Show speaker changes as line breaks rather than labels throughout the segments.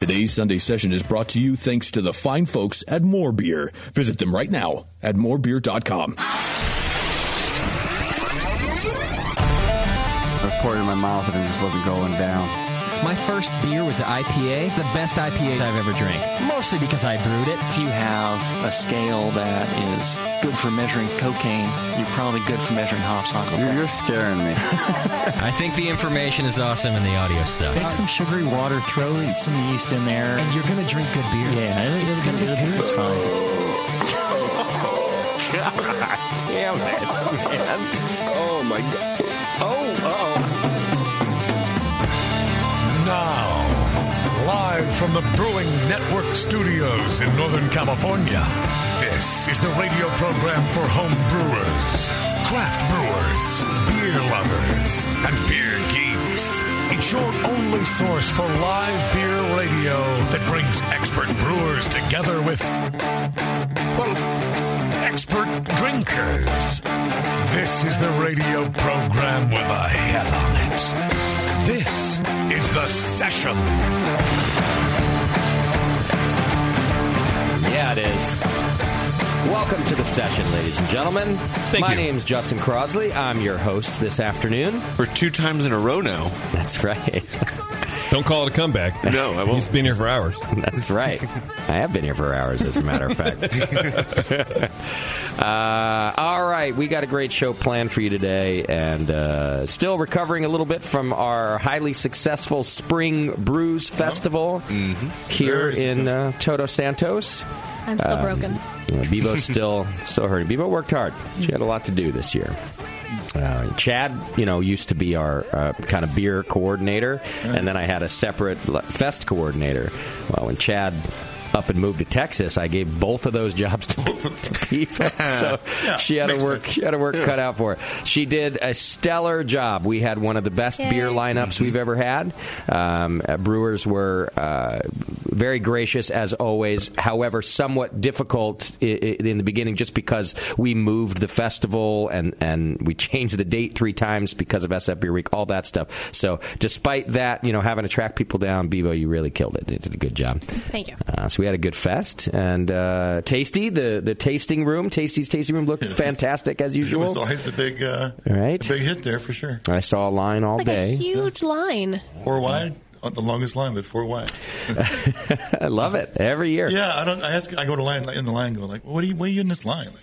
Today's Sunday session is brought to you thanks to the fine folks at More Beer. Visit them right now at morebeer.com.
I poured it in my mouth and it just wasn't going down.
My first beer was an IPA, the best IPA I've ever drank, mostly because I brewed it.
If you have a scale that is good for measuring cocaine, you're probably good for measuring hops on
You're, you're scaring me.
I think the information is awesome and the audio sucks.
some sugary water, throw some yeast in there.
And you're gonna drink good beer.
yeah, it- it's gonna be good. It's fine.
Now, live from the Brewing Network studios in Northern California, this is the radio program for home brewers, craft brewers, beer lovers, and beer geeks. It's your only source for live beer radio that brings expert brewers together with, well, expert drinkers. This is the radio program with a head on it. This is The Session.
Yeah, it is. Welcome to the session, ladies and gentlemen. Thank My
you.
name's Justin Crosley. I'm your host this afternoon.
For two times in a row now.
That's right.
Don't call it a comeback.
No, I won't.
Been here for hours.
That's right. I have been here for hours, as a matter of fact. uh, all right, we got a great show planned for you today, and uh, still recovering a little bit from our highly successful Spring Brews Festival here in uh, Toto Santos. Um,
I'm still broken.
You know, Bebo's still still hurting. Bebo worked hard. She had a lot to do this year. Uh, Chad, you know, used to be our uh, kind of beer coordinator, and then I had a separate le- fest coordinator. Well, when Chad up and moved to Texas, I gave both of those jobs to, to Bebo. So
Yeah,
she had to
makes
work.
sense.
She had to work cut out for her. She did a stellar job. We had one of the best beer
Yay.
lineups
Mm-hmm.
we've ever had. Um, uh, brewers were uh, very gracious as always, however, somewhat difficult i- i- in the beginning just because we moved the festival and, and we changed the date three times because of SF Beer Week, all that stuff. So, despite that, you know, having to track people down, Bevo, you really killed it. You did a good job.
Thank you.
Uh, so we had a good fest and uh, tasty. The the tasting room, Tasty's tasting room looked fantastic as
It was
usual.
always a big, uh,
Right.
a big hit there for sure.
I saw a line all
Like a
day.
huge line.
Four wide, uh, the longest line, but four wide.
I love it every year.
Yeah, I don't. I ask. I go to line in the line, go like, "What are you? Why are you in this line?" Like,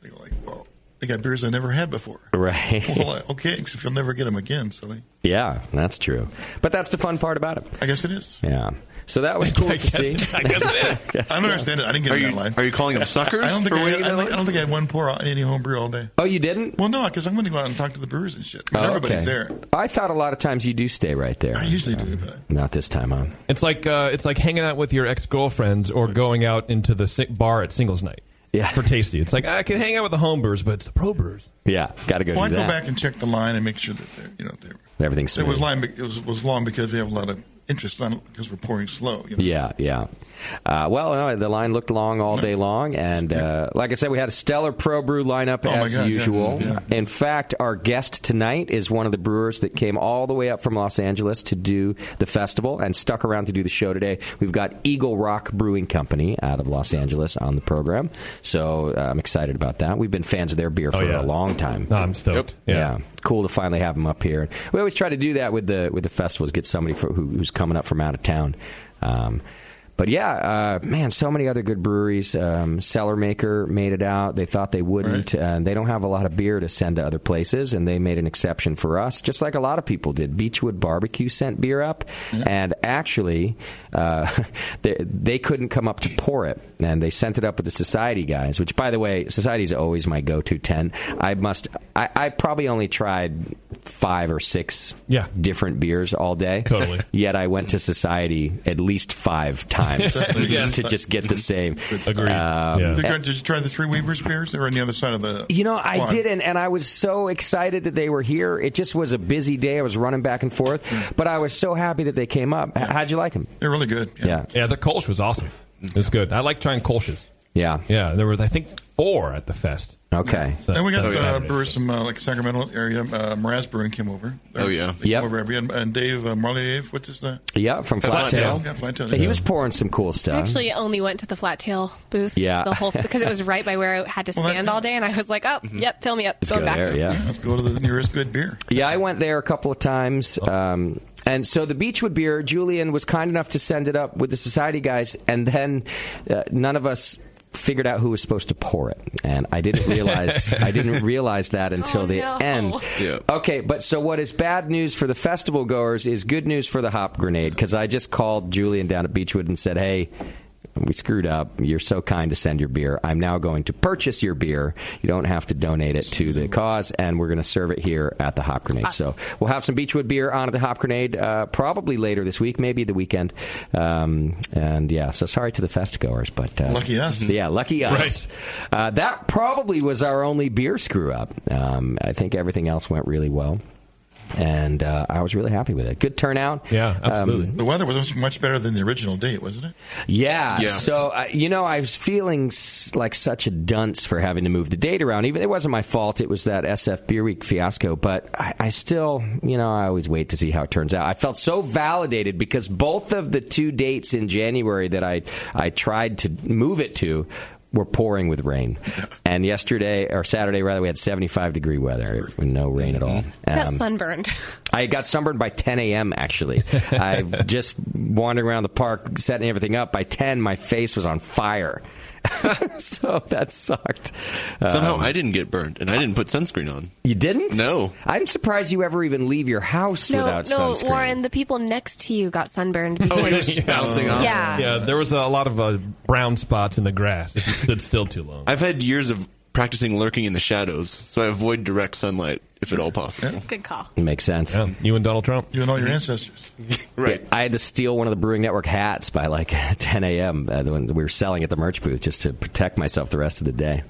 they go like, "Well, they got beers I never had before."
Right.
Well, uh, okay, except you'll never get them again. So they,
Yeah, that's true. But that's the fun part about it.
I guess it is.
Yeah. So that was cool to see.
I guess it is.
I don't understand it. I didn't get
Are
in
you,
that line.
are you calling them suckers?
I don't think.
for
I,
waiting
I,
in
don't,
that
think-
line?
I don't think I had one pour on any home brew all day.
Oh, you didn't?
Well, no, because I'm going to go out and talk to the brewers and shit. I mean,
Oh,
everybody's
okay.
there.
I thought a lot of times you do stay right there. Um,
I usually do, but
Not this time, huh?
It's like uh, it's like hanging out with your ex girlfriends or going out into the si- bar at singles night.
Yeah.
For tasty. It's like I can hang out with the homebrewers, but it's the pro brewers.
Yeah, got to go
well, I
do
go
that.
back and check the line and make sure that they're, you know, they're.
Everything's
It was
smooth.
long. It was, was long because we have a lot of interest on because we're pouring slow. You know?
Yeah, yeah. Uh, well, no, the line looked long all day long, and uh, like I said, we had a stellar pro brew lineup
Oh, my
as
God, yeah,
usual.
yeah.
In fact, our guest tonight is one of the brewers that came all the way up from Los Angeles to do the festival and stuck around to do the show today. We've got Eagle Rock Brewing Company out of Los Angeles on the program, so uh, I'm excited about that. We've been fans of their beer for
yeah.
a long time.
No, I'm stoked.
Yeah. cool to finally have them up here. We always try to do that with the with the festivals, get somebody for, who, who's coming up from out of town. Um, But yeah, uh, man, so many other good breweries. Um, Cellar Maker made it out. They thought they wouldn't. Uh, they don't have a lot of beer to send to other places, and they made an exception for us, just like a lot of people did. Beechwood Barbecue sent beer up, and actually, uh, they, they couldn't come up to pour it, and they sent it up with the Society guys. Which, by the way, Society's always my go-to tent. I must. I, I probably only tried five or six
Yeah.
different beers all day.
Totally.
Yet I went to Society at least five times
Yes.
to just get the same.
Agreed.
Um,
Yeah.
Did you, did you try the three Weavers beers? They were on the other side of the.
You know, I
Why?
didn't, and I was so excited that they were here. It just was a busy day. I was running back and forth,
Hmm.
but I was so happy that they came up. H- How'd you like them?
They're really good.
Yeah.
Yeah, the Kolsch was awesome. It's good. I like trying Kolsches.
Yeah.
Yeah, there were I think four at the fest.
Okay.
So-
Then we got
Oh,
so-
uh, brewers from uh, like Sacramento area. Uh, Morass Brewing came over.
Oh, yeah.
They came
Yep.
over every- and, and Dave uh, Marley, what's his name?
Yeah, from
Flat
Flattail.
Yeah, Flat Tail.
He was pouring some cool
I
stuff.
actually only went to the flat tail booth.
Yeah.
The whole because it was right by where I had to
Well, that-
stand all day, and I was like, "Oh, yep, fill me up,
Let's
going
go
back."
there, yeah.
Let's go to the Oh. nearest good beer.
Yeah, I went there a couple of times. Um, and so the Beechwood beer, Julian was kind enough to send it up with the Society guys, and then uh, none of us figured out who was supposed to pour it and i didn't realize i didn't realize that until
Oh,
the
no.
end
Yeah.
okay but so what is bad news for the festival goers is good news for the hop grenade because i just called julian down at beechwood and said hey we screwed up you're so kind to send your beer i'm now going to purchase your beer you don't have to donate it to the cause and we're going to serve it here at the hop
Uh,
grenade so we'll have some beechwood beer on at the hop grenade uh, probably later this week maybe the weekend um, and yeah so sorry to the fest goers but uh,
Lucky us.
yeah, lucky us. Uh, that probably was our only beer screw up. Um, I think everything else went really well. And uh, I was really happy with it. Good turnout. Um,
yeah, absolutely.
The weather was much better than the original date, wasn't it?
Yeah.
Yeah.
So uh, you know, I was feeling s- like such a dunce for having to move the date around. Even it wasn't my fault. It was that SF Beer Week fiasco. But I, I still, you know, I always wait to see how it turns out. I felt so validated because both of the two dates in January that I I tried to move it to. were pouring with rain, and yesterday or Saturday rather, we had seventy-five degree weather, no rain at all.
I got
Um,
sunburned.
I got sunburned by 10 a.m. Actually, I just wandering around the park, setting everything up. By 10, my face was on fire, so that sucked. Um,
Somehow I didn't get burned, and I didn't put sunscreen on.
You didn't?
No.
I'm surprised you ever even leave your house
no, no,
without sunscreen.
Warren, the people next to you got sunburned.
Oh, it
because-
was just bouncing off.
yeah.
Yeah, there was a lot of uh, brown spots in the grass if you stood still too long.
I've had years of practicing lurking in the shadows, so I avoid direct sunlight if at all possible.
Good call.
Makes sense.
Yeah, you and Donald Trump.
You and all your ancestors.
Right.
I had to steal one of the Brewing Network hats by like 10 a.m. Uh, the one that we were selling at the merch booth just to protect myself the rest of the day.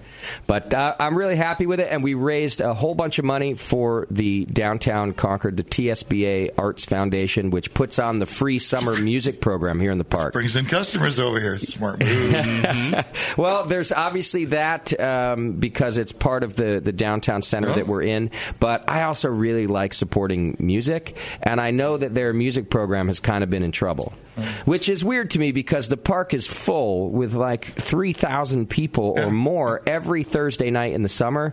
But uh, I'm really happy with it, and we raised a whole bunch of money for the downtown Concord, the TSBA Arts Foundation, which puts on the free summer music program here in the park.
Brings in customers over here. Smart move. Mm-hmm.
Well, there's obviously that um, because it's part of the, the downtown center
Yeah.
that we're in. But I also really like supporting music, and I know that their music program has kind of been in trouble,
Mm.
which is weird to me because the park is full with like three thousand people or more every Thursday night in the summer.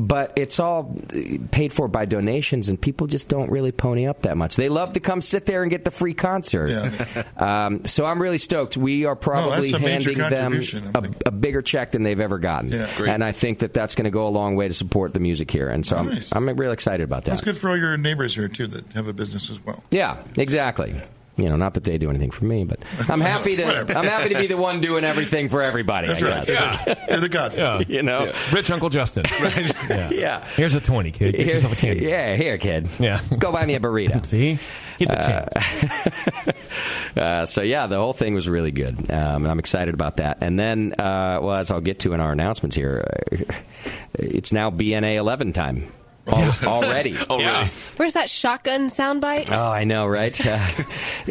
But it's all uh, paid for by donations, and people just don't really pony up that much. They love to come sit there and get the free concert.
Yeah.
Um, so I'm really stoked. We are
that's
probably
a major
handing them
contribution, I'm
a,
thinking.
a bigger check than they've ever gotten.
Yeah. Great.
And I think that that's going to go a long way to support the music here. And so
Nice.
I'm, I'm real excited about that.
That's good for all your neighbors here, too, that have a business as well.
Yeah, exactly. You know, not that they do anything for me, but I'm happy to
Whatever.
I'm happy to be the one doing everything for everybody.
That's
I
right.
guess.
They're the godfather.
You know,
Rich Uncle Justin. Yeah.
yeah.
Here's a 20, kid. Get yourself a candy.
yeah, here, kid.
Yeah.
go buy me a burrito.
See? Get the chance.
Uh, so yeah, the whole thing was really good, um, and I'm excited about that. And then, uh, well, as I'll get to in our announcements here, uh, it's now BNA 11 time Al- already.
Oh, really?
Where's that shotgun soundbite?
Oh, I know, right? Uh,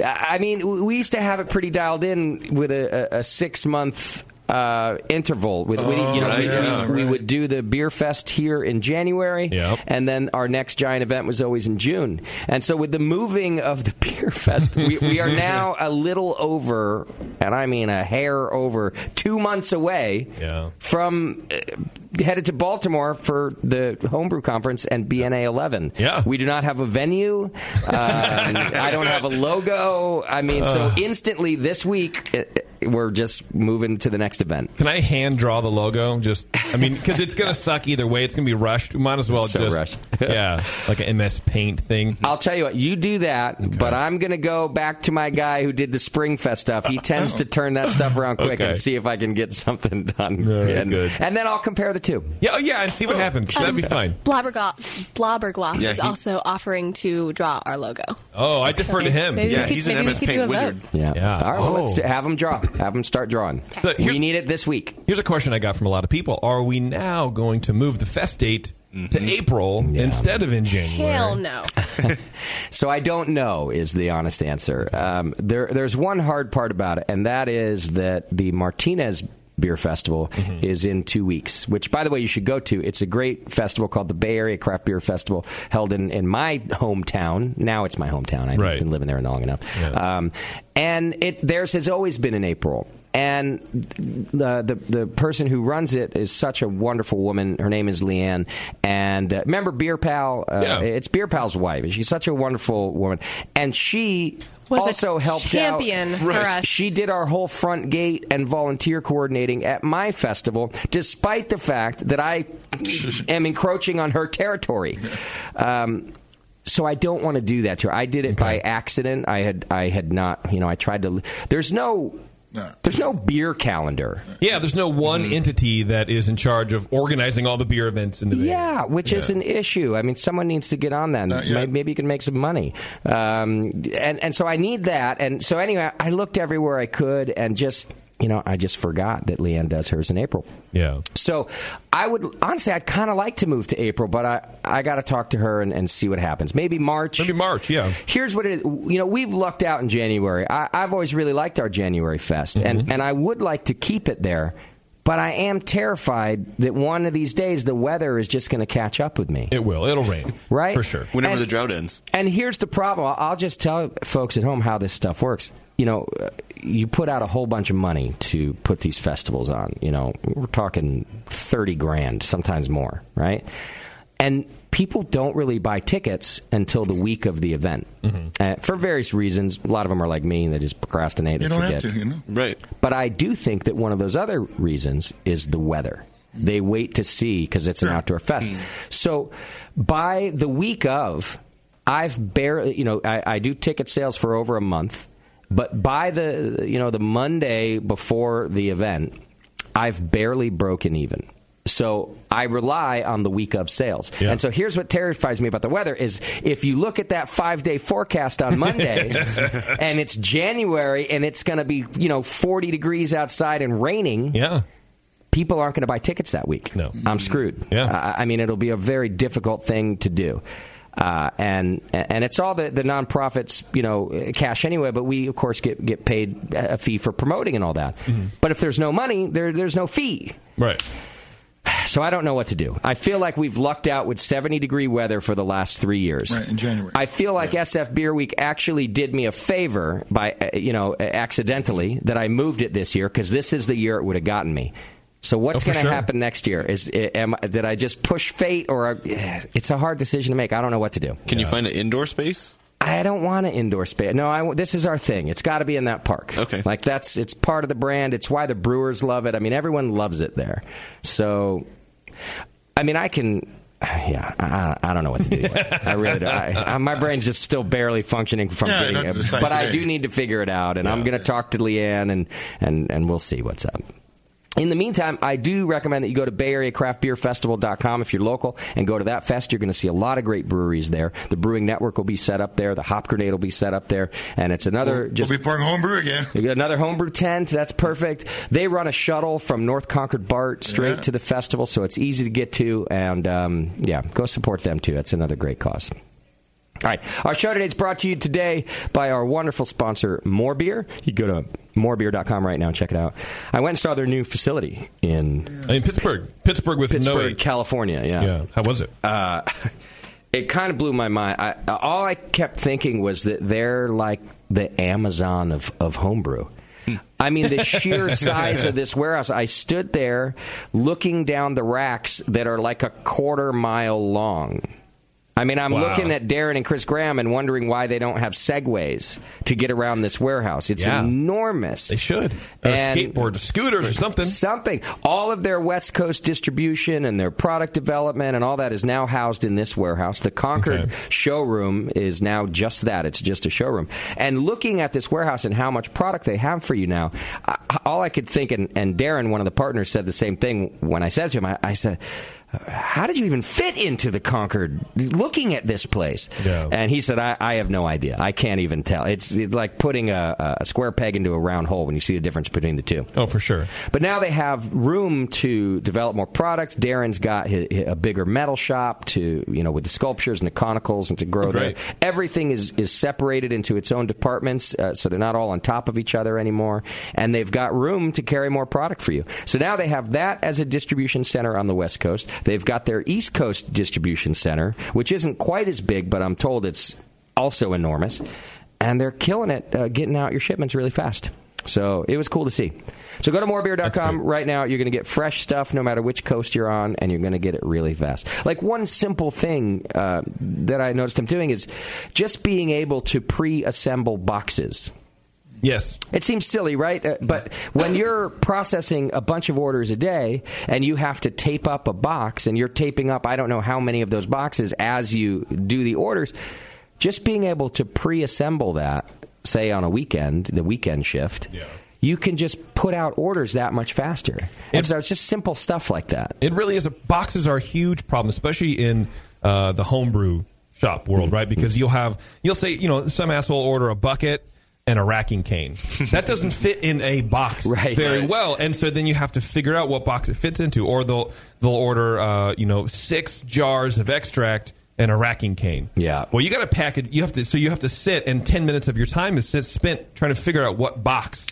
I mean, w- we used to have it pretty dialed in with a, a, a six month. Uh, interval with we, you know
right,
we, we-
yeah,
we
right.
would do the beer fest here in January
Yep.
and then our next giant event was always in June and so with the moving of the beer fest we, we are now a little over and I mean a hair over two months away
Yeah.
from uh, headed to Baltimore for the homebrew conference and BNA 11
Yeah.
we do not have a venue. Um, I don't have a logo. I mean, so instantly this week, uh, we're just moving to the next event.
Can I hand draw the logo? Just, I mean, because it's going to suck either way. It's going to be rushed. We might as well
So
just,
rushed.
yeah, like an MS Paint thing.
I'll tell you what, you do that, but I'm going to go back to my guy who did the Springfest stuff. He tends to turn that stuff around quick
Okay.
and see if I can get something done. and, and then I'll compare the two.
Yeah, oh, yeah, and see what happens. That'd be fine.
Blobberglop, Blobberglop
Yeah,
Um, is
he-
also offering to draw our logo.
Oh, I defer to him.
Maybe we Yeah, could- he's an maybe we MS could Paint do a wizard. vote.
Yeah. All right, well,
Oh.
let's do, have him draw. Have him start drawing. we need it this week.
Here's a question I got from a lot of people: Are we now going to move the fest date
Mm-hmm.
to April instead of in January?
Hell no.
So I don't know is the honest answer. Um, there, there's one hard part about it, and that is that the Martinez Beer Festival is in two weeks. Which, by the way, you should go to. It's a great festival called the Bay Area Craft Beer Festival, held in in my hometown. Now it's my hometown. I've been living there long enough. Um, and it theirs has always been in April. And the, the the person who runs it is such a wonderful woman. Her name is Leanne. And uh, remember Beer Pal? Uh, It's Beer Pal's wife. She's such a wonderful woman. And she
Was a
also helped
champion
out.
for Right. us.
She did our whole front gate and volunteer coordinating at my festival, despite the fact that I am encroaching on her territory. Um, so I don't want to do that to her. I did it by accident. I had I had not, you know, I tried to. There's no. There's no beer calendar.
Yeah, there's no one
Mm-hmm.
entity that is in charge of organizing all the beer events in the
Mm-hmm.
Bay Area.
Yeah, which is
Yeah.
an issue. I mean, someone needs to get on that. And may- maybe you can make some money. Um, and and so I need that. And so anyway, I looked everywhere I could, and just you know, I just forgot that Leanne does hers in April.
Yeah.
So I would honestly, I'd kind of like to move to April, but I I got to talk to her and, and see what happens. Maybe March. Maybe
March. Yeah.
Here's what it is. You know, we've lucked out in January. I, I've always really liked our January fest,
Mm-hmm.
and and I would like to keep it there. But I am terrified that one of these days the weather is just going to catch up with me.
It will. It'll rain.
Right?
For sure.
Whenever
And-
the drought ends.
and here's the problem. I'll- I'll just tell folks at home how this stuff works. You know, uh, you put out a whole bunch of money to put these festivals on. You know, we're talking 30 grand, sometimes more, right? And people don't really buy tickets until the week of the event
Mm-hmm.
uh, for various reasons. A lot of them are like me, and they just procrastinate
You
and
don't have
forget.
to, you know?
Right.
But I do think that one of those other reasons is the weather. They wait to see because it's an outdoor fest. So by the week of, I've barely, you know, I, I do ticket sales for over a month, but by the, you know, the Monday before the event, I've barely broken even. So I rely on the week of sales. And so here's what terrifies me about the weather is if you look at that 5-day forecast on Monday and it's January and it's going to be, you know, 40 degrees outside and raining.
Yeah.
People aren't going to buy tickets that week. No. I'm screwed. Yeah. I, I mean it'll be a very difficult thing to do. Uh, and and it's all the, the nonprofits, you know, cash anyway. But we, of course, get get paid a fee for promoting and all that. But if there's no money, there there's no fee.
Right.
So I don't know what to do. I feel like we've lucked out with 70 degree weather for the last three years.
Right, in January.
I feel like SF Beer Week actually did me a favor by, uh, you know, uh, accidentally that I moved it this year because this is the year it would have gotten me. So what's
Oh, for
going to
sure.
happen next year? Is uh, am, did I just push fate or uh, it's a hard decision to make? I don't know what to do.
Can you find an indoor space?
I don't want an indoor space. No, I w this is our thing. It's got to be in that park. Okay. Like that's it's part of the brand. It's why the brewers love it. I mean, everyone loves it there. So, I mean, I can. Yeah, I, I don't know what to do. I really don't. I, I, my brain's just still barely functioning from
Yeah,
getting
not to
it.
decide
But I
today.
do need to figure it out, and I'm going to talk to Leanne, and, and, and we'll see what's up. In the meantime, I do recommend that you go to Bay Area Craft Beer Festival.com if you're local and go to that fest. You're going to see a lot of great breweries there. The Brewing Network will be set up there. The Hop Grenade will be set up there. And it's another just.
we'll be pouring homebrew again.
You got Another homebrew tent. That's perfect. They run a shuttle from North Concord BART straight to the festival, so it's easy to get to. And um, yeah, go support them too. That's another great cause. All right. Our show today is brought to you today by our wonderful sponsor, More Beer. You go to morebeer.com right now and check it out. I went and saw their new facility in
in Pittsburgh. Pittsburgh with no
Pittsburgh,
H.
California. Yeah.
Yeah. How was it?
Uh, it kind of blew my mind. I, all I kept thinking was that they're like the Amazon of, of homebrew. I mean, the sheer size of this warehouse. I stood there looking down the racks that are like a quarter mile long. I mean, I'm
Wow.
looking at Darren and Chris Graham and wondering why they don't have segways to get around this warehouse. It's
Yeah.
enormous. They
should.
Or skateboard,
scooters, or something.
Something. All of their West Coast distribution and their product development and all that is now housed in this warehouse. The Concord showroom is now just that. It's just a showroom. And looking at this warehouse and how much product they have for you now, I, all I could think, and, and Darren, one of the partners, said the same thing when I said to him, I, I said, how did you even fit into the Concord looking at this place? And he said, I, I have no idea. I can't even tell. It's like putting a, a square peg into a round hole when you see the difference between the two.
Oh, for sure.
But now they have room to develop more products. Darren's got hi hi- a bigger metal shop to, you know, with the sculptures and the conicals and to grow
Oh, Great.
there. Everything is, is separated into its own departments, uh, so they're not all on top of each other anymore. And they've got room to carry more product for you. So now they have that as a distribution center on the West Coast. They've got their East Coast distribution center, which isn't quite as big, but I'm told it's also enormous. And they're killing it, uh, getting out your shipments really fast. So it was cool to see. So go to morebeer.com right now. You're going to get fresh stuff no matter which coast you're on, and you're going to get it really fast. Like one simple thing uh, that I noticed them doing is just being able to pre assemble boxes.
Yes.
It seems silly, right? Uh, but when you're processing a bunch of orders a day and you have to tape up a box and you're taping up I don't know how many of those boxes as you do the orders, just being able to pre-assemble that say on a weekend, the weekend shift. You can just put out orders that much faster. And so it's just simple stuff like that.
It really is. A, boxes are a huge problem, especially in uh, the homebrew shop world, right? Because you'll have you'll say you know some asshole will order a bucket and a racking cane that doesn't fit in a box very well, and so then you have to figure out what box it fits into, or they'll they'll order uh, you know six jars of extract. And a racking cane. Yeah. Well, you got to pack it. You have to. So you have to sit, and ten minutes of your time is sit, spent trying to figure out what box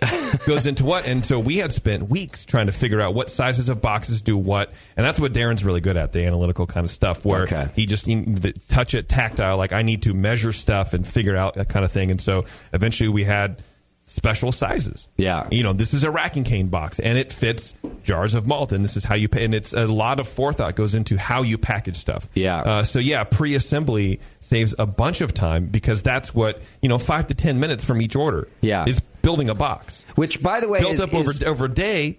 goes into what. And so we had spent weeks trying to figure out what sizes of boxes do what, and that's what Darren's really good at—the analytical kind of stuff, where he just he, the, touch it, tactile. Like I need to measure stuff and figure out that kind of thing. And so eventually we had special sizes. Yeah. You know, this is a racking cane box and it fits jars of malt and this is how you pa- and it's a lot of forethought goes into how you package stuff. Yeah. Uh, so yeah, pre-assembly saves a bunch of time because that's what, you know, 5 to 10 minutes from each order. Yeah. Is building a box.
Which by the way
built
is-
up over
is-
over a day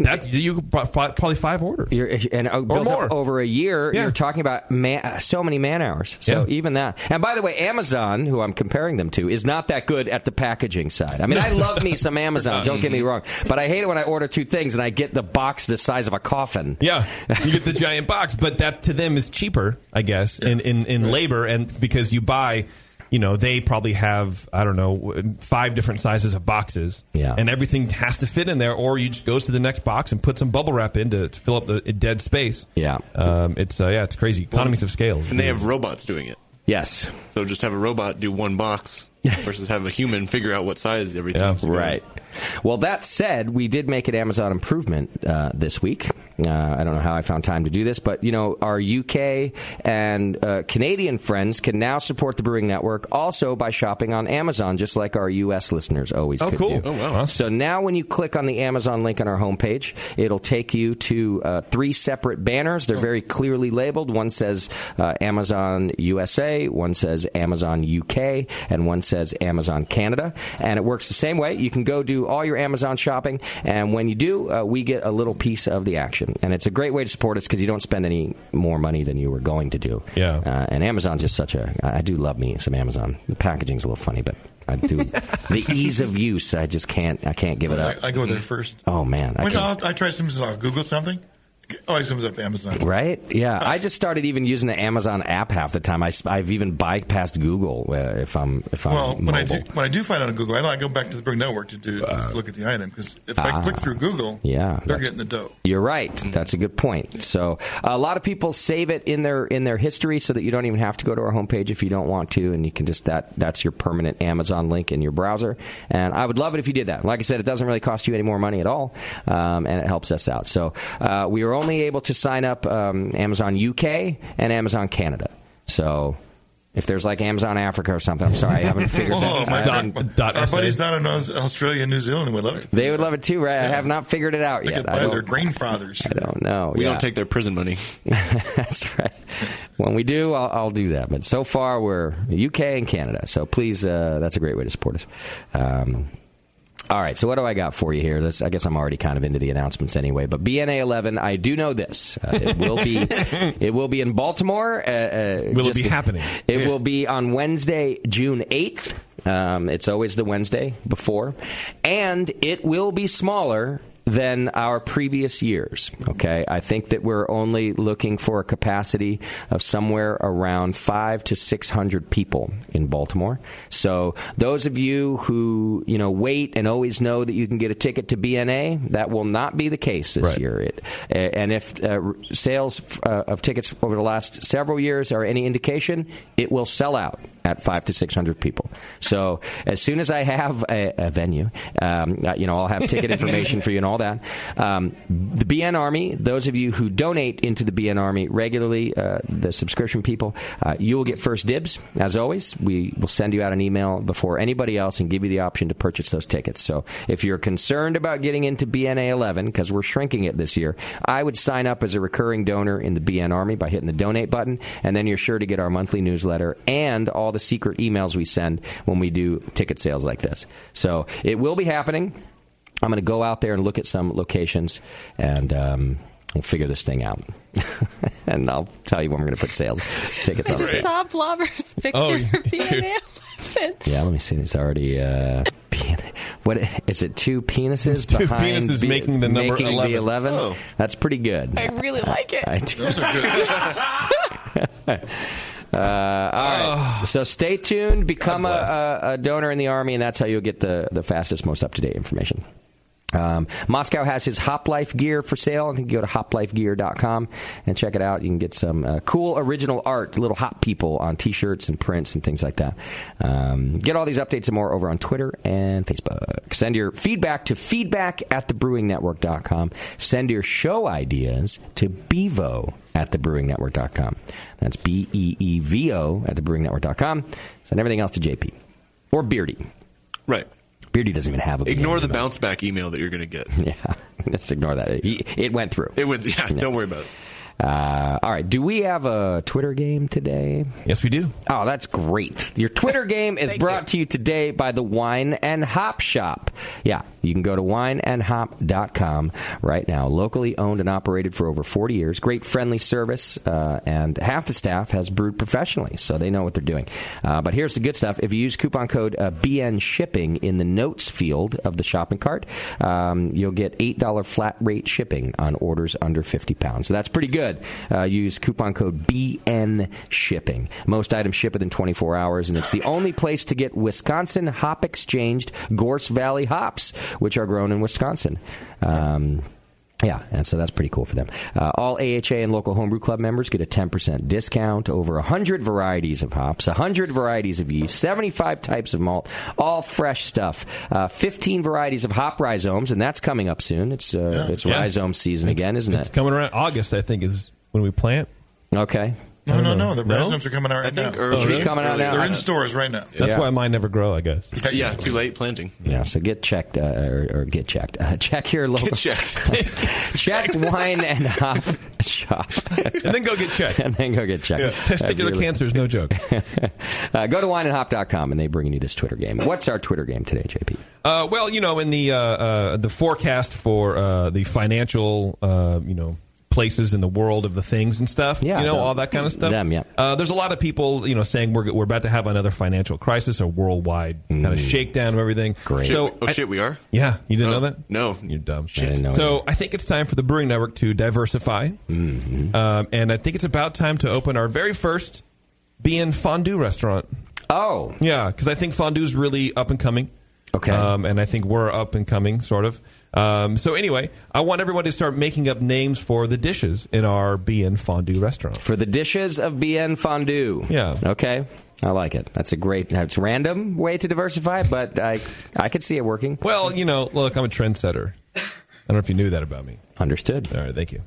that's you could pro- fi- probably five orders
and or
more.
over a year. You're talking about man, uh, so many man hours. So even that. And by the way, Amazon, who I'm comparing them to, is not that good at the packaging side. I mean, I love me some Amazon. Don't get me wrong, but I hate it when I order two things and I get the box the size of a coffin.
Yeah, you get the giant box, but that to them is cheaper, I guess, in in, in labor, and because you buy, you know, they probably have I don't know five different sizes of boxes, yeah, and everything has to fit in there, or you just goes to the next box and put some bubble wrap in to fill up the dead space.
Yeah,
um, it's uh, yeah, it's crazy economies of scale,
And they have robots doing it.
Yes.
So just have a robot do one box versus have a human figure out what size everything is.
Right. Well, that said, we did make an Amazon improvement uh, this week. Uh, I don't know how I found time to do this, but you know, our UK and uh, Canadian friends can now support the Brewing Network also by shopping on Amazon, just like our US listeners always
Oh,
could
cool.
do.
Oh, wow.
So now, when you click on the Amazon link on our homepage, it'll take you to uh, three separate banners.
Oh.
They're very clearly labeled. One says uh, Amazon USA, one says Amazon UK, and one says Amazon Canada. And it works the same way. You can go do all your Amazon shopping, and when you do, uh, we get a little piece of the action. And it's a great way to support us because you don't spend any more money than you were going to do. Yeah. Uh, and Amazon's just such a. I I do love me some Amazon. The packaging's a little funny, but. I do the ease of use. I just can't. I can't give it up.
I go there first.
Oh man, I
Wait,
can-
I'll, I try some stuff. Google something. Oh, It Always comes up Amazon.
right? Yeah, I just started even using the Amazon app half the time. I, have even bypassed Google uh, if I'm if I'm
Well, when I
mobile. Uh,
do when I do find out on Google, I, don't- I go back to the Bring Network to do to look at the item because if
Ah.
I click through Google,
Yeah,
they're
that's-
getting the dough.
You're right. That's a good point. So a lot of people save it in their in their history so that you don't even have to go to our homepage if you don't want to, and you can just that that's your permanent Amazon link in your browser. And I would love it if you did that. Like I said, it doesn't really cost you any more money at all, um, and it helps us out. So uh, we were only able to sign up um, Amazon UK and Amazon Canada. So If there's like Amazon Africa or something, I'm sorry, I haven't figured
Whoa,
that
Oh, my,
out.
my- our
E.
buddies down in Aus- Australia and New Zealand would love it.
They would love it too, right? I have not figured it out
They
yet.
could
I
buy their
don't,
grandfathers.
I don't know.
We
yeah.
don't take their prison money.
That's right. When we do, I'll, I'll do that. But so far, we're UK and Canada. So please, uh, that's a great way to support us. Um, all right. So what do I got for you here? This, I guess I'm already kind of into the announcements anyway. But BNA 11, I do know this. Uh, it will be. it will be in Baltimore. Uh, uh,
Will it
just
be
in-
happening?
It will be on Wednesday, June 8th. Um, it's always the Wednesday before. And it will be smaller than our previous years. Okay. I think that we're only looking for a capacity of somewhere around five to 600 people in Baltimore. So those of you who, you know, wait and always know that you can get a ticket to BNA, that will not be the case this year. It, a- and if uh, r- sales uh, of tickets over the last several years are any indication, it will sell out at five to six hundred people. So as soon as I have a, a venue, um, uh, you know, I'll have ticket information for you and all that. Um, the BN Army, those of you who donate into the BN Army regularly, uh, the subscription people, uh, you will get first dibs. As always, we will send you out an email before anybody else and give you the option to purchase those tickets. So if you're concerned about getting into BNA 11 because we're shrinking it this year, I would sign up as a recurring donor in the BN Army by hitting the donate button, and then you're sure to get our monthly newsletter and all the secret emails we send when we do ticket sales like this. So it will be happening. I'm going to go out there and look at some locations and. Um, We'll figure this thing out, and I'll tell you when we're going to put sales tickets
I
on
just
sale.
saw Blobber's picture
Oh,
for BNA 11.
Yeah, let me see. It's already. Uh, pen- what is it? Two penises
Two
behind
penises
B-
making the number
making
11.
11?
Oh.
That's pretty good.
I really like it.
I do. Uh, all right. So stay tuned. Become a, a, a donor in the army, and that's how you'll get the, the fastest, most up to date information. Um, Moscow has his Hop Life gear for sale. I think you go to hoplifegear.com and check it out. You can get some uh, cool original art, little hop people on t shirts and prints and things like that. Um, get all these updates and more over on Twitter and Facebook. Send your feedback to feedback at thebrewingnetwork.com. Send your show ideas to bevo at thebrewingnetwork.com. That's B E E V O at thebrewingnetwork.com. Send everything else to JP or Beardy.
Right.
Beardy doesn't even have a
Ignore the bounce back email that you're going to get.
yeah, just ignore that. It, it went through.
It would. Yeah, Don't worry about it.
Uh, all right. Do we have a Twitter game today?
Yes, we do.
Oh, that's great. Your Twitter game is brought to you today by the Wine and Hop Shop. Yeah, you can go to wineandhop.com right now. Locally owned and operated for over 40 years. Great friendly service, uh, and half the staff has brewed professionally, so they know what they're doing. Uh, but here's the good stuff. If you use coupon code uh, BN Shipping in the notes field of the shopping cart, um, you'll get $8 flat rate shipping on orders under 50 pounds. So that's pretty good. Uh, use coupon code BN Shipping. Most items ship within 24 hours, and it's the only place to get Wisconsin Hop Exchanged Gorse Valley hops, which are grown in Wisconsin. Um, yeah, and so that's pretty cool for them. Uh, all AHA and local homebrew club members get a 10% discount, over 100 varieties of hops, 100 varieties of yeast, 75 types of malt, all fresh stuff, uh, 15 varieties of hop rhizomes, and that's coming up soon. It's, uh, it's
Yeah.
rhizome season again, isn't
It's
it?
coming around August, I think, is when we plant.
Okay.
No, no, no. The rhizomes are coming out right now.
early- Should be coming out now.
They're in stores right now.
That's why mine never grow, I guess.
Yeah, too late planting.
Yeah, so get checked uh, or, or get checked. Uh, check your local. Get checked. check wine and hop shop.
And then go get checked.
and then go get checked. That'd be
Testicular
really-
cancer is no joke.
Uh, go to wineandhop.com and they bring you this Twitter game. What's our Twitter game today, JP?
Uh, well, you know, in the uh, uh, the forecast for uh, the financial, uh, you know, places in the world of the things and stuff,
Yeah,
you know,
the-
all that kind of stuff.
them, yeah.
Uh, there's a lot of people, you know, saying we're we're about to have another financial crisis, a worldwide kind
Mm.
of shakedown of everything. Great.
Shit,
So,
oh
I-
shit, we are.
yeah, you didn't know
Oh,
that?
No,
You're dumb.
I didn't know
so I think it's time for the Brewing Network to diversify,
Mm-hmm.
um, and I think it's about time to open our very first BN fondue restaurant.
Oh,
Yeah, because I think fondue's really up and coming.
Okay.
Um, and I think we're up and coming, sort of. Um, so anyway, I want everyone to start making up names for the dishes in our BN fondue restaurant.
for the dishes of BN fondue.
Yeah.
Okay. I like it. That's a great. It's a random way to diversify, but I I could see it working.
Well, you know, look, I'm a trendsetter. I don't know if you knew that about me.
Understood.
All right, thank you.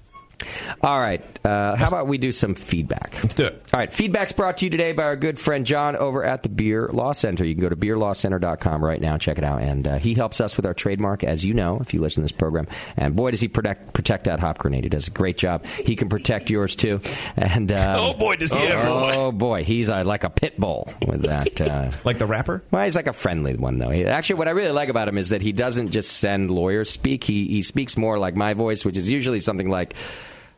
All right. Uh, how about we do some feedback? Let's do it. All right. Feedback's brought to you today by our good friend John over at the Beer Law Center. You can go to beerlawcenter.com right now and check it out. And uh, he helps us with our trademark, as you know, if you listen to this program. And boy, does he protect, protect that hop grenade. He does a great job. He can protect yours, too. And uh,
Oh, boy, does he
oh,
ever.
Oh, boy. He's uh, like a pit bull with that. Uh,
like the rapper?
Well, he's like a friendly one, though. He- actually, what I really like about him is that he doesn't just send lawyers speak. He, he speaks more like my voice, which is usually something like,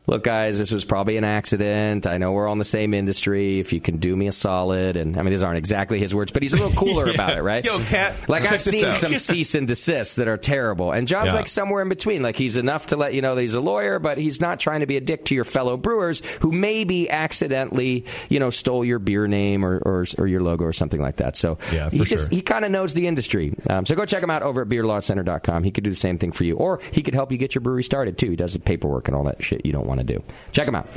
Look, guys, this was probably an accident. I know we're all in the same industry. If you can do me a solid, and I mean, these aren't exactly his words, but he's a little cooler about it, right?
Yo, cat.
Like
check
I've
this
seen
out.
some cease and desist that are terrible, and John's
Yeah.
like somewhere in between. Like he's enough to let you know that he's a lawyer, but he's not trying to be a dick to your fellow brewers who maybe accidentally, you know, stole your beer name or or, or your logo or something like that. So yeah, he
for
just
sure.
he kind of knows the industry. Um, so go check him out over at beerlawcenter.com. He could do the same thing for you, or he could help you get your brewery started too. He does the paperwork and all that shit you don't want to do. Check him out.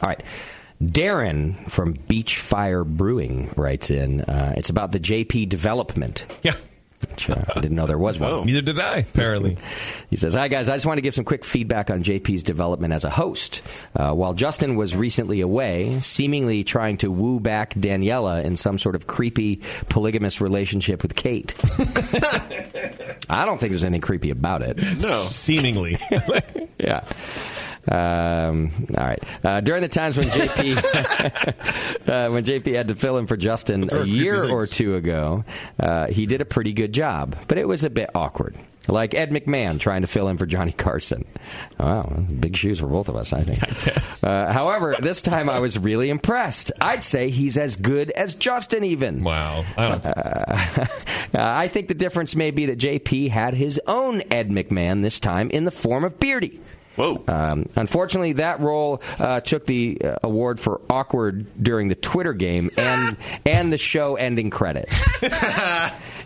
All right. Darren from Beach Fire Brewing writes in. Uh, it's about the JP development.
Yeah. Oh.
Which, uh, I didn't know there was one.
Neither did I, apparently.
he says, Hi, guys. I just want to give some quick feedback on JP's development as a host. Uh, while Justin was recently away, seemingly trying to woo back Daniela in some sort of creepy polygamous relationship with Kate. I don't think there's anything creepy about it.
No. Seemingly.
yeah. Um, all right. Uh, during the times when JP uh, when JP had to fill in for Justin a year or two ago, uh, he did a pretty good job, but it was a bit awkward. Like Ed McMahon trying to fill in for Johnny Carson. Wow, big shoes for both of us, I think. Uh, however, this time I was really impressed. I'd say he's as good as Justin, even.
Wow.
Uh, I think the difference may be that JP had his own Ed McMahon this time in the form of Beardy. Whoa. Um, unfortunately, that role uh, took the uh, award for awkward during the Twitter game and and the show ending credits.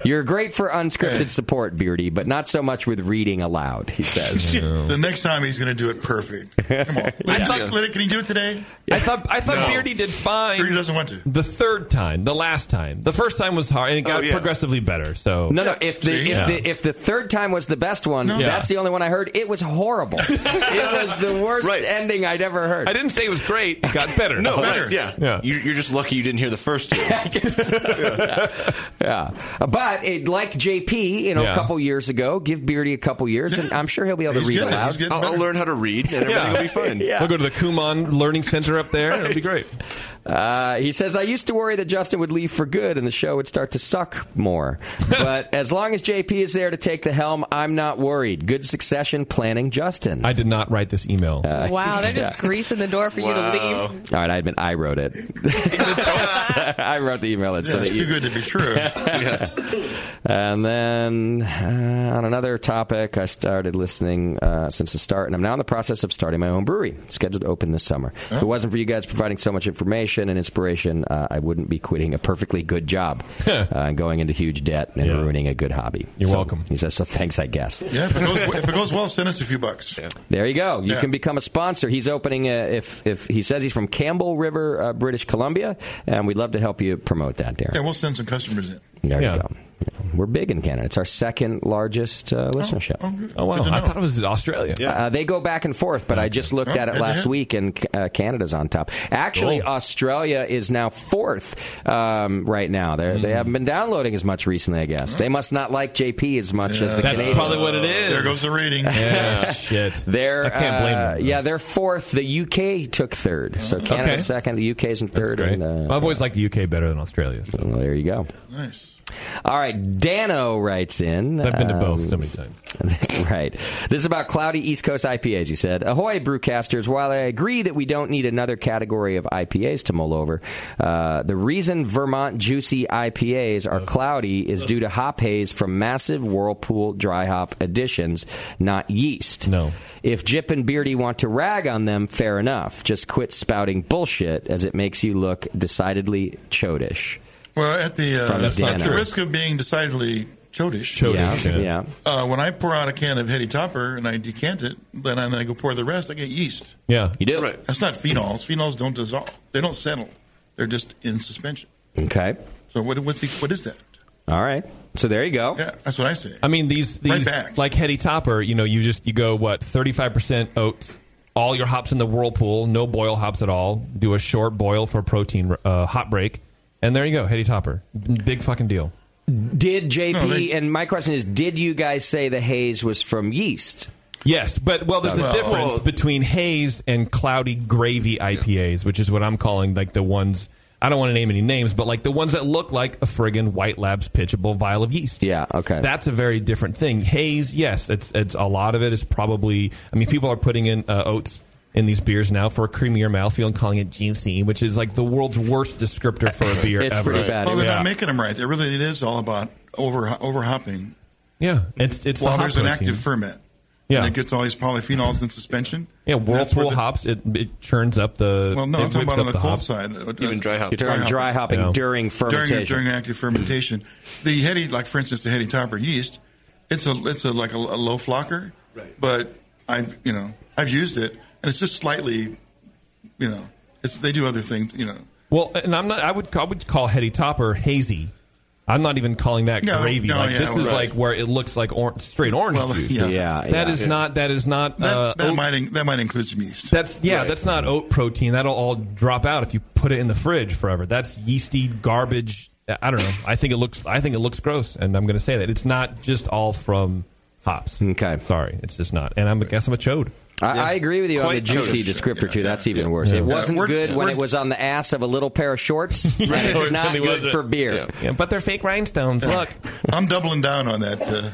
You're great for unscripted support, Beardy, but not so much with reading aloud. He says.
The next time he's going to do it perfect. Come on. Let, let- let it, can he do it today?
I thought I thought Beardy did fine. Beardy
doesn't want to. Oh,
The third time, the last time. The first time was hard, and it got
yeah.
progressively better. So
No, no. If the, if,
Yeah.
the, if the third time was the best one,
No.
that's
Yeah.
the only one I heard. It was horrible. it was the worst ending I'd ever heard.
I didn't say it was great. It got better.
No,
Better.
right, oh, yeah. You- You're just lucky you didn't hear the first two.
Yeah. But it, like JP, you know,
Yeah.
a couple years ago, give Beardy a couple years, and I'm sure he'll be able to
He's
read
getting-
aloud.
he's getting I'll- I'll better. learn how to read, and everything will be fine.
Yeah.
We'll go to the Kumon Learning Center up there. It'll be great.
Uh, he says, I used to worry that Justin would leave for good and the show would start to suck more. But as long as JP is there to take the helm, I'm not worried. Good succession planning, Justin. Uh, I
did not write this email.
Wow, they're just greasing the door for you to leave.
All right, I admit I wrote it. I wrote the email. It
Yeah, it's too good to be true.
And then uh, on another topic, I started listening uh, since the start, and I'm now in the process of starting my own brewery, scheduled to open this summer. If it wasn't for you guys providing so much information and inspiration, uh, I wouldn't be quitting a perfectly good job uh, and going into huge debt and ruining a good hobby. You're welcome. He says, so thanks, I guess.
Yeah, if it, goes, if it goes well, send us a few bucks.
There you go. You
Yeah.
can become a sponsor. He's opening a, if if he says he's from Campbell River, uh, British Columbia, and we'd love to help you promote that, Darren.
Yeah, we'll send some customers in.
There you go. Yeah. We're big in Canada. It's our second largest uh, listenership. Oh,
wow. Good to I know. thought it was Australia.
Uh, they go back and forth, but I just looked
Oh,
at it
good to
last
hear.
week, and uh, Canada's on top. Actually, Australia is now fourth um, right now. They're, They haven't been downloading as much recently, I guess. They must not like JP as much as
That's
the Canadians.
probably what it is.
There goes the rating.
Yeah, shit.
They're,
I can't blame
uh,
them.
Yeah, they're fourth. The UK took third. So Canada's
Okay.
second, the UK's in third.
great.
And, uh,
I've always liked the UK better than Australia. So.
well, there you go.
Nice.
All right, Dano writes in. um,
I've been to both so many times.
right. This is about cloudy East Coast IPAs, you said. Ahoy, brewcasters. While I agree that we don't need another category of IPAs to mull over, uh, the reason Vermont juicy IPAs are cloudy is due to hop haze from massive whirlpool dry hop additions, not yeast. No. If Jip and Beardy want to rag on them, fair enough. Just quit spouting bullshit as it makes you look decidedly chodish.
Well, at the,
From
uh, at
Dana.
the risk of being decidedly chodish,
Chodish, Yeah, yeah.
Uh, when I pour out a can of Hetty Topper and I decant it, then I, then I go pour the rest, I get yeast.
Yeah.
You do?
That's not phenols. Phenols don't dissolve. They don't settle. They're just in suspension.
Okay.
So what, what's the, what is that?
All right. So there you go.
Yeah, that's what I say.
I mean, these
Right
these
back.
like Hetty Topper. You know, you just you go what thirty five percent oats,
all your hops in the whirlpool, no boil hops at all. Do a short boil for protein uh, hot break, and there you go, heady topper. Big fucking deal.
Did JP and my question is, did you guys say the haze was from yeast?
Yes, but well, there's a
Well-
difference between haze and cloudy gravy IPAs, which is what I'm calling like the ones. I don't want to name any names, but like the ones that look like a friggin' White Labs pitchable vial of yeast.
Yeah, okay.
That's a very different thing. Haze, yes, it's it's a lot of it is probably. I mean, people are putting in uh, oats in these beers now for a creamier mouthfeel and calling it juicy, which is like the world's worst descriptor for a beer. ever.
Well, they're not Oh, making them right. It really it is all about over over hopping.
Yeah, it's it's the
well,
hop
there's an
protein.
active ferment.
Yeah.
and it gets all these polyphenols in suspension.
Yeah,
And that's where
whirlpool
the-
hops. It, it churns up the.
Well, no,
it
I'm talking
whips
about
up
on the, cold
hops.
side. Uh,
Even dry hop.
You're talking dry hopping
Yeah.
during fermentation.
During, during active fermentation, the heady, like for instance, the heady topper yeast, it's a it's a like a, a low flocker. Right. But I, you know, I've used it, and it's just slightly, you know, it's they do other things, you know.
Well, and I'm not. I would I would call heady topper hazy. I'm not even calling that
No,
gravy.
no,
like
yeah,
this is
right.
like where it looks like or- straight orange
Well,
juice.
yeah. Yeah,
That
yeah.
is
Yeah.
not. That is not.
That,
uh,
that
oat-
might in- that might include some yeast.
that's yeah. That's not oat protein. That'll all drop out if you put it in the fridge forever. That's yeasty garbage. I don't know. I think it looks. I think it looks gross, and I'm going to say that it's not just all from hops.
Okay,
sorry, it's just not. And I'm, I guess I'm a chode.
I, I agree with you on the
Quite
juicy
chodish.
descriptor too. That's even worse.
Yeah.
It wasn't
Yeah, we're-
good when
we're-
it was on the ass of a little pair of shorts. and
No,
it's
it
not
really
good
wasn't.
for beer.
Yeah, but they're fake rhinestones. Look,
I'm doubling down on that. Uh,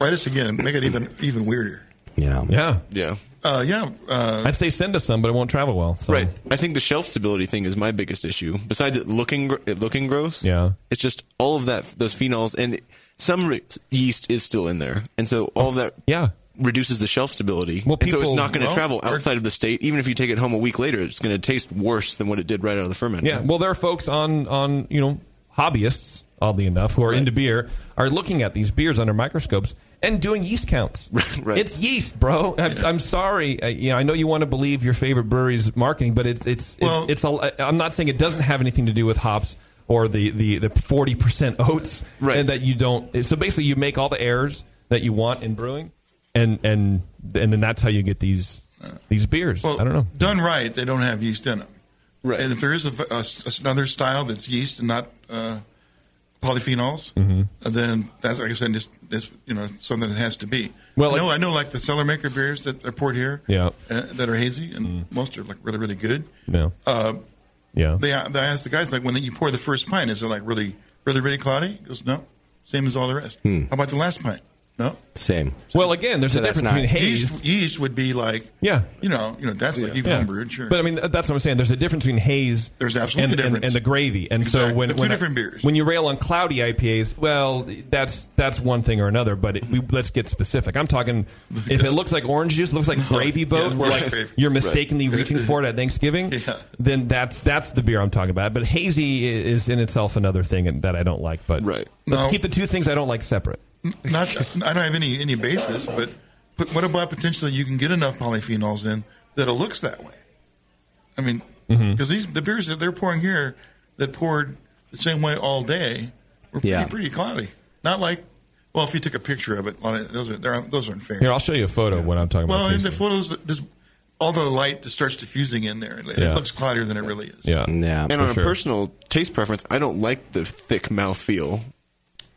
write us again. Make it even even weirder.
Yeah.
Yeah.
Yeah.
Uh, yeah. Uh,
I'd say send us some, but it won't travel well. So.
Right. I think the shelf stability thing is my biggest issue. Besides it looking gr- it looking gross,
Yeah.
it's just all of that those phenols and some re- yeast is still in there, and so all that
yeah
reduces the shelf stability.
Well,
And so
people-
it's not going to
well,
travel outside of the state. Even if you take it home a week later, it's going to taste worse than what it did right out of the ferment.
Yeah. Well, there are folks on on you know hobbyists, oddly enough, who are into beer are looking at these beers under microscopes and doing yeast counts. right. It's yeast, bro. I'm, I'm sorry. I, you know, I know you want to believe your favorite brewery's marketing, but it's it's it's, it's a, I'm not saying it doesn't have anything to do with hops. Or the the the forty percent oats, right. and that you don't. So basically, you make all the errors that you want in brewing, and and and then that's how you get these these beers. I don't know.
done right, they don't have yeast in them. Right. And if there is a, a- another style that's yeast and not uh, polyphenols, uh,
Mhm.
then that's like I said, just, just you know something that has to be.
Well,
I know, I know, like the cellar maker beers that are poured here,
Yeah.
uh, that are hazy, and most are like really, really good.
No.
Uh,
Yeah.
They, I asked the guys like when you pour the first pint, is it like really, really, really cloudy? He goes, no, same as all the rest.
Hmm.
How about the last pint? No,
Same.
Well, again, there's
So
a
that's
difference
not-
between haze.
Yeast, yeast would be like,
Yeah.
you know, you know, that's like you've
Yeah.
homebrewed, sure.
But I mean, th- that's what I'm saying. There's a difference between haze.
There's
and,
absolutely a difference.
And, and the gravy. And so
Exactly.
when
They're two
when,
different beers.
when you rail on cloudy IPAs, well, that's that's one thing or another. But it, we, let's get specific. I'm talking if it looks like orange juice, looks like gravy boat,
Yeah,
where
right.
like you're mistakenly reaching for it at Thanksgiving, then that's that's the beer I'm talking about. But hazy i- is in itself another thing and- that I don't like. But right. let's
No.
keep the two things I don't like separate.
not I don't have any any basis, but but what about potentially you can get enough polyphenols in that it looks that way? I mean, because
Mm-hmm.
Mhm.
these the beers that they're pouring here that poured the same way all day were pretty,
Yeah.
pretty cloudy. Not like well, if you took a picture of it, a lot of- those are they're- those aren't fair.
Here, I'll show you a photo when I'm talking
well,
about.
in
hazy.
the photos, just all the light just starts diffusing in there. and It
Yeah.
looks cloudier than it really is.
Yeah.
Yeah.
And on a personal taste preference, I don't like the thick mouth feel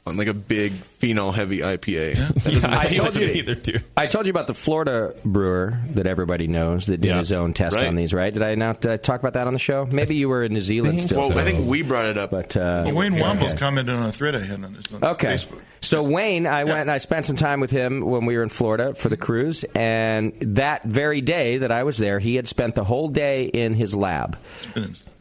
on like a big phenol heavy IPA. That doesn't
I
appeal
told
to
you
me.
I told you about the Florida brewer that everybody knows that did his own test
Right.
on these, right? Did I not did I talk about that on the show? Maybe you were in New Zealand still.
Mm-hmm. Well, I
though.
think we brought it up.
But uh,
Well, Wayne
yeah,
Wambles
okay.
commented on a thread I had on this. On
Okay.
Facebook.
So Wayne, I went and I spent some time with him when we were in Florida for the cruise, and that very day that I was there, he had spent the whole day in his lab.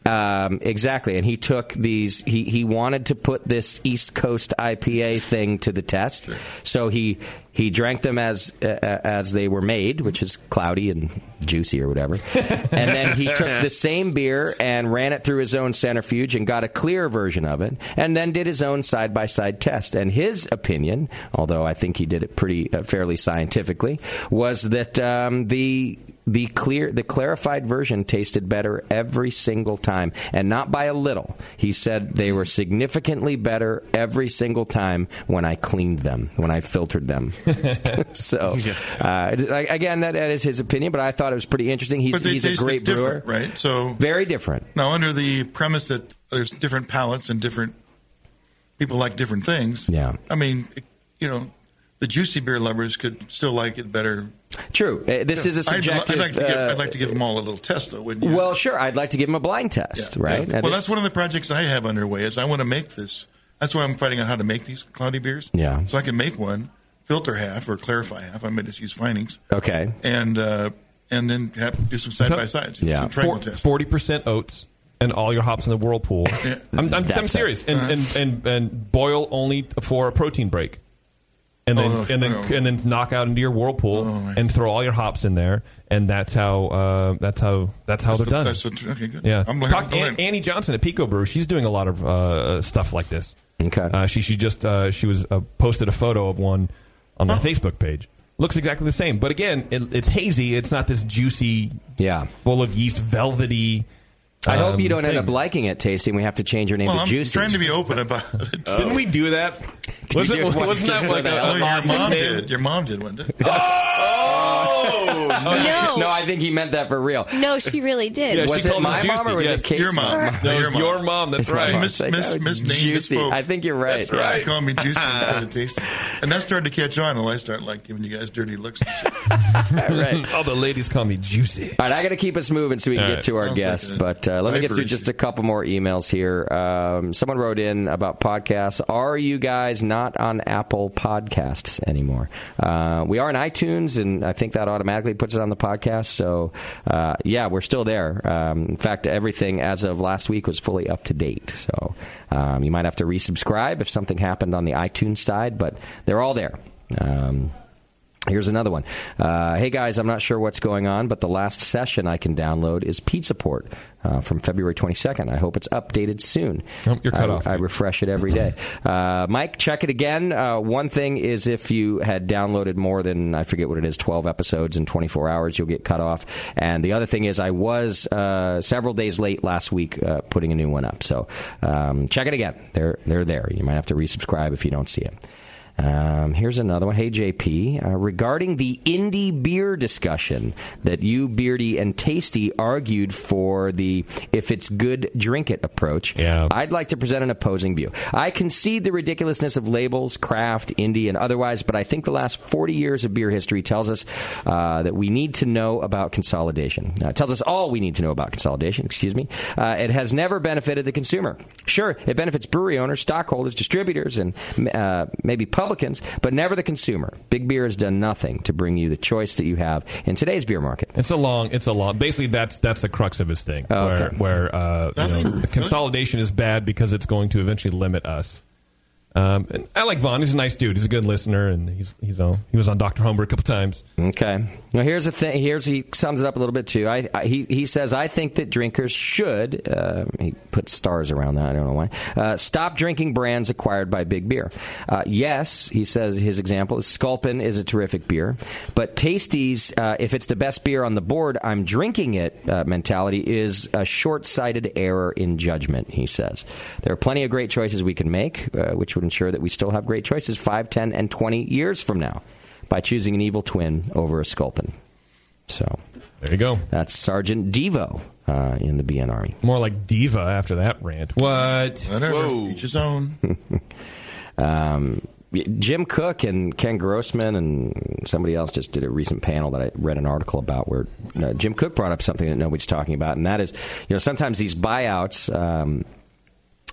Um, exactly, and he took these. He he wanted to put this East Coast IPA thing to the test, so he he drank them as uh, uh, as they were made, which is cloudy and juicy or whatever, and then he took the same beer and ran it through his own centrifuge and got a clear version of it, and then did his own side by side test. And his opinion, although I think he did it pretty uh, fairly scientifically, was that um, the The clear, the clarified version tasted better every single time, and not by a little. He said they were significantly better every single time when I cleaned them, when I filtered them. so, uh, it- like, again, that, that is his opinion, but I thought it was pretty interesting. He's,
but they
he's a
taste
great brewer.
different, right? So
very different.
Now, under the premise that there's different palates and different people like different things.
Yeah.
I mean, it- you know, the juicy beer lovers could still like it better.
True. Uh, this is a subjective,
I'd, like to give,
uh,
I'd like to give them all a little test, though, wouldn't you?
Well, sure. I'd like to give him a blind test, right?
well, that's one of the projects I have underway. Is I want to make this. That's why I'm finding out how to make these cloudy beers.
Yeah.
So I can make one, filter half or clarify half. I may just use findings,
okay.
and uh, and then have, do some side by sides. Some triangle test.
Forty percent oats and all your hops in the whirlpool. I'm, I'm, I'm
That's
serious.
it.
And, and, and and boil only for a protein break, and then
Oh,
and then
oh.
and then knock out into your whirlpool and throw all your hops in there, and that's how uh, that's how that's how
That's
they're
the-
done.
that's the- okay, good.
Yeah,
I'm-
Talk,
I'm-
An- Annie Johnson at Pico Brew. She's doing a lot of uh, stuff like this.
Okay.
Uh, she she just uh, she was uh, posted a photo of one on my Facebook page. Looks exactly the same, but again, it, it's hazy. It's not this juicy,
yeah,
full of yeast, velvety.
I hope
um,
you don't end
thing.
up liking it, Tasty, and we have to change your name
Well,
to
I'm
Juicy.
trying to be open about it.
Didn't we do that? Wasn't,
did one
wasn't that
just
like
like
a,
Oh,
that.
your mom
name?
did. Your mom did one. Didn't
Oh.
No.
No, I think he meant that for real.
No, she really did.
Yeah, she
was it
called him
my mom
Juicy,
or was
yes.
it Kate's
Your mom.
No,
Your
it was
mom.
your mom. That's
It's my
right.
mom.
Miss-
It's like,
miss-
oh,
miss name
Juicy.
misspoke.
I think you're right.
That's
yeah.
right.
They call me juicy instead of tasty, and that started to catch on. And I started like giving you guys dirty looks. And shit.
right.
All the ladies call me Juicy.
All right, I got to keep us moving so we can
All
get
right.
to our
Sounds
guests.
like a
but uh, let me get
diaper
through
issue.
just a couple more emails here. Um, someone wrote in about podcasts. Are you guys not on Apple Podcasts anymore? Uh, we are on iTunes, and I think that automatically puts it on the podcast. So, uh, yeah, we're still there. Um, in fact, everything as of last week was fully up to date. So, um, you might have to resubscribe if something happened on the iTunes side, but they're all there. Um, Here's another one. Uh, hey guys, I'm not sure what's going on, but the last session I can download is Pizza Port uh, from February 22nd. I hope it's updated soon.
Nope, you're cut
I,
off.
I refresh it every day. Uh, Mike, check it again. Uh, one thing is if you had downloaded more than, I forget what it is, 12 episodes in 24 hours, you'll get cut off. And the other thing is, I was uh, several days late last week uh, putting a new one up. So um, check it again. They're, they're there. You might have to resubscribe if you don't see it. Um, here's another one. Hey, JP. Uh, regarding the indie beer discussion that you, Beardy, and Tasty argued for the if it's good, drink it approach,
Yeah.
I'd like to present an opposing view. I concede the ridiculousness of labels, craft, indie, and otherwise, but I think the last 40 years of beer history tells us uh, that we need to know about consolidation. Uh, it tells us all we need to know about consolidation, excuse me. Uh, it has never benefited the consumer. Sure, it benefits brewery owners, stockholders, distributors, and uh, maybe publicans, but never the consumer. Big beer has done nothing to bring you the choice that you have in today's beer market.
It's a long. It's a long. Basically, that's that's the crux of his thing.
Oh,
where
okay.
where uh, you know,
Nothing.
consolidation is bad because it's going to eventually limit us. Um, and I like Vaughn. He's a nice dude. He's a good listener, and he's he's on, he was on Doctor Homer a couple times.
Okay. Now here's the thing. Here's he sums it up a little bit too. I, I he he says I think that drinkers should. Uh, he puts stars around that. I don't know why. Uh, stop drinking brands acquired by big beer. Uh, yes, he says his example is Sculpin is a terrific beer, but Tasty's uh, if it's the best beer on the board, I'm drinking it uh, mentality is a short-sighted error in judgment. He says there are plenty of great choices we can make, uh, which would ensure that we still have great choices five, ten, and twenty years from now by choosing an evil twin over a sculpin. So
There you go.
that's Sergeant Devo uh, in the BN Army.
More like diva after that rant. What?
Whatever. Each his own.
Um, Jim Cook and Ken Grossman and somebody else just did a recent panel that I read an article about where uh, Jim Cook brought up something that nobody's talking about, and that is, you know, sometimes these buyouts. Um,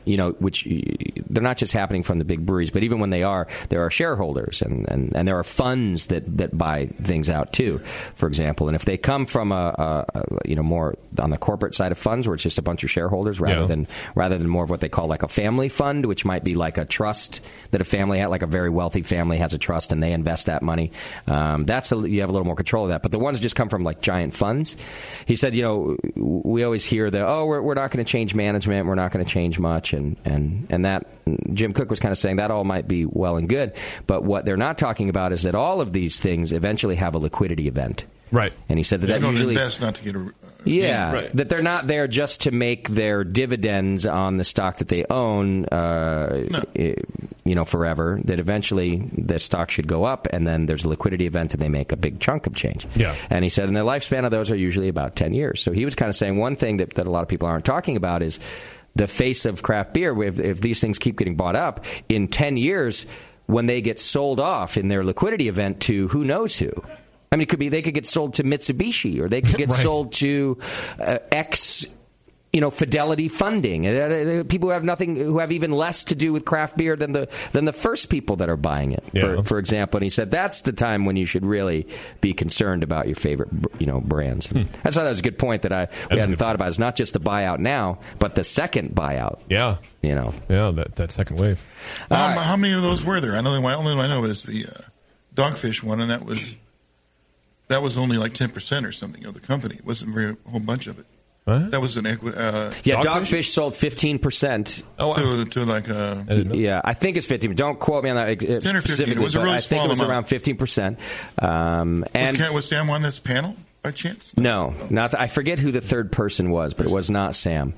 you know, which y- they're not just happening from the big breweries, but even when they are, there are shareholders and, and, and there are funds that, that buy things out too, for example. And if they come from a, a, a you know more on the corporate side of funds, where it's just a bunch of shareholders rather
Yeah.
than rather than more of what they call like a family fund, which might be like a trust that a family had, like a very wealthy family has a trust and they invest that money. Um, that's a, you have a little more control of that. But the ones that just come from like giant funds, he said, you know, we always hear the oh, we're, we're not going to change management, we're not going to change much, and and and that Jim Cook was kind of saying that all might be well and good, but what they're not talking about is that all of these things eventually have a liquidity event.
Right.
And he said that
you
that
don't
usually
invest not to get a. uh,
yeah,
Right.
that they're not there just to make their dividends on the stock that they own, uh, i- you know, forever. That eventually the stock should go up, and then there's a liquidity event, and they make a big chunk of change.
Yeah.
And he said, and the lifespan of those are usually about ten years. So he was kind of saying one thing that, that a lot of people aren't talking about is the face of craft beer. If, if these things keep getting bought up in ten years, when they get sold off in their liquidity event to who knows who. I mean, it could be they could get sold to Mitsubishi, or they could get
Right.
sold to uh, X, you know, Fidelity Funding. Uh, uh, uh, People who have nothing, who have even less to do with craft beer than the than the first people that are buying it. For, for example, and he said that's the time when you should really be concerned about your favorite, br- you know, brands. I thought that was Hmm. a good point that I we hadn't thought about. It's not just the buyout now, but the second buyout.
Yeah.
You know.
Yeah. That that second wave.
Um, How many of those were there? I know the only one I know is the uh, dogfish one, and that was that was only like ten percent or something of the company. It wasn't very, a whole bunch of it. That was an equi- uh,
Yeah, Dogfish, sold fifteen percent.
Oh,
to, to like a
yeah, I think it's fifteen. Don't quote me on that ex-
10 or 15.
specifically.
It was a
but
really
I think
small
it was
amount.
around fifteen percent. Um, and
was, Ken- was Sam on this panel by chance?
No, not. I forget who the third person was, but it was not Sam.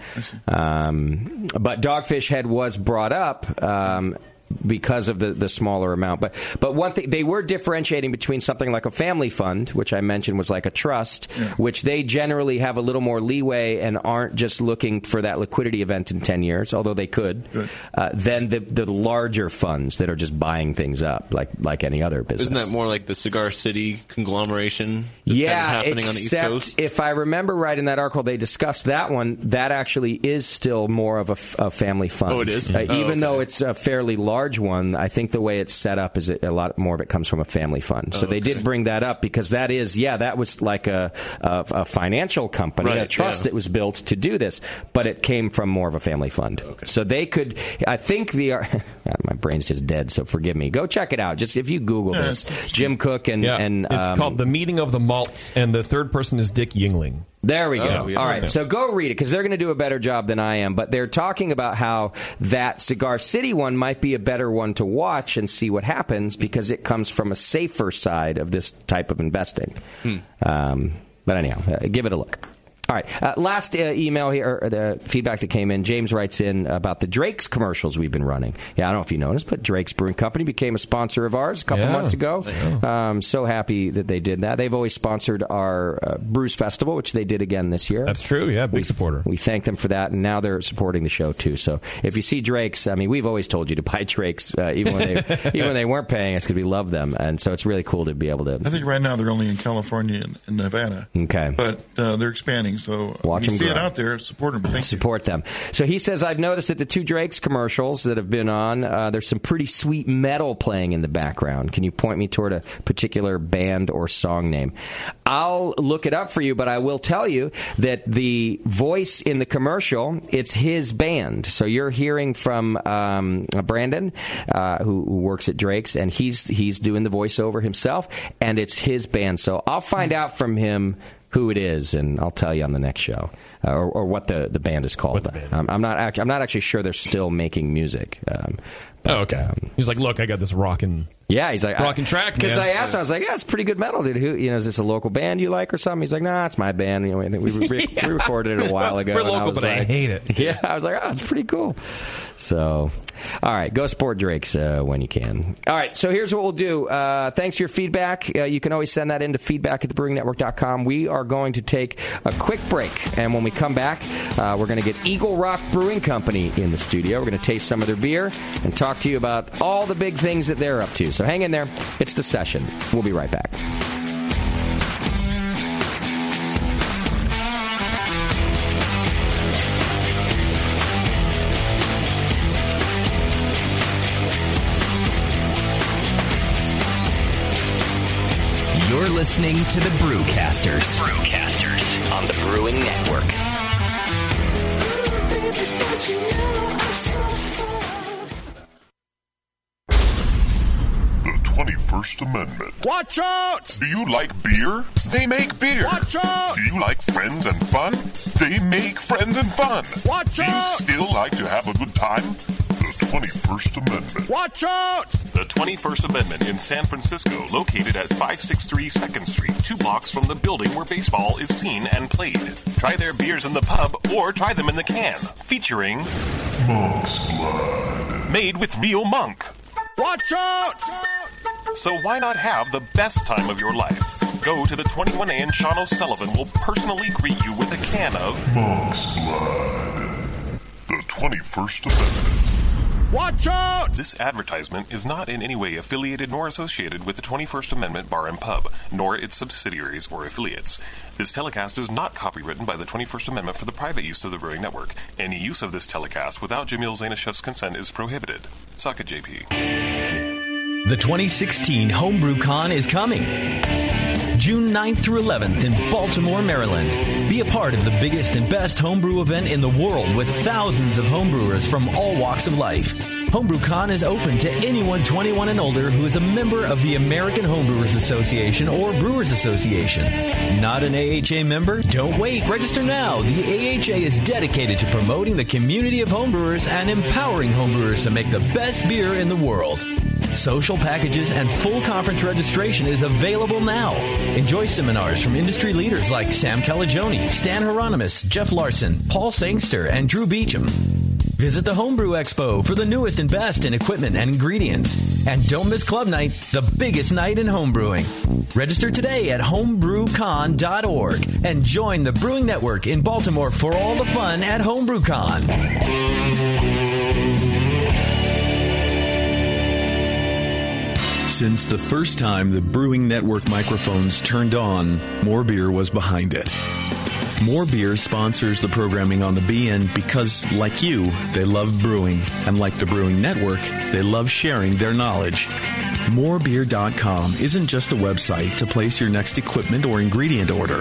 Um, but Dogfish Head was brought up. Um, because of the, the smaller amount, but but one thing they were differentiating between something like a family fund, which I mentioned was like a trust, which they generally have a little more leeway and aren't just looking for that liquidity event in ten years, although they could. Uh, than the the larger funds that are just buying things up, like like any other business.
Isn't that more like the Cigar City conglomeration? That's
Yeah,
kind of happening on the East
except
Coast.
if I remember right in that article, they discussed that one. That actually is still more of a, f- a family fund.
Oh, it is?
Uh,
Oh,
even
okay.
though it's a fairly large one, I think the way it's set up is it, a lot more of it comes from a family fund. So they did bring that up because that is, yeah, that was like a a, a financial company,
Right,
a trust
yeah.
that was built to do this, but it came from more of a family fund. So they could, I think the ar- God, my brain's just dead. So forgive me. Go check it out. Just if you Google
Yeah,
this, Jim Cook and
Yeah.
and
it's
um,
called the meeting of the malts, and the third person is Dick Yingling.
There we go.
Oh, yeah.
All right,
Yeah.
so go read it because they're going to do a better job than I am. But they're talking about how that Cigar City one might be a better one to watch and see what happens because it comes from a safer side of this type of investing. Um, but anyhow, uh, give it a look. All right. Uh, last uh, email here, or the feedback that came in. James writes in about the Drake's commercials we've been running. Yeah, I don't know if you noticed, but Drake's Brewing Company became a sponsor of ours a couple
Yeah.
months ago. Um, so happy that they did that. They've always sponsored our uh, Brews Festival, which they did again this year. That's
true. Yeah, big supporter.
We thank them for that, and now they're supporting the show too. So if you see Drake's, I mean, we've always told you to buy Drake's, uh, even when they even when they weren't paying us because we love them, and so it's really cool to be able
I
to.
think right now they're only in California and, and Nevada,
Okay.
but uh, they're expanding. So
Watch
if you
them
see it
grow.
out there, support them. Thank
support them. So he says, I've noticed that the two Drake's commercials that have been on, uh, there's some pretty sweet metal playing in the background. Can you point me toward a particular band or song name? I'll look it up for you, but I will tell you that the voice in the commercial, it's his band. So you're hearing from um, Brandon, uh, who, who works at Drake's, and he's he's doing the voiceover himself, and it's his band. So I'll find out from him who it is, and I'll tell you on the next show uh, or, or what the, the band is called. Um, I'm not act- I'm not actually sure they're still making music. Um,
oh, okay. He's like, look, I got this rockin'.
yeah, he's like
Rockin' track,
Because
man.
I asked, him, I was like, "Yeah, it's pretty good metal, dude. Who, you know, is this a local band you like or something?" He's like, "Nah, it's my band. You know, we, we, we- we recorded it a while ago.
We're
and I
local,
was
but I
like-
hate it.
Yeah, I was like, "Oh, it's pretty cool." So, all right, go support Drake's uh, when you can. All right, so here's what we'll do. Uh, thanks for your feedback. Uh, you can always send that into feedback at thebrewingnetwork.com. We are going to take a quick break, and when we come back, uh, we're going to get Eagle Rock Brewing Company in the studio. We're going to taste some of their beer and talk to you about all the big things that they're up to. So hang in there. It's the session. We'll be right back.
You're listening to the Brewcasters. Brewcasters on the Brewing Network.
The 21st Amendment. Watch out! Do you like beer? They make beer. Watch out! Do you like friends and fun? They make friends and fun. Watch out! Do you still like to have a good time? The 21st Amendment. Watch out!
The 21st Amendment in San Francisco, located at 563 2nd Street, two blocks from the building where baseball is seen and played. Try their beers in the pub or try them in the can, featuring
Monk's Blood.
Made with Real Monk. Watch out! So why not have the best time of your life? Go to the 21A and Sean O'Sullivan will personally greet you with a can of
Monk's Blood. The 21st Amendment.
Watch out! This advertisement is not in any way affiliated nor associated with the 21st Amendment Bar and Pub, nor its subsidiaries or affiliates. This telecast is not copywritten by the 21st Amendment for the private use of the Brewing Network. Any use of this telecast without Jamil Zainashev's consent is prohibited. Suck it, JP.
The 2016 Homebrew Con is coming. June 9th through 11th in Baltimore, Maryland. Be a part of the biggest and best homebrew event in the world with thousands of homebrewers from all walks of life. Homebrew Con is open to anyone 21 and older who is a member of the American Homebrewers Association or Brewers Association. Not an AHA member? Don't wait. Register now. The AHA is dedicated to promoting the community of homebrewers and empowering homebrewers to make the best beer in the world. Social packages and full conference registration is available now. Enjoy seminars from industry leaders like Sam Calagione, Stan Hieronymus, Jeff Larson, Paul Sangster, and Drew Beecham. Visit the Homebrew Expo for the newest and best in equipment and ingredients. And don't miss Club Night, the biggest night in homebrewing. Register today at homebrewcon.org and join the Brewing Network in Baltimore for all the fun at HomebrewCon.
Since the first time the Brewing Network microphones turned on, More Beer was behind it. More Beer sponsors the programming on the BN because, like you, they love brewing, and like the Brewing Network, they love sharing their knowledge. Morebeer.com isn't just a website to place your next equipment or ingredient order.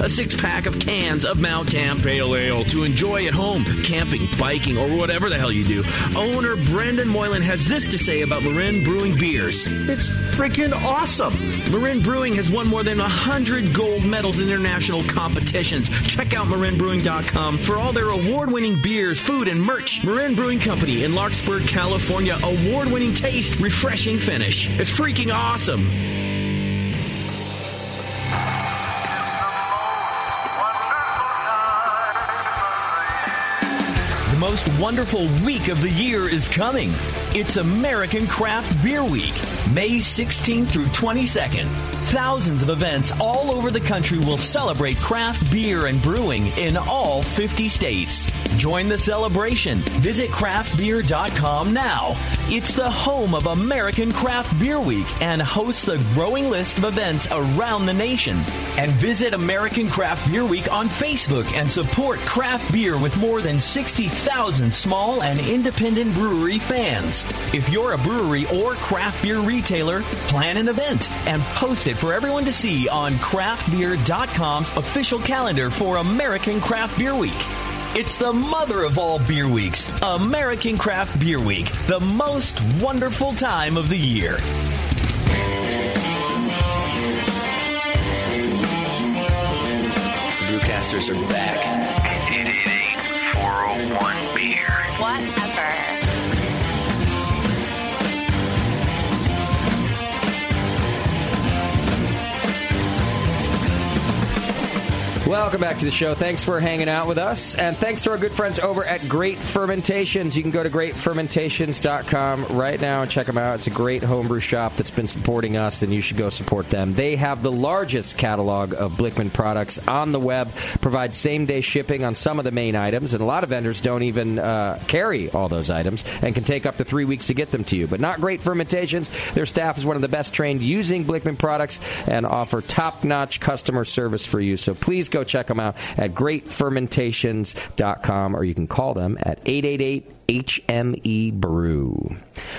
a six pack of cans of Mount Camp Pale Ale to enjoy at home, camping, biking, or whatever the hell you do. Owner Brendan Moylan has this to say about Marin Brewing beers. It's freaking awesome. Marin Brewing has won more than 100 gold medals in international competitions. Check out marinbrewing.com for all their award winning beers, food, and merch. Marin Brewing Company in Larkspur, California. Award winning taste, refreshing finish. It's freaking awesome.
The most wonderful week of the year is coming. It's American Craft Beer Week, May 16th through 22nd. Thousands of events all over the country will celebrate craft beer and brewing in all 50 states. Join the celebration. Visit craftbeer.com now. It's the home of American Craft Beer Week and hosts the growing list of events around the nation. And visit American Craft Beer Week on Facebook and support craft beer with more than 60,000 small and independent brewery fans. If you're a brewery or craft beer retailer, plan an event and post it for everyone to see on craftbeer.com's official calendar for American Craft Beer Week. It's the mother of all beer weeks, American Craft Beer Week, the most wonderful time of the year.
Brewcasters are back. It ain't 401 beer.
Whatever.
Welcome back to the show. Thanks for hanging out with us. And thanks to our good friends over at Great Fermentations. You can go to greatfermentations.com right now and check them out. It's a great homebrew shop that's been supporting us, and you should go support them. They have the largest catalog of Blickman products on the web, provide same day shipping on some of the main items, and a lot of vendors don't even uh, carry all those items and can take up to three weeks to get them to you. But not Great Fermentations. Their staff is one of the best trained using Blickman products and offer top notch customer service for you. So please go check them out at greatfermentations.com or you can call them at 888 HME E Brew.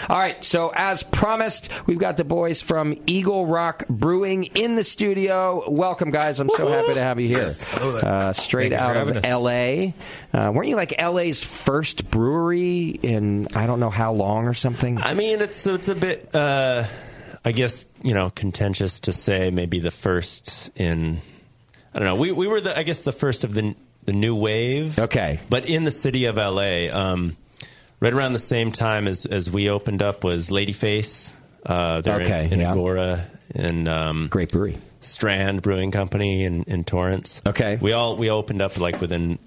All right, so as promised, we've got the boys from Eagle Rock Brewing in the studio. Welcome, guys. I'm so happy to have you here. Uh, straight
Thank you for
out of
having us.
LA. Uh, weren't you like LA's first brewery in I don't know how long or something?
I mean, it's it's a bit, uh, I guess, you know, contentious to say maybe the first in. I don't know. We we were the I guess the first of the the new wave.
Okay,
but in the city of L.A., um, right around the same time as as we opened up was Ladyface. Uh, they're in-
Okay,
in,
yeah.
Agora and um,
Great Brewery,
Strand Brewing Company in in Torrance.
Okay,
we all we opened up like within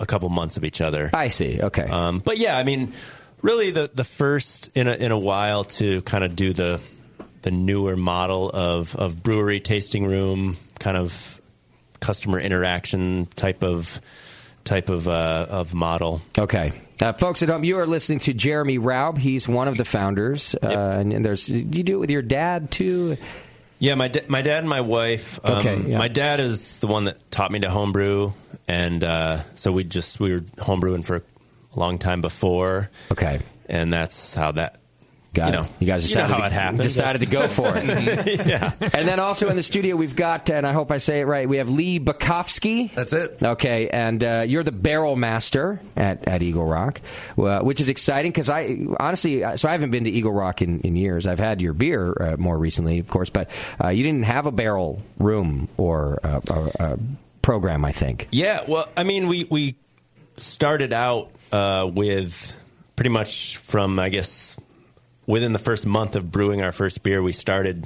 a couple months of each other.
I see. Okay.
Um, but yeah, I mean, really the the first in a, in a while to kind of do the the newer model of of brewery tasting room kind of customer interaction type of type of uh, of model.
Okay. Uh, folks at home, you are listening to Jeremy Raub. He's one of the founders, uh, and, and there's you do it with your dad too.
Yeah, my da- my dad and my wife. Um,
Okay, yeah.
My dad is the one that taught me to homebrew, and uh, so we just we were homebrewing for a long time before.
Okay,
and that's how that.
Got
you
it.
know,
You guys
know
decided
how it
to-
happened.
decided to go for it.
yeah.
And then also in the studio we've got, and I hope I say it right. We have Lee Bukowski. That's it. Okay, and uh, you're the barrel master at, at Eagle Rock, uh, which is exciting because I honestly, I- so I haven't been to Eagle Rock in, in years. I've had your beer uh, more recently, of course, but uh, you didn't have a barrel room or uh, uh, uh, program, I think.
Yeah, well, I mean, we we started out uh, with pretty much from I guess within the first month of brewing our first beer, we started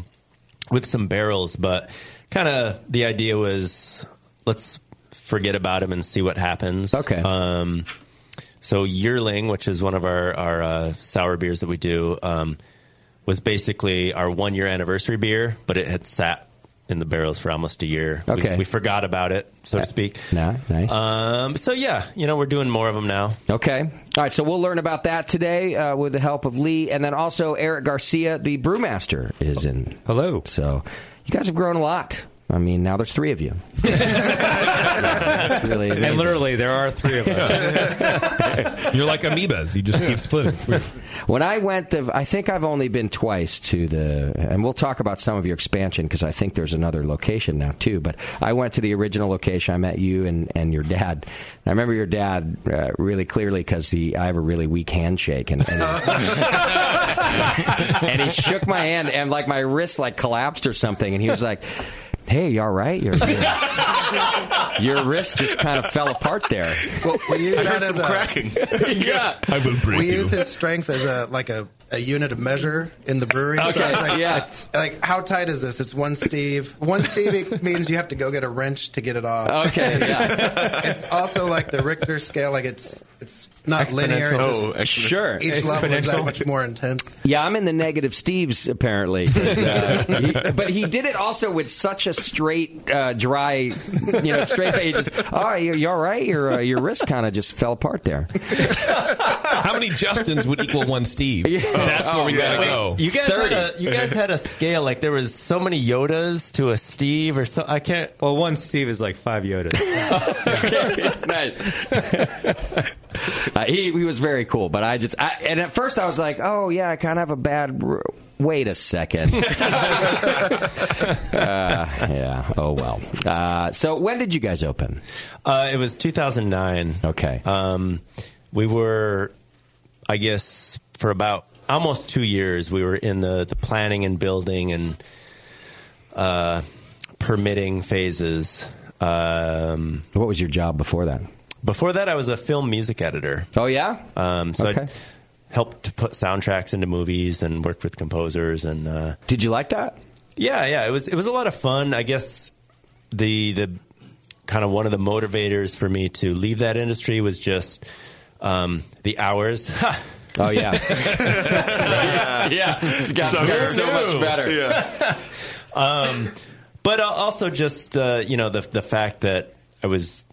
with some barrels, but kind of the idea was let's forget about them and see what happens. Okay. Um, so Yearling, which is one of our our uh, sour beers that we do, um, was basically our one year anniversary beer, but it had sat in the barrels for almost a year. We-
Okay.
we forgot about it, so to speak.
Nah, nice.
Um, so yeah, you know, we're doing more of them now.
Okay. All right, so we'll learn about that today uh, with the help of Lee, and then also Eric Garcia, the brewmaster, is in. Hello. So you guys have grown a lot. I mean, now there's three of you. really
and literally, there are three of us. You're like amoebas; you just keep splitting. It's weird.
When I went, to, I think I've only been twice to the, and we'll talk about some of your expansion because I think there's another location now too. But I went to the original location. I met you and, and your dad. I remember your dad uh, really clearly because he, I have a really weak handshake, and, and and he shook my hand and like my wrist like collapsed or something and he was like hey you all right your, your, your wrist just kind of fell apart there
Well, we use
I
that
heard
as
some
a
cracking.
yeah.
i will
we use his strength as a like a, a unit of measure in the brewery.
Okay,
it's like,
yeah.
like how tight is this? It's one Steve. One Steve means you have to go get a wrench to get it off.
Okay,
And it's also like the Richter scale. Like it's it's not linear. It
Exponential.
just-
Oh,
Sure.
Each level is that
Exponential.
much more intense.
yeah i'm in the negative steves apparently 'cause, uh, he- but he did it also with such a straight uh, dry you know straight face He just, oh you, you all right your, uh, your wrist kind of just fell apart there
How many Justins would equal one Steve? That's where we gotta go.
You guys, had a, you guys had a scale like there was so many Yodas to a Steve or so. I can't. Well, one Steve is like five Yodas.
nice. Uh, he, he was very cool, but I just I, and at first I was like, oh yeah, I kind of have a bad. r- Wait a second. uh, yeah. Oh well. Uh, so when did you guys open?
Uh, it was 2009.
Okay.
Um, we were, I guess, for about almost two years, we were in the, the planning and building and uh, permitting phases. Um,
what was your job before that?
Before that, I was a film music editor.
Oh yeah.
Um, so
Okay.
I helped to put soundtracks into movies and worked with composers. And uh,
did you like that?
Yeah, yeah. It was it was a lot of fun. I guess the the kind of one of the motivators for me to leave that industry was just um, the hours.
oh yeah,
yeah,
It's got- got so much better.
Yeah. um, but al- also just uh, you know the the fact that I was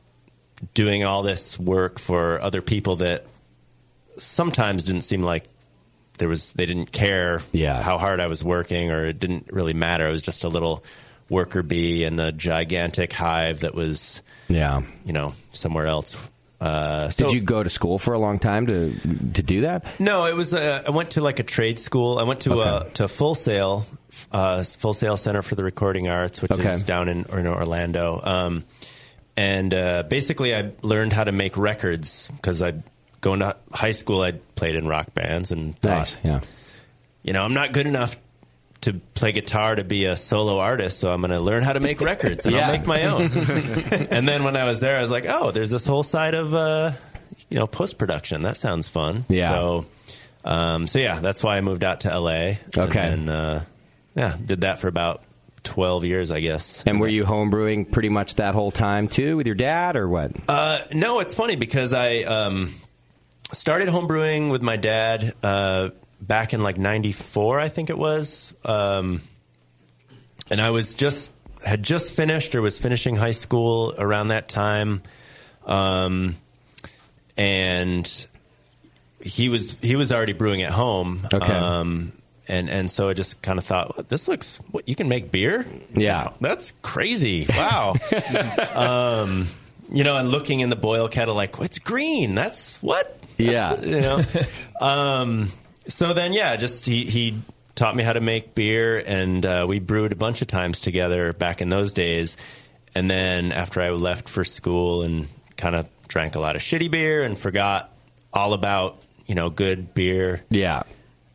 doing all this work for other people that sometimes didn't seem like there was they didn't care how hard I was working or it didn't really matter. I was just a little worker bee in a gigantic hive that was
yeah
you know somewhere else. Uh, so
Did you go to school for a long time to to do that?
no, it was. Uh, I went to like a trade school. I went to uh, to Full Sail, uh, Full Sail Center for the Recording Arts, which
Okay.
is down in, or in Orlando. Um, and uh, basically, I learned how to make records because I going to high school, I played in rock bands and thought,
Nice, yeah.
you know, I'm not good enough to play guitar to be a solo artist, so I'm going to learn how to make records and
Yeah.
I'll make my own. and then when I was there, I was like, oh, there's this whole side of, uh, you know, post production. That sounds fun.
Yeah.
So, um, so yeah, that's why I moved out to LA. Okay. And, uh, yeah, did that for about 12 years, I guess.
And were you homebrewing pretty much that whole time too with your dad or what?
Uh, no, it's funny because I um, started homebrewing with my dad uh, back in like '94, I think it was, um, and I was just had just finished or was finishing high school around that time, um, and he was he was already brewing at home.
Okay.
Um, and and so I just kind of thought, this looks what you can make beer.
Yeah.
that's crazy. Wow. um, you know, and looking in the boil kettle, like what's green? That's what.
Yeah.
That's- you know. um, so then, yeah, just he he taught me how to make beer, and uh, we brewed a bunch of times together back in those days. And then after I left for school and kind of drank a lot of shitty beer and forgot all about you know good beer.
Yeah.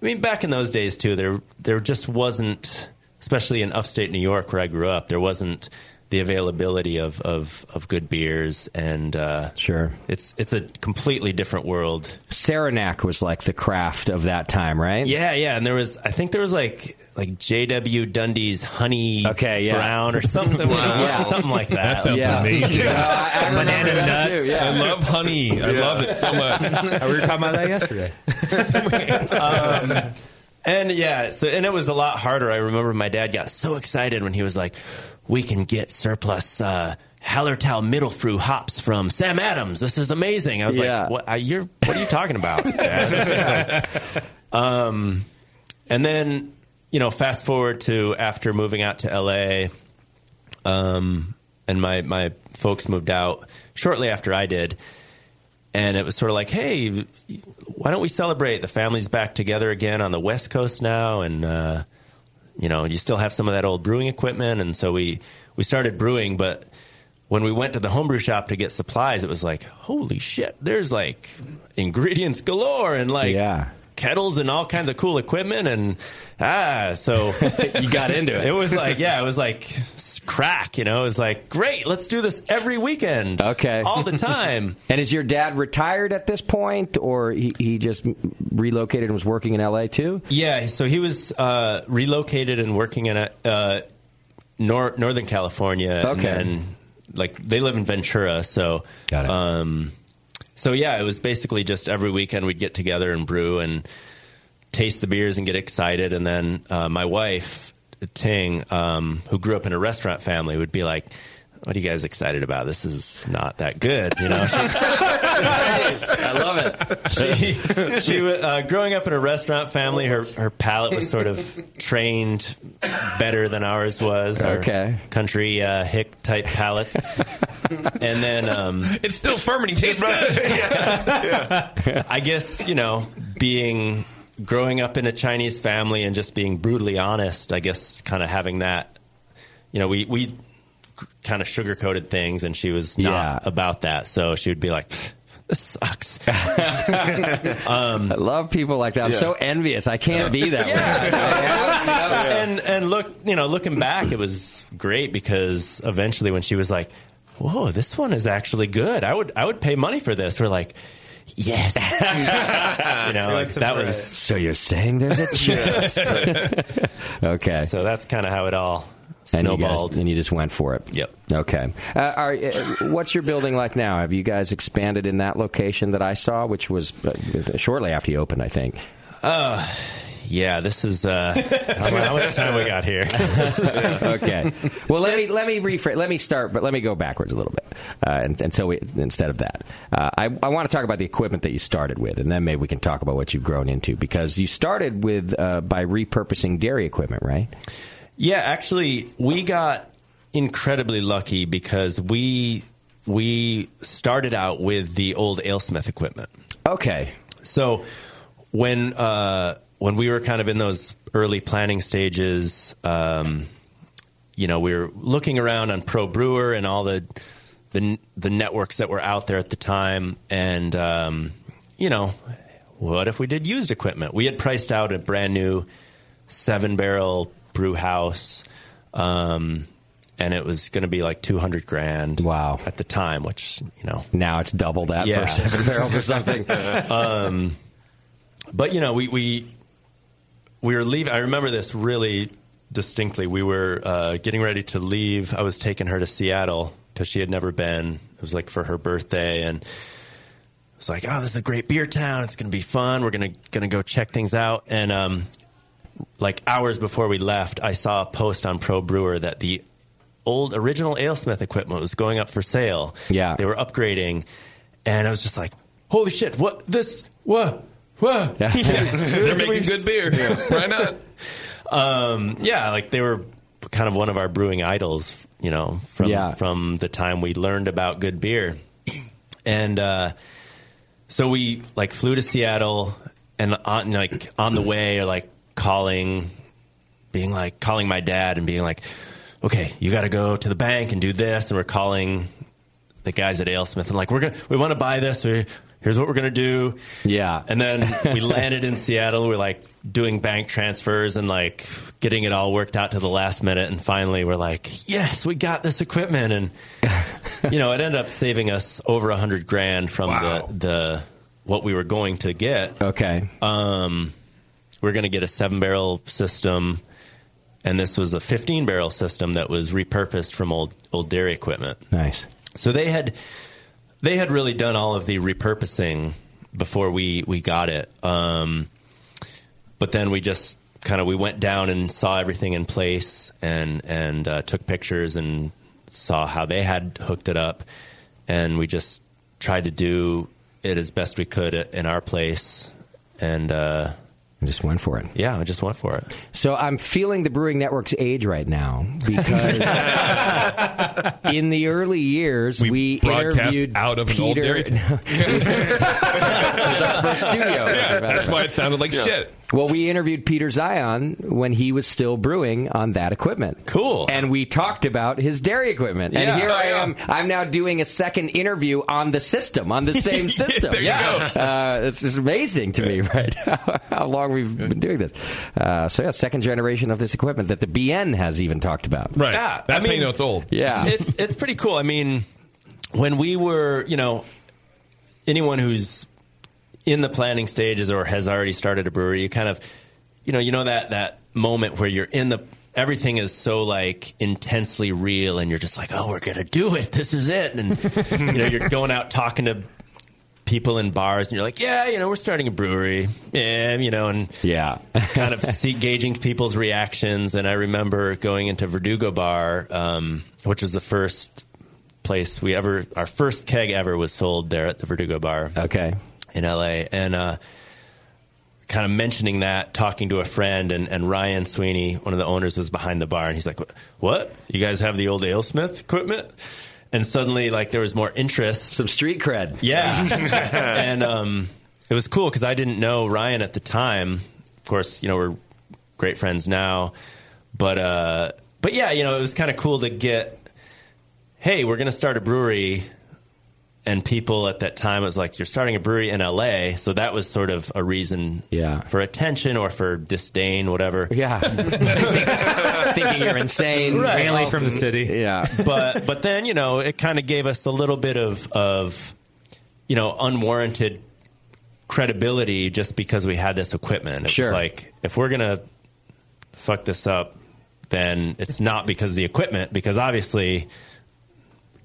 I mean, back in those days too, there there just wasn't, especially in upstate New York where I grew up, there wasn't the availability of of, of good beers, and uh,
sure,
it's it's a completely different world.
Saranac was like the craft of that time, right?
Yeah, yeah, and there was I think there was like like J.W. Dundee's Honey
yeah.
Brown or something,
Wow.
something like that.
That sounds Yeah. amazing. Yeah, I- I remember
Banana
that
nuts.
too, yeah. I love honey. I love it so much. We were talking about that yesterday.
um, and yeah, so and it was a lot harder. I remember my dad got so excited when he was like, "We can get surplus uh, Hallertau Mittelfru hops from Sam Adams. This is amazing." I was
Yeah.
like, "What? I, you're what are you talking about?" Dad?" um, and then you know, fast forward to after moving out to LA, um, and my my folks moved out shortly after I did, and it was sort of like, hey, why don't we celebrate? The family's back together again on the West Coast now, and uh, you know, you still have some of that old brewing equipment, and so we we started brewing, but. When we went to the homebrew shop to get supplies, it was like, holy shit, there's like ingredients galore and like kettles and all kinds of cool equipment and ah so you
got into it.
it was like yeah it was like s- crack you know it was like great let's do this every weekend
Okay.
all the time
and is your dad retired at this point or he, he just relocated and was working in LA too?
yeah so he was uh, relocated and working in a, uh, nor- northern california
Okay.
and then, like they live in ventura so got it. um so yeah it was basically just every weekend we'd get together and brew and taste the beers and get excited. And then uh, my wife, Ting, um, who grew up in a restaurant family, would be like, what are you guys excited about? This is not that good, you know. I
love it.
She, she wa- uh, growing up in a restaurant family, her her palate was sort of trained better than ours was. our
Okay.
country uh, hick type palates, and then um,
It's still fermenting. Tastes good.
I guess you know, being growing up in a Chinese family and just being brutally honest. I guess kind of having that, you know, we we kind of sugarcoated things, and she was not about that. So she would be like, "This sucks." Um,
I love people like that. I'm
Yeah. Uh,
so envious. I can't be that way.
and and look, you know, looking back, it was great because eventually, when she was like, "Whoa, this one is actually good," I would I would pay money for this. We're like. Yes, you know
You're
like,
like
that was.
surprised. So you're saying there's a chance. okay,
so that's kind of how it all
And you guys-
Snowballed.
and you just went for it. Yep. Okay. Uh, are, uh, what's your building like now? Have you guys expanded in that location that I saw, which was uh, shortly after you opened, I think?
Uh, yeah, this is. Uh, how, mu- how much time we got here?
okay. Well, let me let me rephrase. Let me start, but let me go backwards a little bit. Uh, and, and so we, instead of that, uh, I, I want to talk about the equipment that you started with, and then maybe we can talk about what you've grown into because you started with uh, by repurposing dairy equipment, right?
Yeah, actually, we got incredibly lucky because we we started out with the old AleSmith equipment.
Okay.
So when uh, when we were kind of in those early planning stages, um, you know, we were looking around on Pro Brewer and all the the the networks that were out there at the time, and um, you know, what if we did used equipment? We had priced out a brand new seven barrel brew house, um, and it was going to be like two hundred grand.
Wow,
at the time, which you know
now it's double that for seven barrels or something.
um, but you know, we we we were leaving. I remember this really distinctly. We were uh, getting ready to leave. I was taking her to Seattle because she had never been. It was like for her birthday, and it was like, oh, this is a great beer town. It's going to be fun. We're going to going to go check things out. And um, like hours before we left, I saw a post on Pro Brewer that the old original AleSmith equipment was going up for sale. Yeah, they were upgrading, and I was just like, holy shit! What this? What? Whoa.
Yeah. They're making good beer. Why not?
Um, yeah, like they were kind of one of our brewing idols, you know, from
Yeah.
from the time we learned about good beer. And uh, so we like flew to Seattle and on like on the way or like calling being like calling my dad and being like, "Okay, you got to go to the bank and do this." And we're calling the guys at AleSmith and like, "We're gonna we want to buy this. We, here's what we're gonna do."
Yeah.
And then we landed in Seattle. We're like doing bank transfers and like getting it all worked out to the last minute. And finally, we're like, "Yes, we got this equipment." And you know, it ended up saving us over a hundred grand from the the what we were going to get.
Okay.
Um, we're going to get a seven barrel system, and this was a fifteen barrel system that was repurposed from old old dairy equipment.
Nice.
So they had they had really done all of the repurposing before we we got it. Um, but then we just kind of we went down and saw everything in place and and uh, took pictures and saw how they had hooked it up, and we just tried to do it as best we could in our place, and uh,
just went for it.
Yeah, I just went for it.
So I'm feeling the Brewing Network's age right now because in the early years we,
broadcast
interviewed
out of an
Peter.
old dairy town.
studio.
that's why it sounded like shit.
Well, we interviewed Peter Zion when he was still brewing on that equipment.
Cool.
And we talked about his dairy equipment. And
Yeah.
here
Oh,
I
yeah.
am. I'm now doing a second interview on the system, on the same system.
There you go.
Uh, it's just amazing to me, right? How long we've been doing this. Uh, so, yeah, second generation of this equipment that the BN has even talked about.
Yeah, I mean,
Yeah.
it's it's pretty cool. I mean, when we were, you know, anyone who's in the planning stages or has already started a brewery, you kind of, you know, you know that that moment where you're in the everything is so like intensely real, and you're just like, oh, we're gonna do it. This is it, and you know, you're going out talking to people in bars and you're like, yeah, you know, we're starting a brewery. Yeah, you know, and
yeah,
kind of see gauging people's reactions. And I remember going into Verdugo Bar, um, which was the first place we ever, our first keg ever was sold there at the Verdugo Bar.
Okay.
In LA. And, uh, kind of mentioning that, talking to a friend, and, and Ryan Sweeney, one of the owners, was behind the bar, and he's like, "What? You guys have the old AleSmith equipment?" And suddenly, like, there was more interest,
some street cred,
yeah. and um, it was cool because I didn't know Ryan at the time. Of course, you know we're great friends now, but uh, but yeah, you know it was kind of cool to get. Hey, we're gonna start a brewery and people at that time it was like you're starting a brewery in LA, so that was sort of a reason for attention or for disdain, whatever.
Yeah, thinking you're insane,
Mainly
from the
city.
Yeah,
but but then you know it kind of gave us a little bit of of you know unwarranted credibility just because we had this equipment. It was like if we're gonna fuck this up, then it's not because of the equipment, because obviously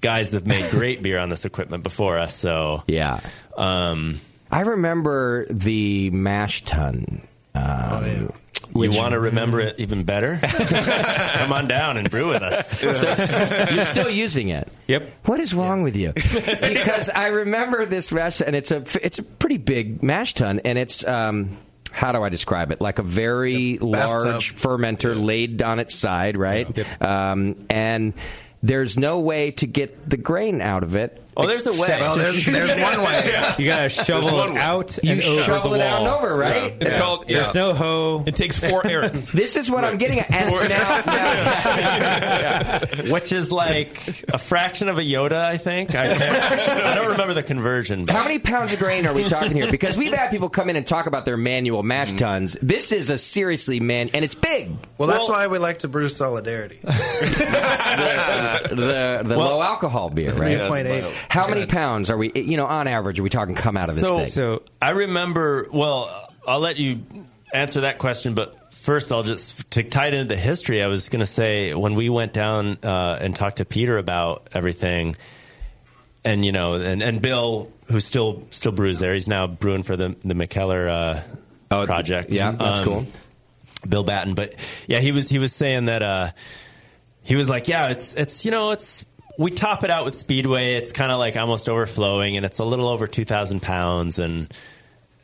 guys have made great beer on this equipment before us. So
yeah,
um,
I remember the mash tun. Um,
you want to remember it even better? Come on down and brew with us.
So, you're still using it. Yep. What is wrong with you? Because I remember this mash, and it's a it's a pretty big mash tun, and it's um, how do I describe it? Like a very large fermenter laid on its side, right? Um, and there's no way to get the grain out of it.
Oh, there's a way.
except
Well,
to-
there's- there's one way.
You gotta shovel
There's
it
one way.
out
You
and over
shovel
the
it out
wall.
and over, right?
It's called.
Yeah.
There's no hoe. It takes four errands.
This is what I'm getting at. And now,
Which is like a fraction of a Yoda, I think. I, I don't remember the conversion. But
How many pounds of grain are we talking here? Because we've had people come in and talk about their manual mash tons. This is a seriously man, and it's big.
Well, that's why we like to brew solidarity.
Uh, the the
Well-
low alcohol beer, right?
3.8.
How many pounds are we? You know, on average, are we talking come out of this
so,
thing?
So I remember. Well, I'll let you answer that question, but first I'll just to tie it into the history. I was going to say when we went down uh, and talked to Peter about everything, and you know, and, and Bill, who still still brews there, he's now brewing for the the McKellar uh, project. Um,
yeah, that's cool.
Bill Batten, but yeah, he was he was saying that uh, he was like, yeah, it's it's you know it's we top it out with Speedway. It's kind of like almost overflowing, and it's a little over two thousand pounds. And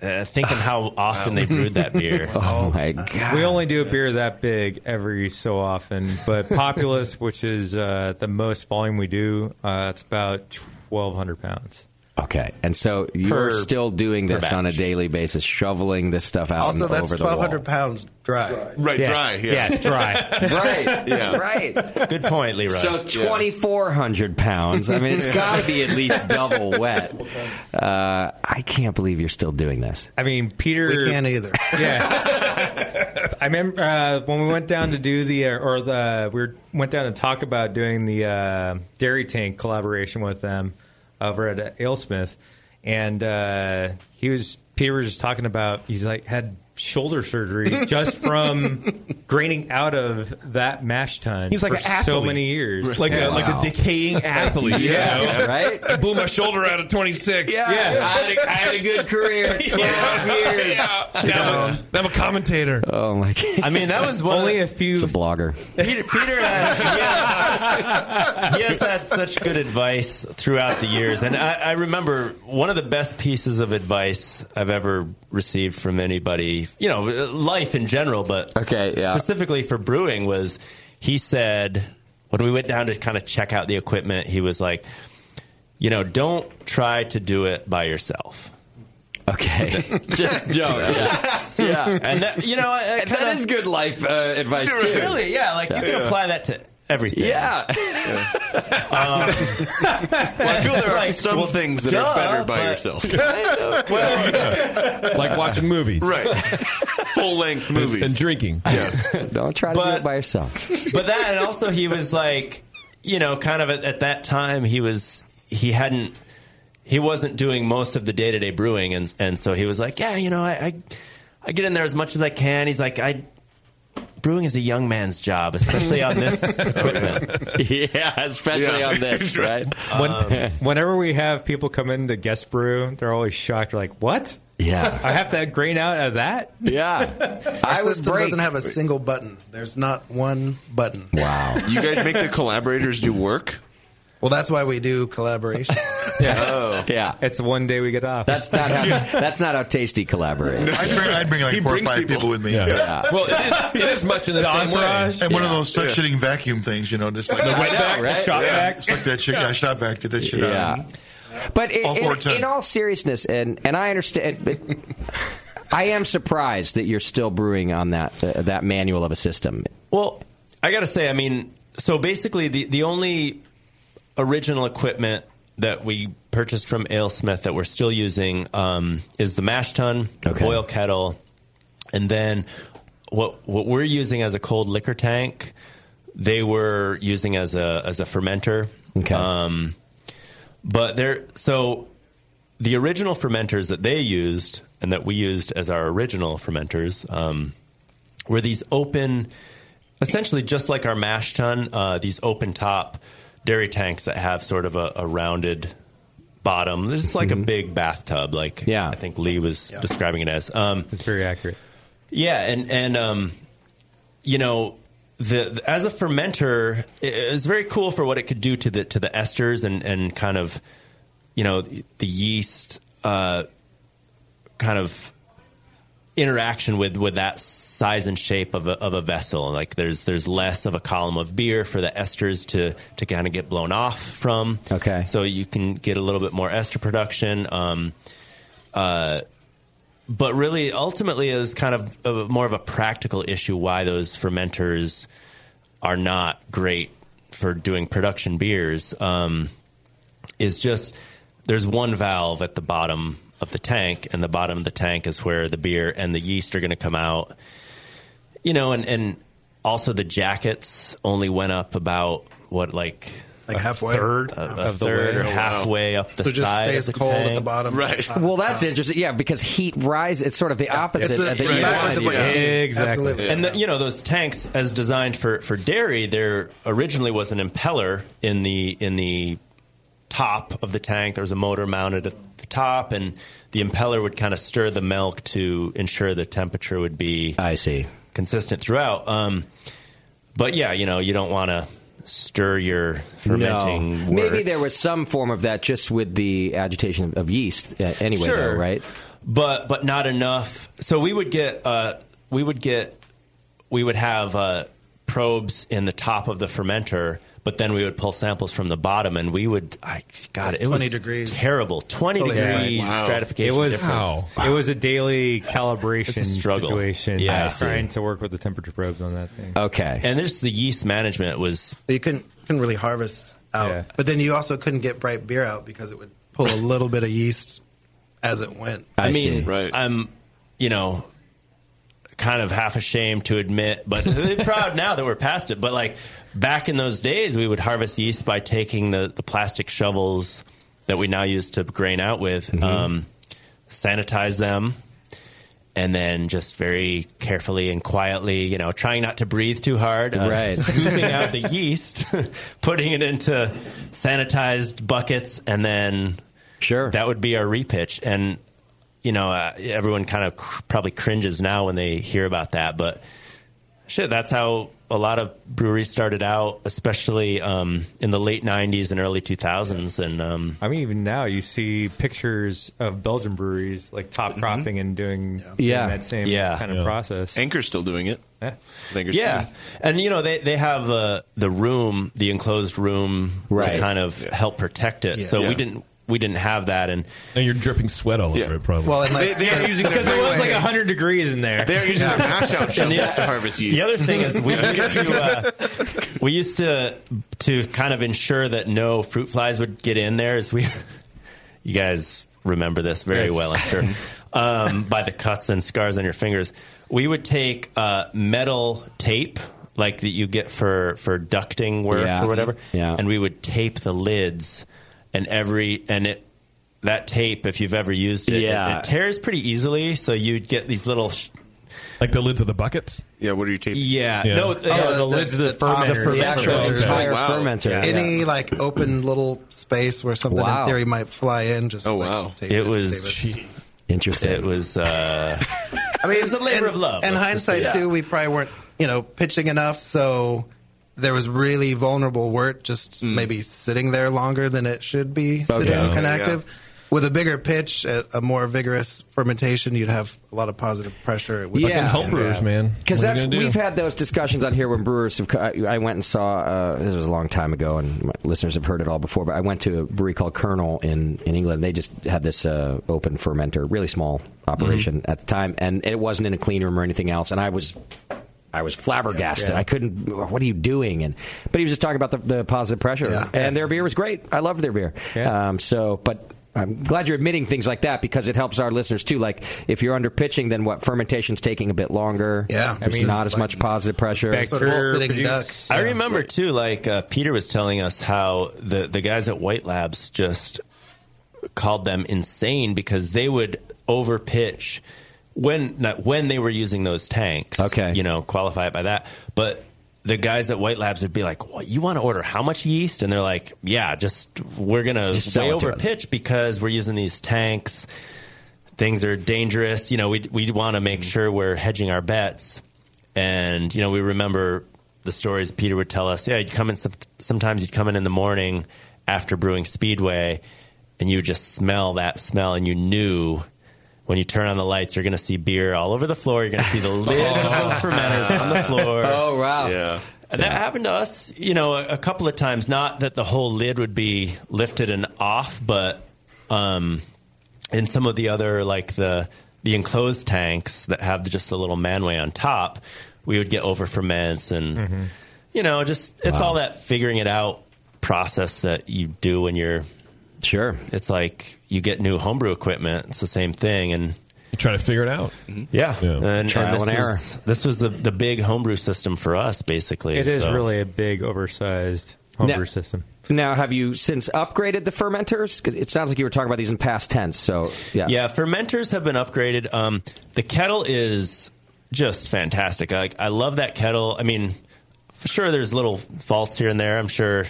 uh, thinking how often they brewed that beer.
oh my god!
We only do a beer that big every so often, but Populous, which is uh, the most volume we do, uh, it's about twelve hundred pounds.
Okay, and so you're
Per-
still doing
per
this on a daily basis, shoveling this stuff out
also,
and
that's
over the wall.
1,200 pounds dry.
Right, Yeah. dry, yeah. Yeah, it's dry. Right, Yeah. right.
Good point, Leroy.
So twenty four hundred pounds. I mean, it's
Yeah.
got to be at least double wet. Uh, I can't believe you're still doing this.
I mean, Peter.
We
can't either.
Yeah. I remember uh, when we went down to do the uh, or the we were, went down to talk about doing the uh, Dairy Tank collaboration with them over at uh, Alesmith, and uh, he was Peter was just talking about he's like had shoulder surgery just from graining out of that mash tun.
He's like
for
an athlete.
so many years,
like
Yeah.
a, like a decaying athlete. you
Yeah.
know?
right.
I blew my shoulder out at 26.
Yeah, I, had a, I had a good career. Twelve years.
Now, I'm a, now I'm a commentator.
Oh my god!
I mean, that was one
only
a
few.
It's a blogger.
Peter, Peter had, he has had such good advice throughout the years, and I, I remember one of the best pieces of advice I've ever received from anybody. You know, life in general, but
okay, yeah.
specifically for brewing was he said when we went down to kind of check out the equipment, he was like, you know, don't try to do it by yourself.
Okay,
just don't. Yeah,
Yeah.
and that, you know, I, I
And that
kinda-
is good life uh, advice too.
Really, yeah, like you can apply that to everything. Um,
Yeah.
I feel there are
Like,
some
well,
things that
duh,
are better by
but-
yourself.
like watching movies.
Right. Full length movies.
And drinking.
Yeah. Don't try to do it by yourself.
but that and also he was like you know kind of at, at that time he was he hadn't he wasn't doing most of the day-to-day brewing and and so he was like yeah you know i i, I get in there as much as i can he's like i brewing is a young man's job especially on this equipment
yeah especially
on this
right
When,
Um,
whenever we have people come in to guest brew, they're always shocked. Like, what?
Yeah.
I have to grain out of that.
Yeah,
Our system doesn't have a single button. There's not one button.
Wow.
You guys make the collaborators do work?
Well, that's why we do collaboration.
Yeah.
Oh.
Yeah,
it's the one day we get off.
That's not how, that's not how tasty collaborates.
I'd bring, I'd bring like four or five people. with me.
Yeah. Yeah.
Well, it is, it is much in the,
The
same way.
And one of those suctioning vacuum things, you know, just like
The wet I know, back, the right? shop
Yeah.
back.
It's like that shit, that shop back did that shit
Yeah.
out.
But in,
All four
in, in all seriousness, and and I understand. But I am surprised that you're still brewing on that uh, that manual of a system.
Well, I gotta say, I mean, so basically, the the only original equipment that we purchased from AleSmith that we're still using um, is the mash tun, the boil kettle, and then what what we're using as a cold liquor tank, they were using as a as a fermenter.
Okay.
Um, but there, so the original fermenters that they used and that we used as our original fermenters um, were these open essentially just like our mash tun, uh, these open top dairy tanks that have sort of a, a rounded bottom. This is like
Mm-hmm.
a big bathtub, like yeah. I think Lee was describing it as. Um,
it's very accurate.
Yeah, and and um, you know, the, the- as a fermenter, it, it was very cool for what it could do to the to the esters and and kind of, you know, the yeast, uh, kind of interaction with with that size and shape of a, of a vessel and like there's there's less of a column of beer for the esters to to kind of get blown off from okay so you can get a little bit more ester production um uh but really ultimately it was kind of a, more of a practical issue why those fermenters are not great for doing production beers um, is just there's one valve at the bottom of the tank and the bottom of the tank is where the beer and the yeast are going to come out you know and, and also the jackets only went up about what like
Like halfway?
third, a, a
Half the
third
way.
or
Oh, wow.
halfway up the
So it just
side of
stays
the
cold at the
tank.
bottom. Right.
Well, that's interesting. Yeah, because heat rise. It's sort of the opposite.
opposite
of the
of
heat
the
island,
opposite,
you
yeah.
know.
Exactly. And the, you know those tanks, as designed for for dairy, there originally was an impeller in the in the top of the tank. There was a motor mounted at the top, and the impeller would kind of stir the milk to ensure the temperature would be
I see
consistent throughout. Um, but yeah, you know you don't want to stir your fermenting.
No. Maybe
wort.
there was some form of that just with the agitation of, of yeast uh, anyway,
Sure.
though, right?
But but not enough. So we would get uh, we would get we would have uh, probes in the top of the fermenter, but then we would pull samples from the bottom, and we would I God it was
20 degrees.
terrible twenty
Totally
degrees
right. Wow.
stratification
It was
difference.
it was a daily calibration
struggle.
situation. Ah.
Yeah. I see.
trying to work with the temperature probes on that thing.
Okay,
and this the yeast management was
But you couldn't couldn't really harvest out.
Yeah.
But then you also couldn't get bright beer out because it would pull a little bit of yeast as it went.
I, mean, I'm, you know, kind of half ashamed to admit, but proud now that we're past it. But like back in those days, we would harvest yeast by taking the, the plastic shovels that we now use to grain out with, um, sanitize them, and then just very carefully and quietly, you know, trying not to breathe too hard, uh,
Right.
scooping out the yeast, putting it into sanitized buckets, and then
sure
that would be our repitch. And you know, uh, everyone kind of cr- probably cringes now when they hear about that, but shit, that's how a lot of breweries started out, especially um, in the late '90s and early 2000s. And um,
I mean, even now you see pictures of Belgian breweries like top cropping and doing, doing
Yeah.
that same
Yeah.
kind
Yeah.
of process.
Anchor's still doing it.
Yeah.
Anchor's
yeah, and you know they they have uh, the room, the enclosed room,
Right.
to kind of help protect it.
Yeah.
So
Yeah.
we didn't we didn't have that, and
and you're dripping sweat all over it, probably.
Well,
and,
like,
They- they are using their
because it was
freeway.
like hundred degrees in there.
They're using their Yeah. mash-out
And
shovels
the-
to harvest yeast.
The other thing is we used to, uh, we used to to kind of ensure that no fruit flies would get in there. Is we, you guys remember this very
Yes.
well, I'm sure. Um, by the cuts and scars on your fingers, we would take uh, metal tape. Like that you get for for ducting work
Yeah.
or whatever,
Yeah.
and we would tape the lids, and every and it that tape if you've ever used it, it-
Yeah.
it, tears pretty easily. So you'd get these little sh-
like the lids of the buckets.
Yeah, what are you taping?
Yeah,
Yeah.
no,
Oh,
the, yeah, the, lids of the,
top
fermenter,
fermenter.
the actual
Okay.
entire
Any like open little space where something
Wow.
in theory might fly in. Just oh wow,
it, was
interesting.
It was. Uh,
I mean,
it's a labor of love.
In
let's just say
hindsight,
that.
too, we probably weren't you know pitching enough, so there was really vulnerable wort just maybe sitting there longer than it should be
Hmm. Okay.
sitting and
Yeah.
active. With a bigger pitch, a, a more vigorous fermentation, you'd have a lot of positive pressure. It would-
Because that's we've had those discussions on here when brewers have. co- I I went and saw uh, this was a long time ago, and my listeners have heard it all before. But I went to a brewery called Colonel in in England. They just had this uh, open fermenter, really small operation at the time, and it wasn't in a clean room or anything else. And I was. I was flabbergasted.
Yeah.
I couldn't. What are you doing? And but he was just talking about the, the positive pressure, and their beer was great. I loved their beer. Um, so, but I'm glad you're admitting things like that because it helps our listeners too. Like if you're under pitching, then what fermentation's taking a bit longer.
Yeah.
There's
I mean,
not as much positive pressure.
I remember too, like uh, Peter was telling us how the the guys at White Labs just called them insane because they would overpitch when not when they were using those tanks. Okay, you know, qualify it by that, but the guys at White Labs would be like, "What you want to order? How much yeast?" And they're like, "Yeah, just we're gonna
Just sell
way
it to
over
us."
pitch because we're using these tanks. Things are dangerous. You know, we we want to make sure we're hedging our bets. And you know, we remember the stories Peter would tell us. Yeah, you'd come in. Some, sometimes you'd come in in the morning after brewing Speedway, and you would just smell that smell, and you knew. When you turn on the lights, you're going to see beer all over the floor. You're going to see the lid of those fermenters on the floor.
Oh,
wow! Yeah, and that happened to us, you know, a, a couple of times. Not that the whole lid would be lifted and off, but um, in some of the other, like the the enclosed tanks that have just a little manway on top, we would get over ferments and
Mhm.
you know, just it's
Wow.
all that figuring it out process that you do when you're
sure.
It's like you get new homebrew equipment. It's the same thing, and
you try to figure it out.
Mm-hmm.
Yeah, And,
Trial
this
and error.
was- this was the the big homebrew system for us, basically.
It is
so.
really a big oversized homebrew
Now-
system.
Now, have you since upgraded the fermenters? 'Cause It sounds like you were talking about these in past tense. So, yeah.
Yeah, fermenters have been upgraded. Um, the kettle is just fantastic. I, I love that kettle. I mean, for sure, there's little faults here and there. I'm sure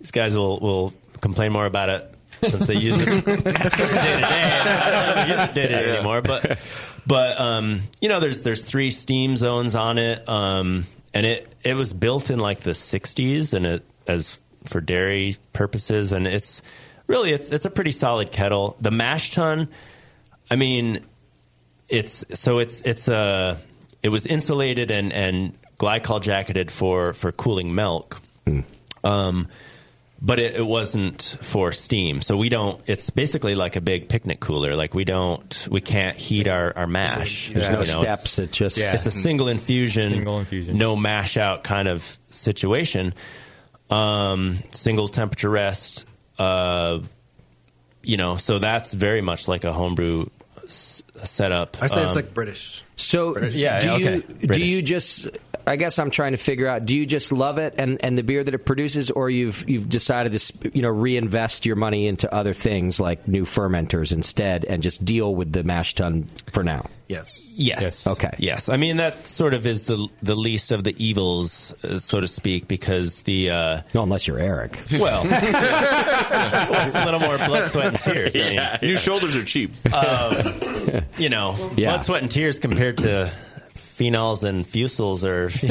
these guys will, will complain more about it since they use it day to day. I don't use it day to day anymore, but but um, you know, there's there's three steam zones on it, um, and it it was built in like the '60s, and it as for dairy purposes, and it's really it's it's a pretty solid kettle. The mash tun, I mean, it's so it's it's a it was insulated and and glycol jacketed for for cooling milk. Um, but it, it wasn't for steam. So we don't. It's basically like a big picnic cooler. Like we don't. We can't heat our, our mash.
There's no steps,
it's-
it just-
it's a single infusion,
Single infusion.
no mash out kind of situation. Um, single temperature rest. Uh, you know, so that's very much like a homebrew s- setup.
I say it's
Um,
like British.
So
British. Yeah,
do
okay.
you do
British.
you just? I guess I'm trying to figure out. Do you just love it and, and the beer that it produces, or you've you've decided to sp- you know reinvest your money into other things like new fermenters instead, and just deal with the mash tun for now?
Yes.
Yes. Okay. Yes. I mean that sort of is the the least of the evils, uh, so to speak, because the uh,
no, unless you're Eric.
Well, it's a little more blood, sweat, and tears. I mean,
Yeah, New shoulders are cheap.
um, you know,
Yeah.
blood, sweat, and tears compared to phenols and fusels are. Come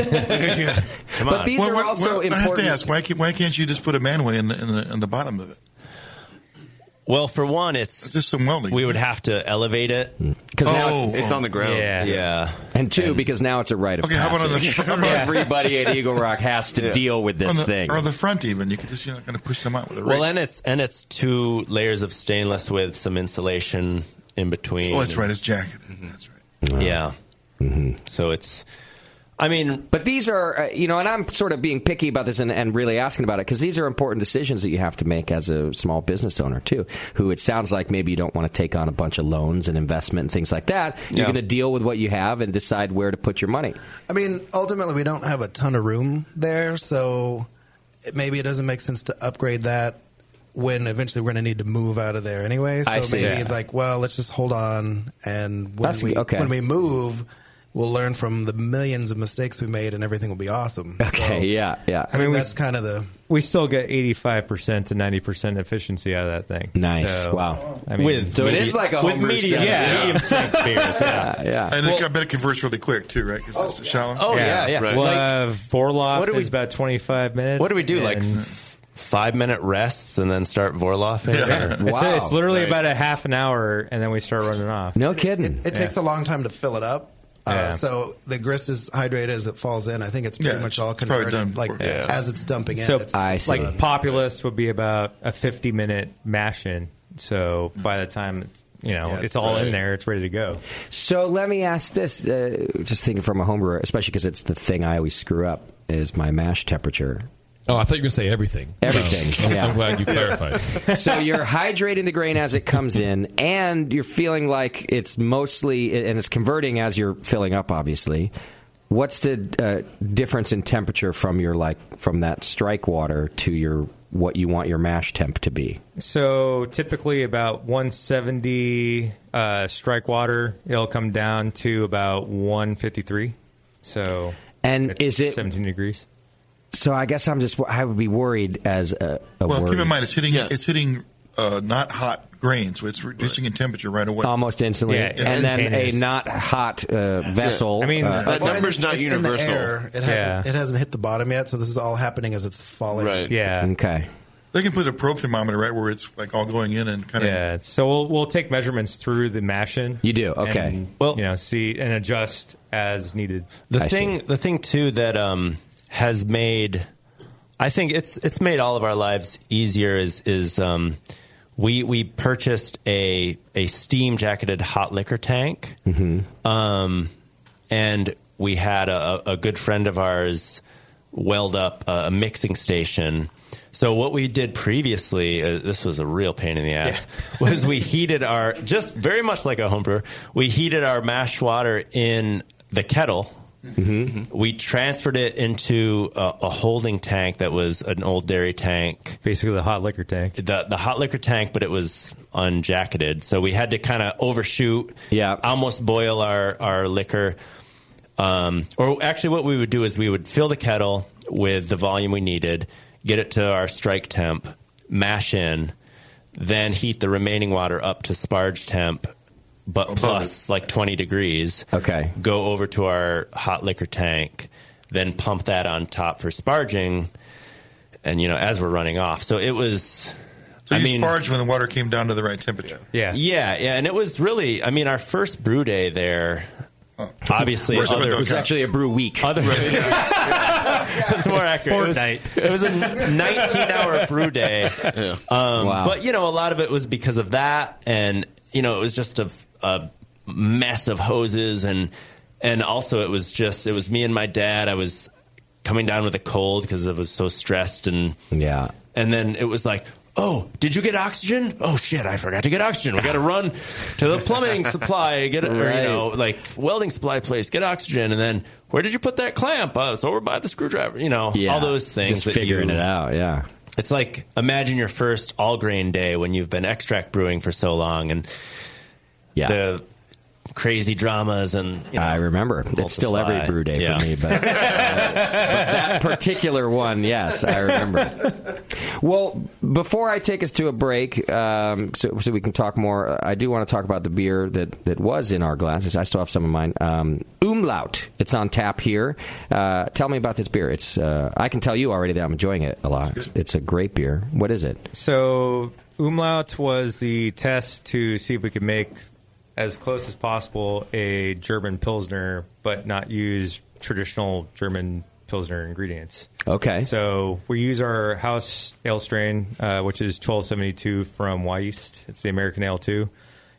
on.
Well, what- well, I have to ask why, can't, why can't you just put a manway in the in the, in the bottom of it?
Well, for one, it's
just some welding.
We would have to elevate it
'Cause now it's- It's on the ground.
Yeah, yeah.
And two, because now it's a rite of
Okay, how about on the-
passage.
how about-
Everybody at Eagle Rock has to
Yeah.
deal with this
on the,
thing.
or the front even? You could just you're not going to push them out with a
Well,
rake.
and it's and it's two layers of stainless with some insulation in between.
oh, that's right, it's jacket. That's
right. Yeah. Mm-hmm. So it's. I mean,
but these are, uh, you know, and I'm sort of being picky about this and, and really asking about it because these are important decisions that you have to make as a small business owner, too. Who it sounds like maybe you don't want to take on a bunch of loans and investment and things like that. You're
Yeah.
going to deal with what you have and decide where to put your money.
I mean, ultimately, we don't have a ton of room there, so it- maybe it doesn't make sense to upgrade that when eventually we're going to need to move out of there anyway. So
I see.
maybe
Yeah.
it's like, well, let's just hold on, and when
That's-
we
okay.
when we move, we'll learn from the millions of mistakes we made, and everything will be awesome.
Okay, yeah, yeah.
I mean, that's kind of the
We still get 85% to 90% efficiency out of that thing.
Nice.
So,
Wow.
I mean,
With So it medi- is like a with homebrew media- setup. yeah,
Yeah.
medium strength beers, yeah. Yeah.
And
Well-
it, I bet it converts really quick too, right? Because it's shallow.
Oh, We'll have four lot
What do we-
is about 25 minutes.
What do we do? Like
and-
five minute rests and then start Vorloffing?
Yeah.
Or-
It's, it's literally about a half an hour, and then we start running off.
No kidding.
It takes a long time to fill it up. Uh,
Yeah.
So the grist is hydrated as it falls in. I think it's pretty
Yeah,
much all
it's probably
converted,
done
like
before- Yeah.
as it's dumping in.
So,
it's, it's
like
done.
populist would be about a fifty-minute mash-in. So by the time it's, you know
Yeah,
it's all
right.
in there, it's ready to go.
So let me ask this, uh, just thinking from a homebrewer, especially because it's the thing I always screw up is my mash temperature.
Oh, I thought you were going to say everything.
Everything,
No.
yeah.
I'm glad you clarified.
so you're hydrating the grain as it comes in, and you're feeling like it's mostly and it's converting as you're filling up. Obviously, what's the uh, difference in temperature from your like from that strike water to your what you want your mash temp to be?
So typically about 170 uh, strike water, it'll come down to about 153. So
and
is it 17 degrees?
So I guess I'm just I would be worried as a, a
well,
worry.
keep in mind it's hitting it's hitting uh, not hot grain, so it's reducing in temperature right away.
Almost instantly, and then a not hot uh, vessel.
I mean,
uh,
that
Well,
number's
it's-
not
it's In
universal.
the air. It hasn't.
Yeah.
It hasn't hit the bottom yet, so this is all happening as it's falling.
Yeah.
Okay.
They can put a probe thermometer right where it's like all going in and kind of
Yeah. So we'll we'll take measurements through the mashing.
You do
well, you know, see and adjust as needed.
The thing, the thing too that um, has made, I think it's it's made all of our lives easier is is um, we we purchased a a steam jacketed hot liquor tank, um, and we had a, a good friend of ours weld up uh, a, a mixing station. So what we did previously, uh, this was a real pain in the ass, was we heated our just very much like a home brewer. We heated our mash water in the kettle.
Mm-hmm.
We transferred it into a, a holding tank that was an old dairy tank,
basically the hot liquor tank.
The the hot liquor tank, but it was unjacketed, so we had to kind of overshoot, yeah, almost boil our our liquor. Um, or actually, what we would do is we would fill the kettle with the volume we needed, get it to our strike temp, mash in, then heat the remaining water up to sparge temp, but plus like 20 degrees.
Okay.
Go over to our hot liquor tank, then pump that on top for sparging, and you know, as we're running off. So it was.
So
I
you
mean,
sparge when the water came down to the right temperature.
Yeah.
Yeah, yeah, and it was really I mean our first brew day there. Obviously,
Where's the
other,
window It was count?
actually a brew week.
Other, That's more accurate. Fortnite. It was, it was a 19 hour brew day. Um,
Wow.
But you know, a lot of it was because of that, and you know, it was just a, a mess of hoses, and and also it was just it was me and my dad. I was coming down with a cold because I was so stressed, and
yeah,
and then it was like. Oh, did you get oxygen? Oh shit, I forgot to get oxygen. We got to run to the plumbing supply, get it, or,
Right.
you know, like welding supply place, get oxygen, and then where did you put that clamp? Uh, it's over by the screwdriver. You know,
Yeah,
all those things.
just
that
figuring
you-
it out, yeah.
It's like imagine your first all grain day when you've been extract brewing for so long, and
yeah.
the crazy dramas and you know,
I remember it's still every
multiply.
brew day
Yeah.
for me, but, but that particular one, yes, I remember. Well, before I take us to a break, um, so, so we can talk more, uh, I do want to talk about the beer that, that was in our glasses. I still have some of mine. Um, Umlaut. It's on tap here. Uh, tell me about this beer. It's uh, I can tell you already that I'm enjoying it a lot. It's, it's a great beer. What is it?
So umlaut was the test to see if we could make as close as possible a German pilsner, but not use traditional German pilsner ingredients.
Okay.
So we use our house ale strain, uh, which is 1272 from Weist. It's the American Ale 2.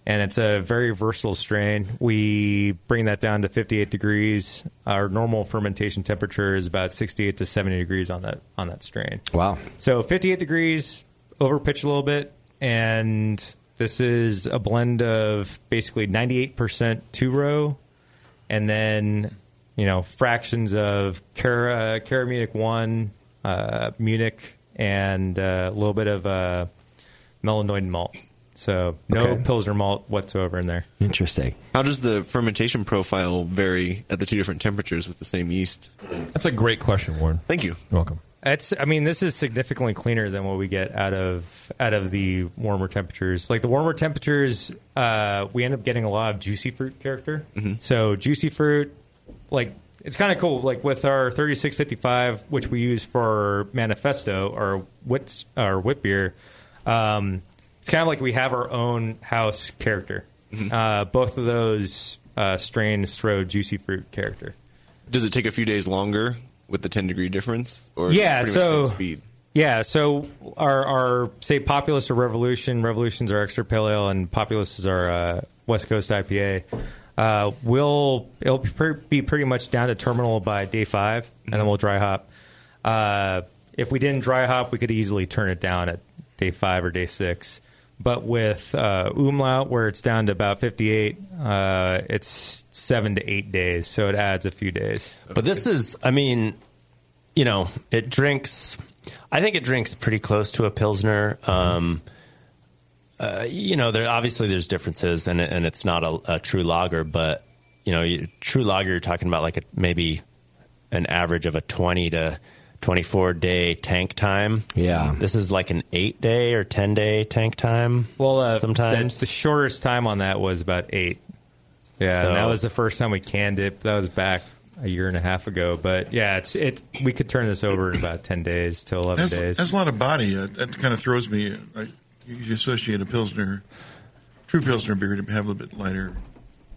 And it's a very versatile strain. We bring that down to 58 degrees. Our normal fermentation temperature is about 68 to 70 degrees on that on that strain.
Wow.
So 58 degrees, over pitch a little bit, and this is a blend of basically 98% two row, and then you know fractions of Cara, Cara Munich one, uh, Munich, and uh, a little bit of uh, melanoid malt. So no
Okay.
pilsner malt whatsoever in there.
Interesting.
How does the fermentation profile vary at the two different temperatures with the same yeast?
That's a great question, Warren.
Thank you.
You're welcome.
It's. I mean, this is significantly cleaner than what we get out of out of the warmer temperatures. Like the warmer temperatures, uh, we end up getting a lot of juicy fruit character. So juicy fruit, like it's kind of cool. Like with our thirty six fifty five, which we use for manifesto or wit or whip beer, um, it's kind of like we have our own house character. Uh, both of those uh, strains throw juicy fruit character.
Does it take a few days longer with the 10 degree difference? Or
yeah,
is it pretty much
so
the same speed?
yeah, so our our say populist or revolution, revolutions are extra pale ale, and populists are uh, West Coast IPA. Uh, will it'll be pre- be pretty much down to terminal by day 5
Mm-hmm.
and then we'll dry hop. Uh, if we didn't dry hop, we could easily turn it down at day five or day six. But with uh, umlaut, where it's down to about fifty-eight, uh, it's seven to eight days, so it adds a few days.
But this is, I mean, you know, it drinks. I think it drinks pretty close to a pilsner. Um, uh, you know, there obviously there's differences, and it- and it's not a, a true lager, but you know, you, true lager you're talking about like a, maybe an average of a twenty to 24 day tank time. Yeah. This is like an eight day or 10 day tank time.
Well, uh,
sometimes.
the, the shortest time on that was about eight. Yeah, and
So-
that was the first time we canned it. That was back a year and a half ago. But yeah, it's it. We could turn this over in about ten days to eleven
That's,
days.
that's a lot of body. Uh, that kind of throws me. Like you you associate a pilsner, true pilsner beer to have a little bit lighter.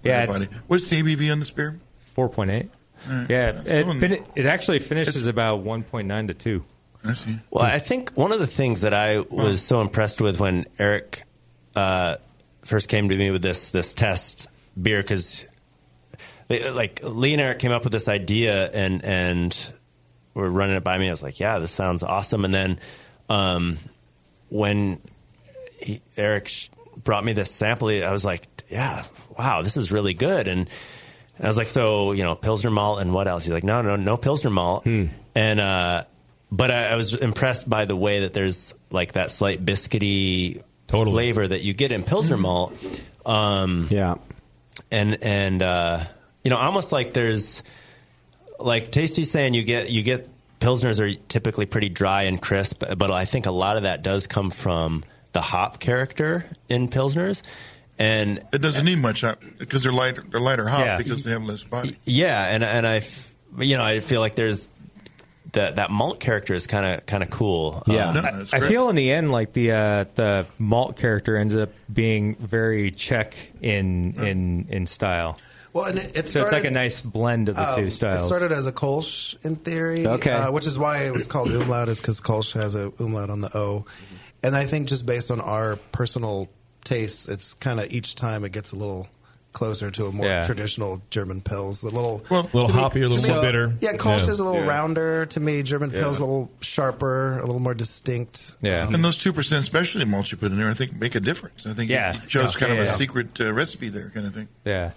Yeah,
lighter
it's-
body. What's the ABV on this beer?
Four point eight.
Alright.
Yeah,
That's
it,
going-
fin- it actually finishes about one point nine to two.
I see.
Well, I think one of the things that I was so impressed with when Eric uh, first came to me with this this test beer because like Lee and Eric came up with this idea and and were running it by me. I was like, yeah, this sounds awesome. And then um, when he, Eric sh- brought me this sample, I was like, yeah, wow, this is really good. And I was like, so, you know, Pilsner malt and what else? He's like, no, no, no Pilsner malt. And, uh, but I, I was impressed by the way that there's like that slight biscuity flavor that you get in Pilsner malt. Um,
yeah.
And, and, uh, you know, almost like there's, like Tasty's saying, you get you get pilsners are typically pretty dry and crisp, but I think a lot of that does come from the hop character in pilsners, and
it doesn't need much because they're lighter. They're lighter hop
Yeah.
because they have less body.
Yeah, and and I, f- you know, I feel like there's that that malt character is kind of kind of cool. Um,
I, I feel in the end like the uh, the malt character ends up being very Czech in in in style.
Well, and it- it
so it's like
started-
a nice blend of the
Um,
two styles.
It started as a Kolsch in theory,
Okay.
uh, which is why it was called umlaut, is because Kolsch has a umlaut on the O. And I think just based on our personal tastes, it's kind of each time it gets a little closer to a more
Yeah.
traditional German Pils. A little,
Well, Little
to me-
hoppier, a little
to
more
me-
bitter.
Yeah, Kolsch
Yeah.
is a little
Yeah.
rounder to me. German
Yeah.
Pils a little sharper, a little more distinct. Um,
and those two percent specialty malts you put in there, I think make a difference. I think
Yeah.
it shows
Yeah.
kind of
Yeah.
a secret uh, recipe there, kind of thing.
Yeah.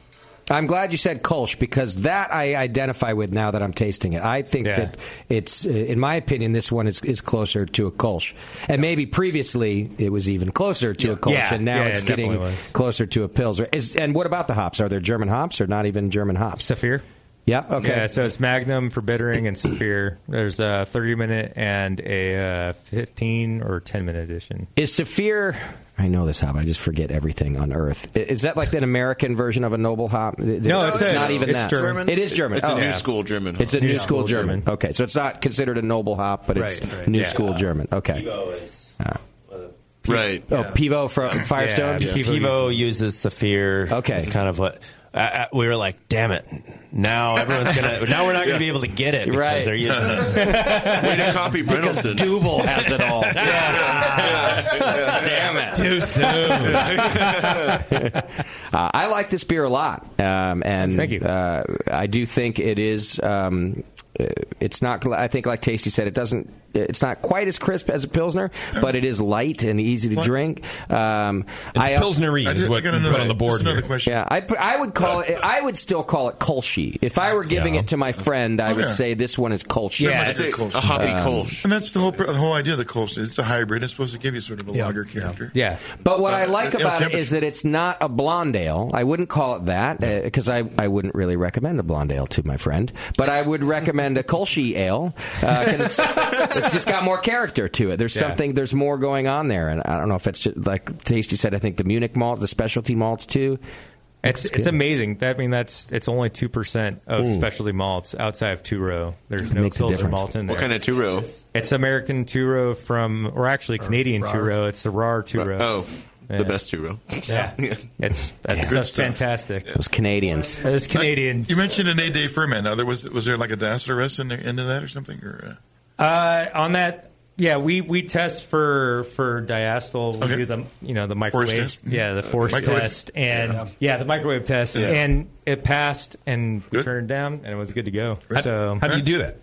I'm glad you said Kolsch because that I identify with now that I'm tasting it. I think
Yeah.
that it's, uh, in my opinion, this one is, is closer to a Kolsch. And maybe previously it was even closer to a Kolsch,
Yeah.
and now
Yeah,
it's
it definitely
getting
was.
closer to a Pilsner. Is, and what about the hops? Are there German hops or not even German hops?
Saphir.
Yep. Okay.
Yeah, so it's Magnum for bittering and Saphir. There's a 30 minute and a uh, 15 or 10 minute edition.
Is Saphir? I know this hop. I just forget everything on Earth. I- Is that like an American version of a noble hop?
No, it's a-
not even
it's
that.
German.
It is German.
It's a
Oh.
new school
German
It's a
hop.
new
Yeah.
school
Old
German. Okay, so it's not considered a noble hop, but it's
Right, right.
new
Yeah.
school German. Okay.
Pivo is-
All
Right.
Oh, Pivo from Firestone.
Yeah, Pivo, uses Saphir. Okay, it's kind of what I, I, we were like. Damn it! Now everyone's gonna. now we're not gonna be able to get it because
Right.
they're using it.
Way to copy Brindleton.
Duval has it all. Damn it!
Too
soon. Uh, I like this beer a lot, um, and
Thank you.
Uh, I do think it is. Um, uh, it's not. I think, like Tasty said, it doesn't. It's not quite as crisp as a pilsner, but it is light and easy to drink. Um,
It's
I also-
Pilsnery I is did- I what got you put another- on the board just another here. question.
Yeah, I, put- I would call it. I would still call it Kolshy. If I were giving
Yeah.
it to my friend, I
Oh,
would
yeah.
say this one is Kolshy. Um,
and that's the whole pr- the whole idea of the Kolsch. It's a hybrid. It's supposed to give you sort of a lager character.
Yeah.
But what I
Uh,
like
uh,
about it
temperature.
is that it's not a blonde ale. I wouldn't call it that because I, I wouldn't really recommend a blonde ale to my friend. But I would recommend a Kolsche ale. Uh, 'cause it's, it's just got more character to it. There's
Yeah.
something, there's more going on there. And I don't know if it's just, like Tasty said, I think the Munich malt, the specialty malts too.
It's
Looks
it's
good.
amazing. I mean, that's it's only two percent of
Mm.
specialty malts outside of two row. There's
It
no
makes a
pilsner
difference.
malt in there.
What kind of two row?
It's American two row from, or actually Canadian two
rar.
row. It's the RAR two row.
Oh, the best two row.
Yeah, it's that's,
Good
that's
stuff.
fantastic.
Those Canadians.
Those Canadians.
You mentioned an eight-day ferment. Now, there was was there like a Dassler rest in there, into that or something? Or
Uh, on that, yeah, we, we test for for diastole. We do the you know the microwave,
test?
yeah, the force
Microwave.
test, and yeah. the microwave test,
Yeah.
and it passed, and we turned it down, and it was good to go. So
How do you do that?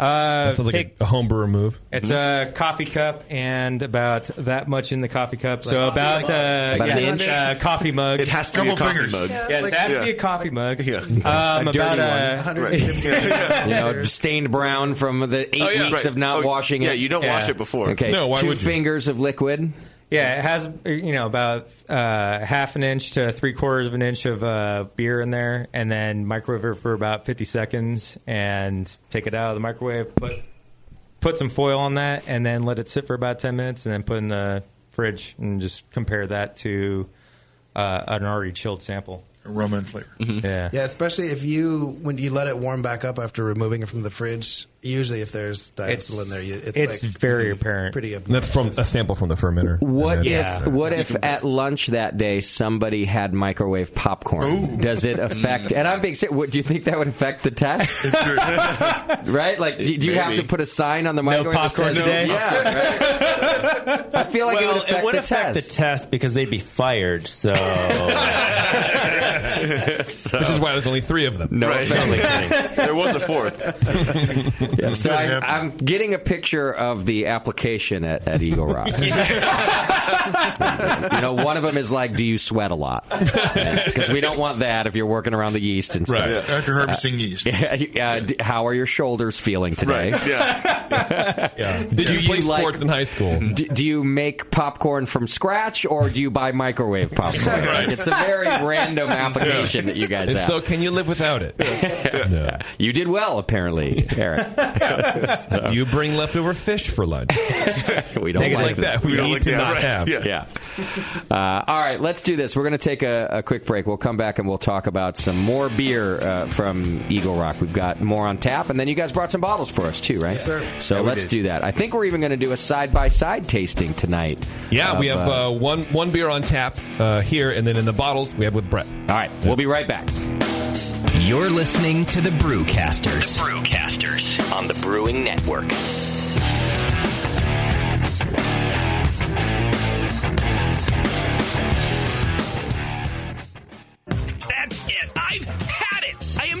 Uh,
That sounds like a-
take-
a homebrewer move. Mm-hmm.
It's a coffee cup and about that much in the coffee cup. So
Like-
about
like-
uh,
like an
yeah,
inch?
uh, coffee mug. It
has to be a Couple coffee fingers. mug.
Yeah,
Yeah,
it
like-
has to be
Yeah.
a coffee mug. Yeah. Um,
A
about
dirty one.
uh,
you know, stained brown from the eight
Oh, yeah,
weeks
right.
of not
Oh,
washing
yeah,
it.
you don't wash it before.
Okay,
No, why
two
would you?
fingers of liquid.
Yeah, it has you know about uh, half an inch to three quarters of an inch of uh, beer in there, and then microwave it for about fifty seconds, and take it out of the microwave, put put some foil on that and then let it sit for about 10 minutes and then put in the fridge and just compare that to uh, an already chilled sample.
Aroma and flavor.
Yeah.
Yeah, especially if you when you let it warm back up after removing it from the fridge. Usually, if there's diacetyl in there, you- it's
it's
like
very apparent.
pretty
And That's from a sample from the fermenter.
What
And then-
if
uh,
what if at lunch that day somebody had microwave popcorn? Does it affect? And I'm being serious. What, do you think that would affect the test? right? Like, do, do you have to
Maybe.
put a sign on the microwave? that
popcorn
says-
today?
Yeah. I feel like it
well,
would affect the
affect
test.
the test because they'd be fired. So,
Which is why there's only three of them.
No
there was a fourth.
Yeah, so I, I'm getting a picture of the application at, at Eagle Rock. you know, one of them is like, "Do you sweat a lot?" Because we don't want that if you're working around the yeast and stuff.
Right, yeah. After harvesting yeast.
Yeah, uh, d- how are your shoulders feeling today?
Right,
Did you play
like-
sports in high school?
Do, do you make popcorn from scratch or do you buy microwave popcorn?
Right.
It's a very random application that you guys
And
have.
So can you live without it?
You did well, apparently, Eric.
Do you bring leftover fish for lunch?
we don't
Things
like
like that. We,
don't
need
like
to
that.
not have.
Yeah. Uh, all right, let's do this. We're going to take a, a quick break. We'll come back and we'll talk about some more beer uh, from Eagle Rock. We've got more on tap, and then you guys brought some bottles for us too, right?
sir.
So
Yeah, we
let's
did.
do that. I think we're even going to do a side by side tasting tonight.
Yeah, we
of,
have uh, one one beer on tap uh, here, and then in the bottles we have with Brett. All
right, we'll be right back.
You're listening to the Brewcasters. Brewcasters on the Brewing Network.
That's it. I've had it. I am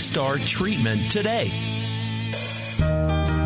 Star treatment today.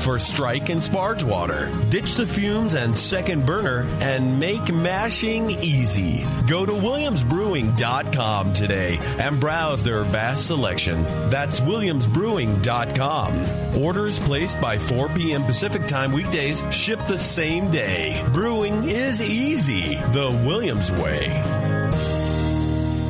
for strike and sparge water. Ditch the fumes and second burner and make mashing easy. Go to williamsbrewing.com today and browse their vast selection. That's williamsbrewing.com. Orders placed by 4 p.m. Pacific time weekdays ship the same day. Brewing is easy the Williams way.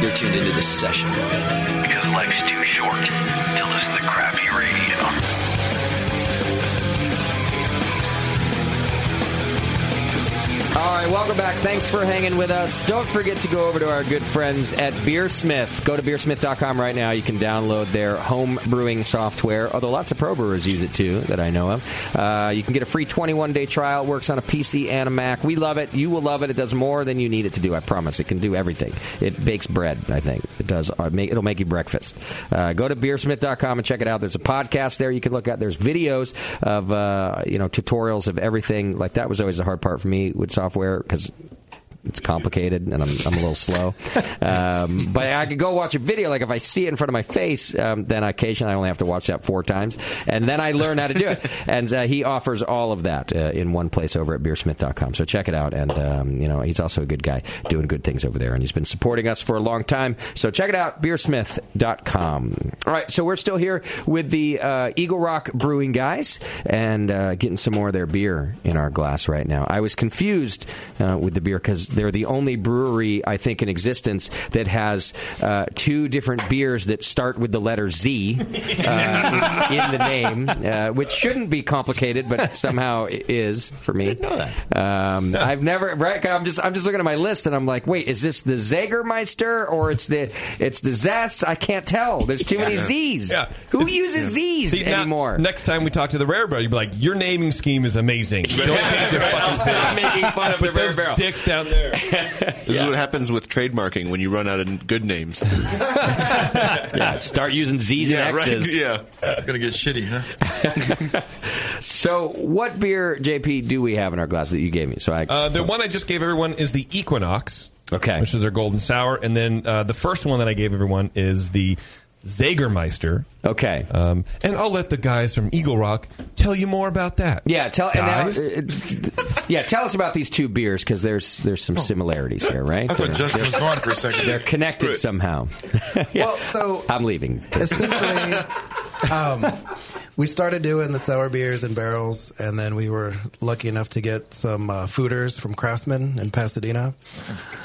You're tuned into this session.
Because life's too short to listen to crappy radio.
All right, welcome back. Thanks for hanging with us. Don't forget to go over to our good friends at Beersmith. Go to beersmith.com right now. You can download their home brewing software, although lots of pro brewers use it too that I know of. Uh, you can get a free 21 day trial. It Works on a PC and a Mac. We love it. You will love it. It does more than you need it to do, I promise. It can do everything. It bakes bread, I think. It does. uh, make- It'll make you breakfast. Uh, go to beersmith.com and check it out. There's a podcast there you can look at. There's videos of, uh, you know, tutorials of everything. Like that was always the hard part for me with software because it's complicated and I'm, I'm a little slow. Um, but I could go watch a video. Like if I see it in front of my face, um, then occasionally I only have to watch that four times, and then I learn how to do it. And uh, he offers all of that uh, in one place over at beersmith.com. So check it out. And um, you know he's also a good guy doing good things over there, and he's been supporting us for a long time. So check it out, beersmith.com. All right, so we're still here with the uh, Eagle Rock Brewing guys and uh, getting some more of their beer in our glass right now. I was confused uh, with the beer because they're the only brewery I think in existence that has uh, two different beers that start with the letter Z uh, in, in the name, uh, which shouldn't be complicated, but somehow it is for me. Um, I've never. Right, I'm just. I'm just looking at my list, and I'm like, wait, is this the Zagermeister or it's the it's the Zest? I can't tell. There's too many Z's.
Yeah.
Who uses Z's
See, now-
anymore?
next time we talk to the rare barrel, you'd be like, "Your naming scheme is amazing." Don't make the fucking
I'm making fun of the
But
rare
those
barrel.
dicks down there.
This is what happens with trademarking when you run out of good names.
yeah, start using Z's and X's.
Yeah,
it's gonna get shitty, huh?
So, what beer, JP, do we have in our glass that you gave me? So I
Uh, the one I just gave everyone is the Equinox.
Okay.
Which is their golden sour. And then uh, the first one that I gave everyone is the Zagermeister.
Okay.
Um, and I'll let the guys from Eagle Rock tell you more about that.
yeah tell and now-
Guys?
uh, uh, yeah tell us about these two beers because there's there's some similarities here, right?
Oh. I thought
They're-
Justin was
they're-
gone for a second.
They're connected somehow.
Well, so
I'm leaving.
essentially,
um, we started doing the sour beers and barrels, and then we were lucky enough to get some uh, fooders from Craftsman in Pasadena.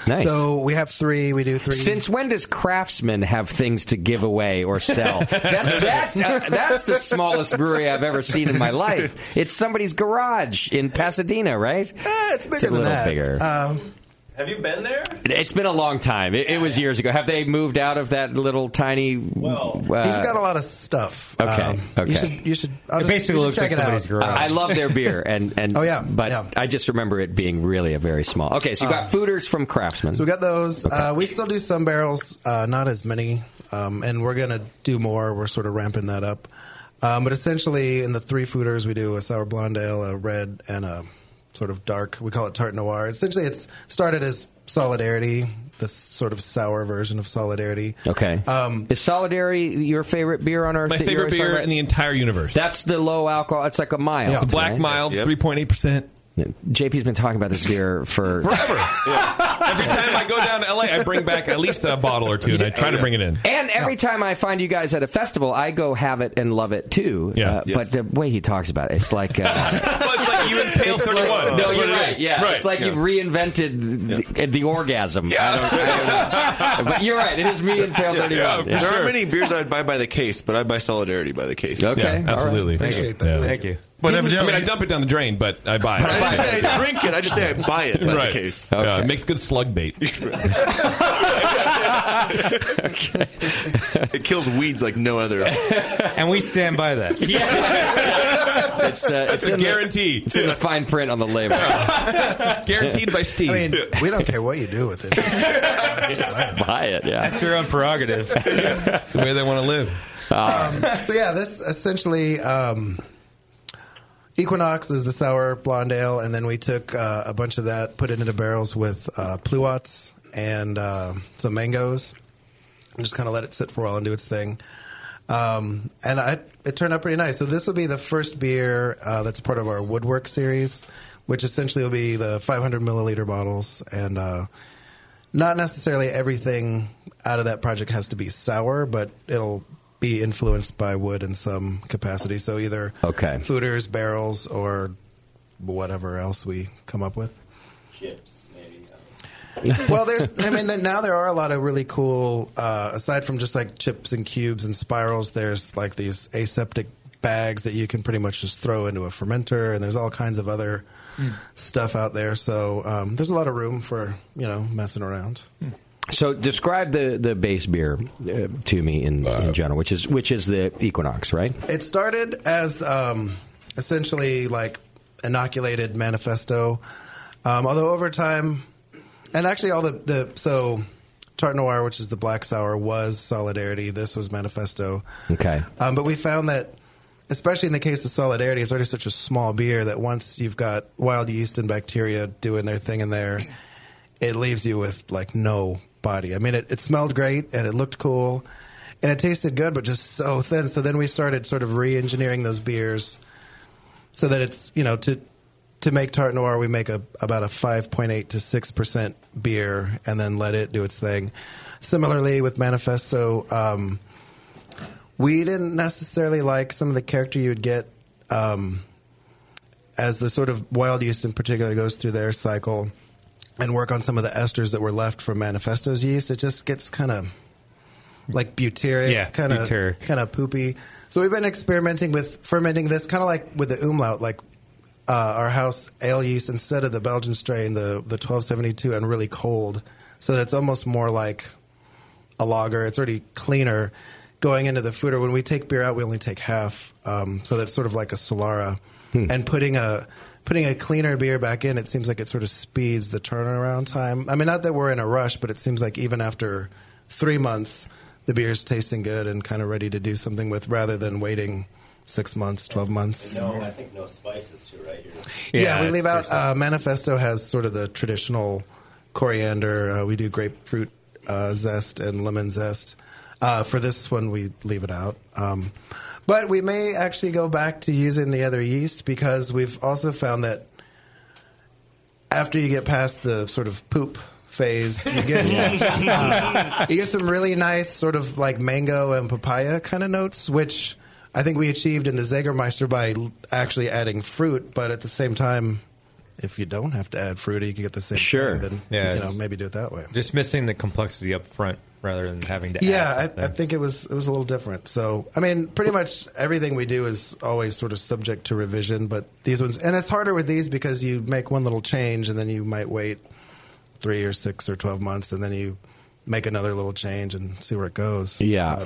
Nice.
So we have three. We do three.
Since when does craftsmen have things to give away or sell? that's, that's, uh, that's the smallest brewery I've ever seen in my life. It's somebody's garage in Pasadena, right?
Eh, it's bigger
a
than
little
that.
bigger.
Um,
Have you been there?
it's been a long time. It, it was years ago. Have they moved out of that little tiny? uh, Well,
he's got a lot of stuff. Um,
Okay, okay.
You should. You should. I'll
It
just-
basically
you should
looks
check
like
it out.
somebody's garage. I love their beer, and and
oh yeah,
but
yeah.
I just remember it being really a very small. Okay, so you got
Uh,
fooders from Craftsman.
So we got those. Uh, we still do some barrels, uh, not as many, um, and we're gonna do more. We're sort of ramping that up. Um, but essentially, in the three fooders, we do a sour blonde ale, a red, and a sort of dark. We call it tart noir. Essentially, it's started as solidarity, this sort of sour version of solidarity.
Okay. Um, is Solidarity your favorite beer on earth?
My
that you
favorite
always
beer
talk about?
in the
entire universe.
That's the low alcohol. It's like a mild.
It's a black
right?
mild, 3.8%.
JP's been talking about this beer for
forever. Every time I go down to LA, I bring back at least a bottle or two, and I try to bring it in.
And every time I find you guys at a festival, I go have it and love it too. Yeah. But the way he talks about it, it's like. Uh,
you impale 31.
no,
That's
you're
what it
right.
is.
Yeah.
Right.
It's like
Yeah.
you've reinvented the, the orgasm. I don't- I don't- but you're right. It is me and Pale 31. Yeah.
There aren't many beers I'd buy by the case, but I buy Solidarity by the case.
Okay, Yeah, all right. absolutely.
Appreciate that. Thank
you.
But I mean, I dump it down the drain, but I buy it.
I didn't say I drink it. I just say I buy it by the
right.
case.
Yeah,
Okay.
it makes good slug bait.
it kills weeds like no other.
and we stand by that.
It's, uh,
It's a
in the-
guarantee.
it's in the fine print on the label.
Guaranteed by Steve.
I mean, we don't care what you do with it.
buy it. Yeah,
that's your own prerogative.
the way they want to live.
Ah.
um, so yeah, this essentially um, Equinox is the sour blonde ale, and then we took uh, a bunch of that, put it into barrels with uh, pluots and uh, some mangoes, and just kind of let it sit for a while and do its thing. Um, and I, it turned out pretty nice. So this will be the first beer uh, that's part of our woodwork series, which essentially will be the 500 milliliter bottles and. Uh, not necessarily everything out of that project has to be sour, but it'll be influenced by wood in some capacity. So either
okay.
fooders, barrels, or whatever else we come up with. well, there's. I mean, there- now there are a lot of really cool. Uh, aside from just like chips and cubes and spirals, there's like these aseptic bags that you can pretty much just throw into a fermenter, and there's all kinds of other stuff out there. So um, there's a lot of room for you know messing around.
So describe the, the base beer uh, to me in, in general, which is which is the Equinox, right?
It started as um, essentially like inoculated manifesto, um, although over time, and actually all the, the so Tart Noir, which is the black sour, was Solidarity. This was Manifesto.
Okay.
Um, but we found that, especially in the case of Solidarity, it's already such a small beer that once you've got wild yeast and bacteria doing their thing in there, it leaves you with like no body. I mean, it, it smelled great and it looked cool and it tasted good, but just so thin. So then we started sort of re engineering those beers so that it's, you know, to. To make tart noir, we make a, about a 5.8 to 6% beer and then let it do its thing. Similarly, with Manifesto, um, we didn't necessarily like some of the character you would get um, as the sort of wild yeast in particular goes through their cycle and work on some of the esters that were left from manifesto's yeast it just gets kind of like butyric
Yeah,
kind of
butyric.
kind of poopy so we've been experimenting with fermenting this kind of like with the umlaut like uh, our house ale yeast instead of the belgian strain the the 1272 and really cold so that it's almost more like a lager. It's already cleaner going into the fooder. When we take beer out, we only take half, um, so that's sort of like a Solara.
Hmm.
And putting a putting a cleaner beer back in, it seems like it sort of speeds the turnaround time. I mean, not that we're in a rush, but it seems like even after three months, the beer's tasting good and kind of ready to do something with, rather than waiting six months, twelve months.
I think no spices too, right?
Yeah, we leave out. Uh, Manifesto has sort of the traditional coriander. Uh, we do grapefruit uh, zest and lemon zest. Uh, for this one, we leave it out. Um, but we may actually go back to using the other yeast because we've also found that after you get past the sort of poop phase, you get uh, you get some really nice sort of like mango and papaya kind of notes, which I think we achieved in the Jägermeister by l- actually adding fruit, but at the same time, if you don't have to add fruit, you can get the same.
Sure.
Thing, then
Yeah,
you know,
it's-
maybe do it that way.
Just missing the complexity up front rather than having to. add
Yeah,
something.
I, I think it was it was a little different. So I mean, pretty much everything we do is always sort of subject to revision. But these ones, and it's harder with these because you make one little change and then you might wait three or six or twelve months, and then you make another little change and see where it goes.
Yeah. I-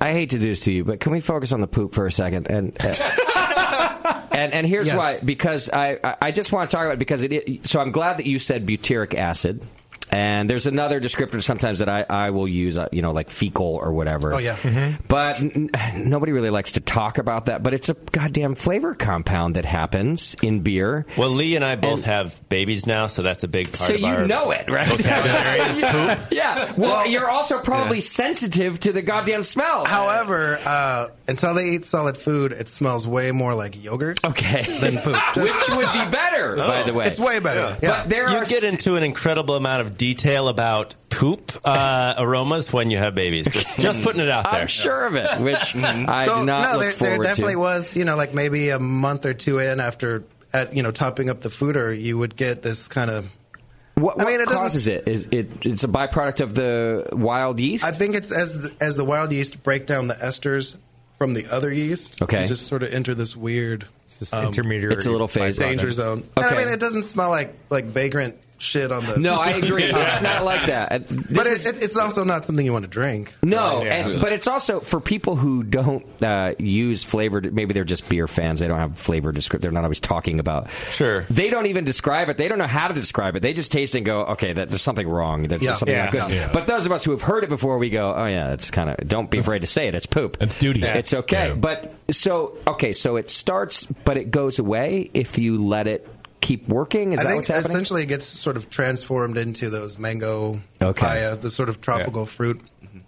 I hate to do this to you, but can we focus on the poop for a second? And uh, and, and here's
Yes.
why: because I I- I just want to talk about it because it. i- So I'm glad that you said butyric acid. And there's another descriptor sometimes that I, I will use, uh, you know, like fecal or whatever.
Oh, yeah.
But n- n- nobody really likes to talk about that. But it's a goddamn flavor compound that happens in beer.
Well, Lee and I both have babies now, so that's a big part
so
of
you
our
know it, right?
vocabulary is poop.
yeah. Well, you're also probably sensitive to the goddamn smell.
However, uh, until they eat solid food, it smells way more like yogurt.
Okay.
Than poop.
Which would be better, Oh,
Oh.
by the way.
It's way better. Yeah.
But there
you
are
get into an incredible amount of detail about poop uh, aromas when you have babies. Just, just putting it out there.
I'm sure of it, which I
so,
do not
no,
look
there,
forward
there definitely
to.
was, you know, like maybe a month or two in after, at, you know, topping up the fooder, you would get this kind of.
What,
I mean, it
what
doesn't-
causes it? Is it? It's a byproduct of the wild yeast.
I think it's as the, as the wild yeast break down the esters from the other yeast.
Okay.
you just sort of enter this weird um,
Um,
intermediary It's a little phase.
danger
byproduct.
zone. And
Okay.
I mean, it doesn't smell like like vagrant shit on the.
No, I agree. It's not like that. Uh, this
But it, it, it's also not something you want to drink.
No,
Right.
and, but it's also for people who don't uh, use flavored. Maybe they're just beer fans. They don't have flavor. Descri- they're not always talking about. Sure. They don't even describe it. They don't know how to describe it. They just taste and go, okay, that, there's something wrong. There's
Yeah.
something not
Yeah.
good.
Yeah.
But those of us who have heard it before, we go, oh yeah, it's kind of. Don't be afraid to say it. It's poop. It's duty. It's okay. But so okay, so it starts, but it goes away if you let it keep working. Is
I
that
think
what's happening?
essentially it gets sort of transformed into those mango,
Okay.
papaya, uh, the sort of tropical fruit.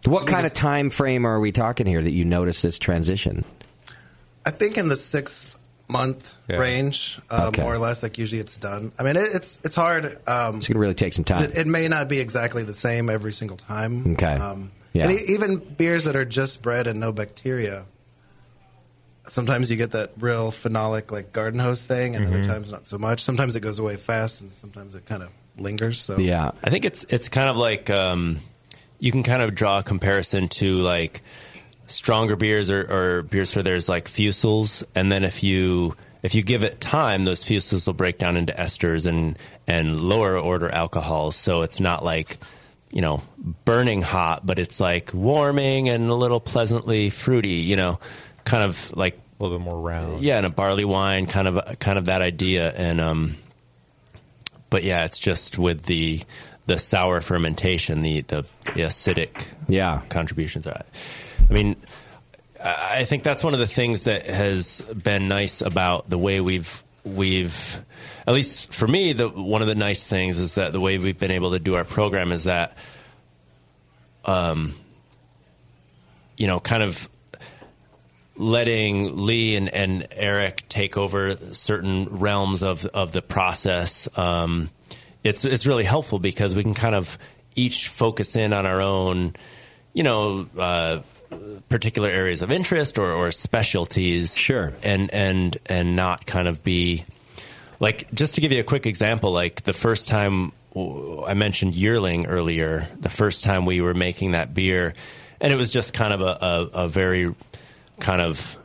what kind of time frame are we talking here that you notice this transition?
I think in the sixth month
Yeah.
range, uh,
Okay.
more or less. Like usually it's done. I mean, it, it's it's hard. Um,
It's going to really take some time.
It, it may not be exactly the same every single time.
Okay.
Um,
Yeah.
And e- even beers that are just bread and no bacteria, sometimes you get that real phenolic like garden hose thing, and
Mhm.
Mm-hmm.
other times not so much. Sometimes it goes away fast, and sometimes it kind of lingers. So
I think it's it's kind of like um, you can kind of draw a comparison to like stronger beers or, or beers where there's like fusels, and then if you if you give it time, those fusels will break down into esters and and lower order alcohols. So it's not like you know burning hot, but it's like warming and a little pleasantly fruity. You know, kind of like a little bit more round. Yeah, and a barley wine, kind of kind of that idea, and um but yeah, it's just with the the sour fermentation, the the acidic
yeah
contributions. I I mean, I I think that's one of the things that has been nice about the way we've we've at least for me the one of the nice things is that the way we've been able to do our program is that um you know kind of letting Lee and, and Eric take over certain realms of, of the process, um, it's it's really helpful because we can kind of each focus in on our own, you know, uh, particular areas of interest or, or specialties. Sure. And and and not kind of be like just to give you a quick example, like the first time w- I mentioned yearling earlier, the first time we were making that beer, and it was just kind of a, a, a very kind of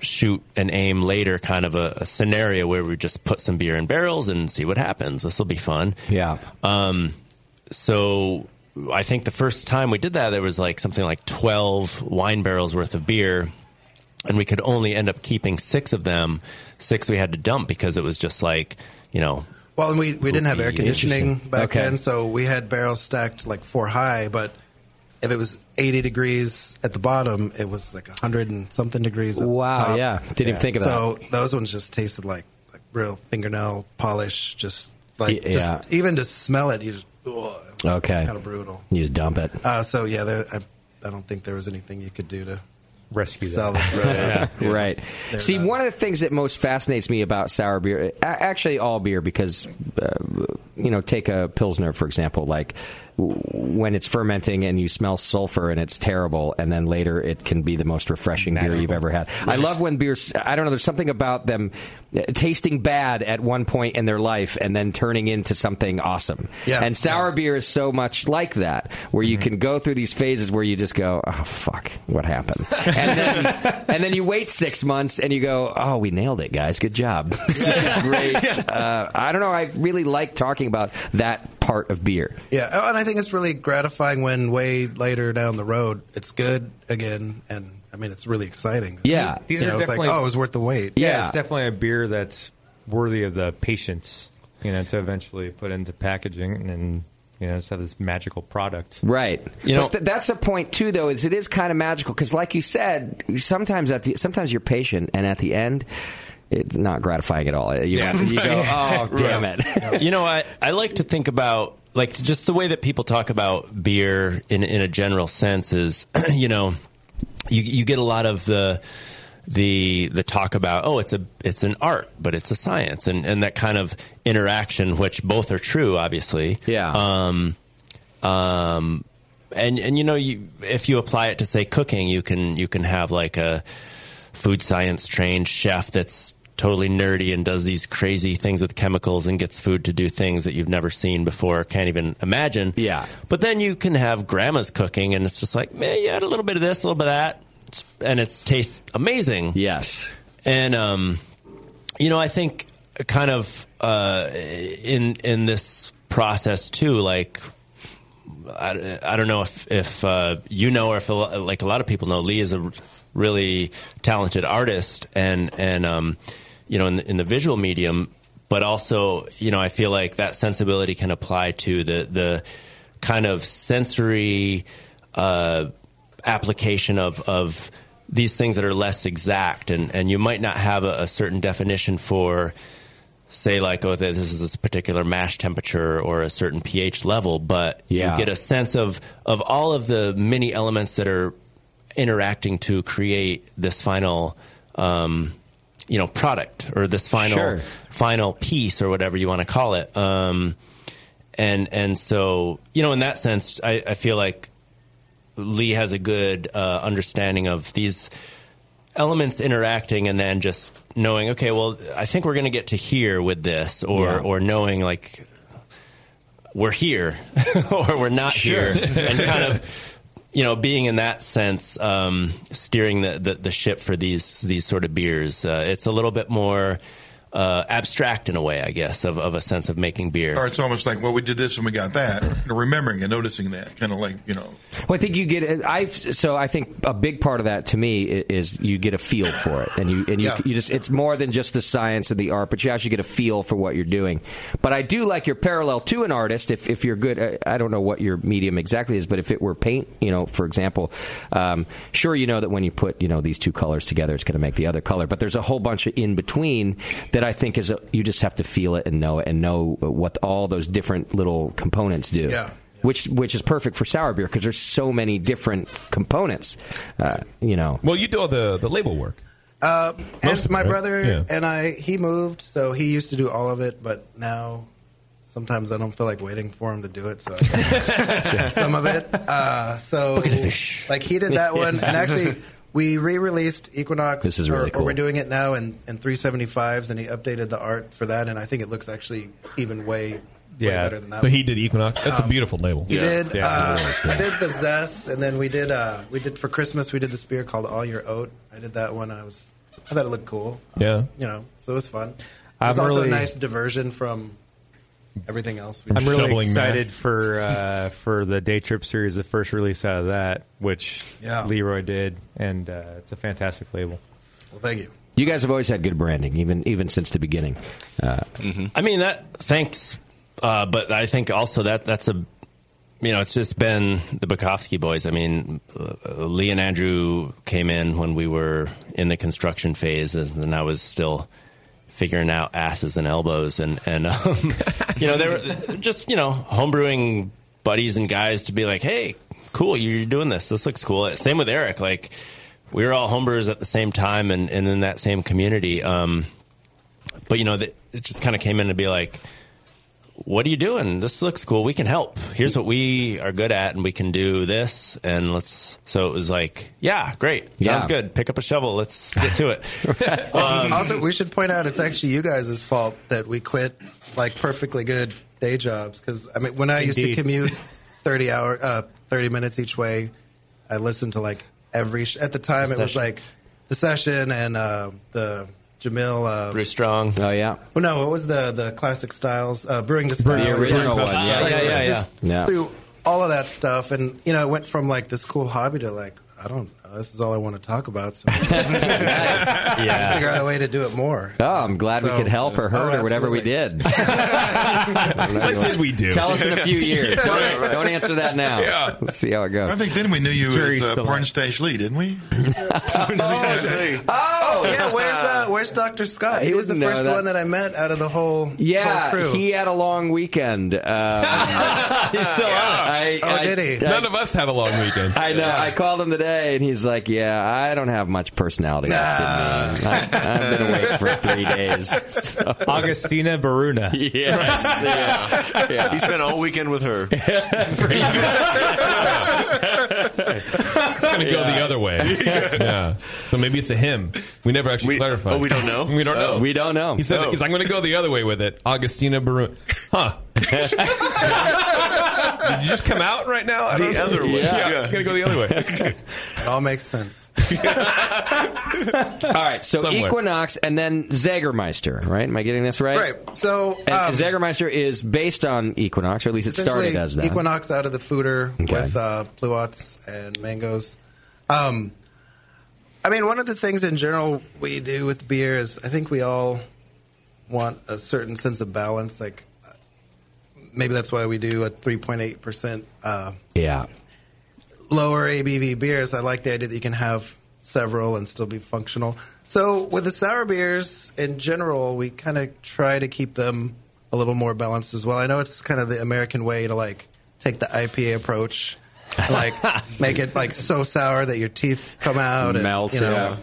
shoot and aim later kind of a, a scenario where we just put some beer in barrels and see what happens. This will be fun.
Yeah.
Um, so I think the first time we did that, there was like something like 12 wine barrels worth of beer. And we could only end up keeping six of them. Six we had to dump because it was just like, you know,
Well, and we, we didn't have air
Poopy.
conditioning
Interesting.
back
Okay.
then, so we had barrels stacked like four high, but if it was 80 degrees at the bottom, it was like 100 and something degrees. At
Wow,
the top.
yeah. Didn't even think of
so So those ones just tasted like, like real fingernail polish, just like,
Y- yeah.
just, even to smell it, you just, ugh, it was
Okay.
kind of brutal.
You just dump it.
Uh, so yeah, there, I, I don't think there was anything you could do to
rescue
that. salvage that. Yeah.
Right.
They're
See, one of the things that most fascinates me about sour beer, a- actually all beer, because uh, you know, take a pilsner for example. Like w- when it's fermenting and you smell sulfur and it's terrible, and then later it can be the most refreshing beer you've ever had. I love when beers. I don't know. There's something about them uh, tasting bad at one point in their life and then turning into something awesome.
Yeah. Mm-hmm.
And sour beer is so much like that, where you can go through these phases where you just go, "Oh fuck, what happened?" and then you wait six months and you go, oh, we nailed it, guys. Good job. This is great. Uh, I don't know. I really like talking about that part of beer.
Yeah, oh, and I think it's really gratifying when way later down the road it's good again, and I mean it's really exciting.
Yeah.
These are definitely oh, it was worth the wait.
Yeah, it's definitely a beer that's worthy of the patience, you know, to eventually put into packaging and you know, just have this magical product.
Right.
You know-
but th- that's the point too, though, is it is kind of magical because, like you said, sometimes at the sometimes you're patient, and at the end, it's not gratifying at all. You, you go, oh, damn it.
you know, I, I like to think about like just the way that people talk about beer in in a general sense is, you know, you you get a lot of the the the talk about oh it's a it's an art but it's a science and and that kind of interaction which both are true obviously
yeah
um um and and you know you if you apply it to say cooking you can you can have like a food science trained chef that's totally nerdy and does these crazy things with chemicals and gets food to do things that you've never seen before, can't even imagine. Yeah. But then you can have grandma's cooking and it's just like, man, you had a little bit of this, a little bit of that, It's- and it tastes amazing.
Yes.
And um, you know, I think kind of uh, in in this process too, like I, I don't know if if uh, you know or if a, lo- like a lot of people know Lee is a r- really talented artist and and um, you know in the, in the visual medium, but also you know I feel like that sensibility can apply to the the kind of sensory uh, application of of these things that are less exact and and you might not have a, a certain definition for say like oh this is this particular mash temperature or a certain pH level, but
Yeah.
you get a sense of of all of the many elements that are interacting to create this final um, you know product or this final
Sure.
final piece or whatever you want to call it. Um, and and so you know in that sense I, I feel like Lee has a good uh, understanding of these elements interacting and then just knowing okay well I think we're going to get to here with this or
Yeah.
or knowing like we're here or we're not
Sure.
here and kind of you know being in that sense um, steering the, the, the ship for these these sort of beers uh, it's a little bit more uh, abstract in a way I guess of, of a sense of making beer
Or it's almost like, well, we did this and we got that. You know, remembering and noticing that, kind of like you know,
Well, I think you get. I so I think a big part of that to me i- is you get a feel for it, and you and you,
Yeah.
you just it's more than just the science and the art, but you actually get a feel for what you're doing. But I do like your parallel to an artist. If if you're good, I, I don't know what your medium exactly is, but if it were paint, you know, for example, um, sure you know that when you put you know these two colors together, it's going to make the other color. But there's a whole bunch of in between that I think is a, you just have to feel it and know it and know what all those different little components do
Yeah.
which which is perfect for sour beer because there's so many different components. Uh, you know.
Well, you do all the the label work.
Uh,
Most of
and
it,
my
right?
brother
Yeah.
and I, he moved, so he used to do all of it, but now sometimes I don't feel like waiting for him to do it, so I do some of it. Uh, so, like he did that one, and actually we re-released Equinox.
This is
or-
really
or,
cool.
we're doing it now in in 375s, and he updated the art for that, and I think it looks actually even way. Way better than that
So
one.
he did Equinox. That's a
Um,
beautiful label.
We did. uh, I did the zest, and then we did. Uh, we did for Christmas. We did this beer called All Your Oat. I did that one. And I was. I thought it looked cool.
Yeah.
You know, so it was fun. It
I'm
was also
really-
a nice diversion from everything else.
I'm really excited for uh, for the day trip series, the first release out of that, which
Yeah.
Leroy did, and uh, it's a fantastic label.
Well, thank you.
You guys have always had good branding, even even since the beginning. Uh,
I mean that. Thanks, uh, but I think also that that's a you know it's just been the Bukowski boys. I mean, uh, Lee and Andrew came in when we were in the construction phase, and I was still figuring out asses and elbows, and and um, you know they were just you know homebrewing buddies and guys to be like, hey, cool, you're doing this. This looks cool. Same with Eric, like. We were all homebrewers at the same time and, and in that same community. Um, but you know, th- it just kind of came in to be like, what are you doing? This looks cool. We can help. Here's what we are good at, and we can do this. And let's. So it was like, yeah, great,
Yeah.
sounds good. Pick up a shovel. Let's get to it. Um,
also, we should point out it's actually you guys' fault that we quit like perfectly good day jobs. Because I mean, when I used to
Indeed.
commute thirty hour, uh, thirty minutes each way, I listened to like every. Sh- at the time,
The
it was
Session.
like the session and uh, the Jamil. Uh,
Bruce Strong.
Oh yeah.
well, no, what was the the classic styles? Uh, brewing to
Brewing
style.
the original
Brewing
one.
to-
Yeah,
like,
yeah, yeah,
just
yeah. Yeah.
Through all of that stuff, and you know, it went from like this cool hobby to like I don't. know, This is all I want to talk about. So yeah. figure out a way to do it more.
Oh, I'm glad we
So-
could help or hurt
Oh,
or whatever we did. what
did we do?
Tell us in a few years.
Yeah,
don't,
right, right.
don't answer that now.
Yeah.
Let's see how it goes.
I think then we knew you
Jury's
as uh,
still
porn stage Lee, didn't we?
Oh yeah, where's uh, where's Doctor Scott?
I
He was the
didn't know
first
that.
one that I met out of the whole
Yeah,
whole crew.
he had a long weekend. Uh,
He's still on.
I,
Oh,
I-
did he?
None of us have a long weekend.
I know. I called him today, and he's like, "Yeah, I don't have much personality. left in me. I, have been away for three days." So.
Augustina Baruna.
Yes. yeah.
He spent all weekend with her.
It's going to go the other way. Yeah. So maybe it's a him. We never actually clarified.
oh, we don't know?
We don't know.
Oh.
We don't know.
He said,
Oh.
he's like, I'm going to go the other way with it. Augustina Barun. Huh. Did you just come out right now? I don't
The
know.
other way.
Yeah.
Yeah.
It's going to go the other way.
it all makes sense.
All right, so
Somewhere.
Equinox and then Zegermeister, right? Am I getting this right?
Right. So
And Zegermeister is based on Equinox, or at least it started
Essentially,
as that.
Equinox out of the fooder
Okay.
with uh, bluots and mangoes. Um, I mean, one of the things in general we do with beer is I think we all want a certain sense of balance. Like uh, maybe that's why we do a 3.8 percent uh,
Yeah.
lower ABV beers. I like the idea that you can have several and still be functional. So with the sour beers in general, we kind of try to keep them a little more balanced as well. I know it's kind of the American way to like take the IPA approach, like make it like so sour that your teeth come out and
Melt,
you know.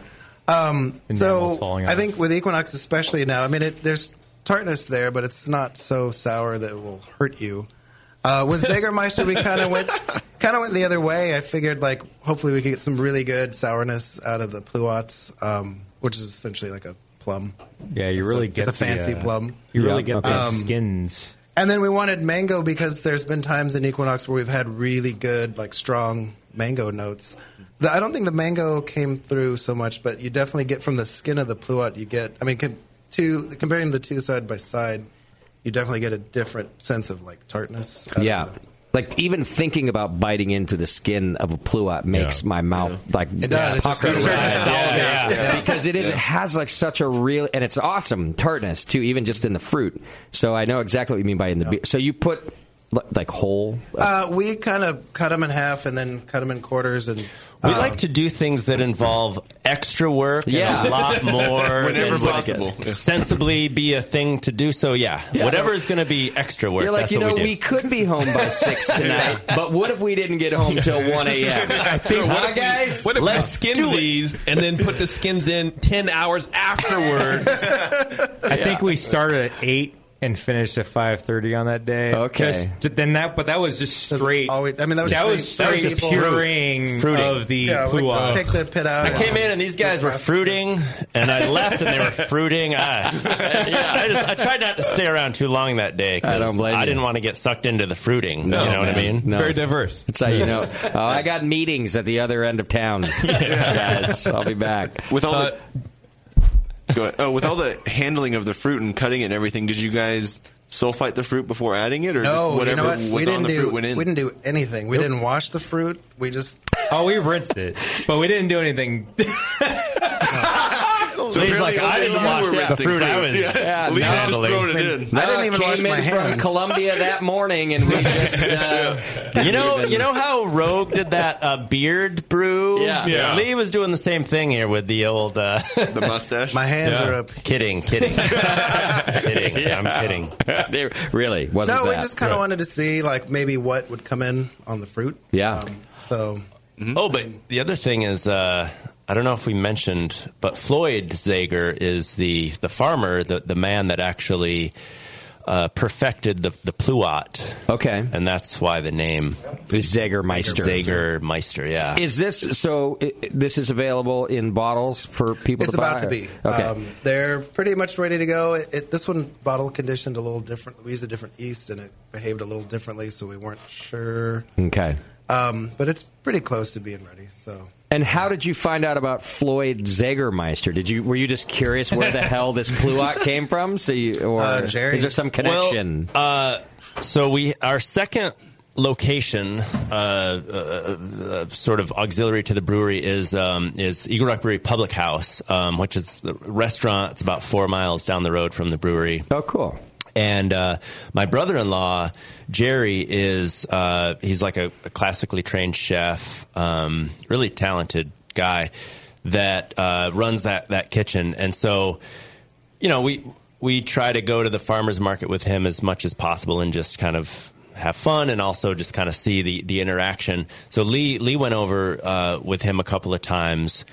Um,
Enamels
so
falling
I
out.
think with Equinox, especially now, I mean, it, there's tartness there, but it's not so sour that it will hurt you. Uh, with Jägermeister, we kind of went kind of went the other way. I figured like hopefully we could get some really good sourness out of the pluots, um, which is essentially like a plum.
Yeah, you
It's
really
a-
get
it's a
the,
fancy
uh,
plum. Um,
You really
Yeah,
get the
okay.
skins.
And then we wanted mango because there's been times in Equinox where we've had really good, like strong mango notes. The, I don't think the mango came through so much, but you definitely get from the skin of the pluot. You get, I mean, com- two comparing the two side by side, you definitely get a different sense of like tartness. out of
Yeah. Like even thinking about biting into the skin of a pluot makes my mouth like
It does. It just
pucker
goes
up.
right down. Yeah, yeah.
because it is, it has like such a real and it's awesome tartness too, even just in the fruit. So I know exactly what you mean by in the beer. So you put li- like whole.
Uh, we kind of cut them in half and then cut them in quarters, and um,
We like to do things that involve extra work
Yeah.
and a lot more.
Whenever
and would
possible.
Sensibly be a thing to do. So, yeah,
Yeah.
whatever is going to be extra work.
You're like,
that's
you
what
know,
we,
we,
do.
could be home by six tonight, but what if we didn't get home till one a.m.?
I think,
Huh,
what if we-
guys?
What if we
Let's
skin
do it.
these and then put the skins in 10 hours afterward?
I think we started at eight and finished at five thirty on that day.
Okay.
Just- then that, but that was just straight.
I mean, that was straight-
straight,
straight people-
puring
Fruiting.
of the
Yeah, like, uh,
pluots.
take the pit out.
I came in and these guys were fruiting, and I left and they were fruiting. I, I, just, I tried not to stay around too long that day. 'cause
I don't blame you.
didn't want to get sucked into the fruiting.
No,
you know what I
man.
mean?
It's No. very
diverse.
That's how you know. Oh, I got meetings at the other end of town. Guys, I'll be back.
With all the go ahead. oh, with all the handling of the fruit and cutting it and everything, did you guys sulfite the fruit before adding it, or
No,
just whatever
you know what?
was
We
on
didn't
the
do.
fruit went in?
We didn't do anything. We didn't wash the fruit. We just
Oh, we rinsed it, but we didn't do anything.
so
he's
apparently
like, I
only
didn't
you
wash
were
it, the
rinsing
fruit I was-
Yeah,
yeah,
Lee was just
handling.
throwing it in.
No, came in from Columbia that morning, and we just uh,
You know, you know how Rogue did that uh, beard brew.
Yeah. Yeah.
Lee was doing the same thing here with the old uh, the
mustache.
My hands are up.
Kidding, kidding, kidding. I'm kidding.
They really
no. We just kind of wanted to see like maybe what would come in on the fruit.
Yeah.
um, So
Oh, but the other thing is, uh, I don't know if we mentioned, but Floyd Zager is the the farmer, the the man that actually uh, perfected the the pluot.
Okay,
and that's why the name
is Zegermeister.
Zegermeister, yeah.
Is this so? i this is available in bottles for people
It's
to buy.
about to
or-
be.
Okay.
Um, they're pretty much ready to go. It, it- this one bottle conditioned a little different. We used a different yeast and it behaved a little differently, so we weren't sure.
okay.
Um, but it's pretty close to being ready. So
And how did you find out about Floyd Zegermeister? Did you were you just curious where the hell this pluot came from? So you or
Uh,
is there some connection?
Well, uh, so we our second location, uh, uh, uh, sort of auxiliary to the brewery, is um, is Eagle Rock Brewery Public House, um, which is the restaurant. It's about four miles down the road from the brewery.
Oh, cool.
And uh, my brother-in-law Jerry is uh, he's like a, a classically trained chef, um, really talented guy that uh, runs that that kitchen. And so you know, we we try to go to the farmers market with him as much as possible and just kind of have fun and also just kind of see the the interaction. So Lee Lee went over uh, with him a couple of times.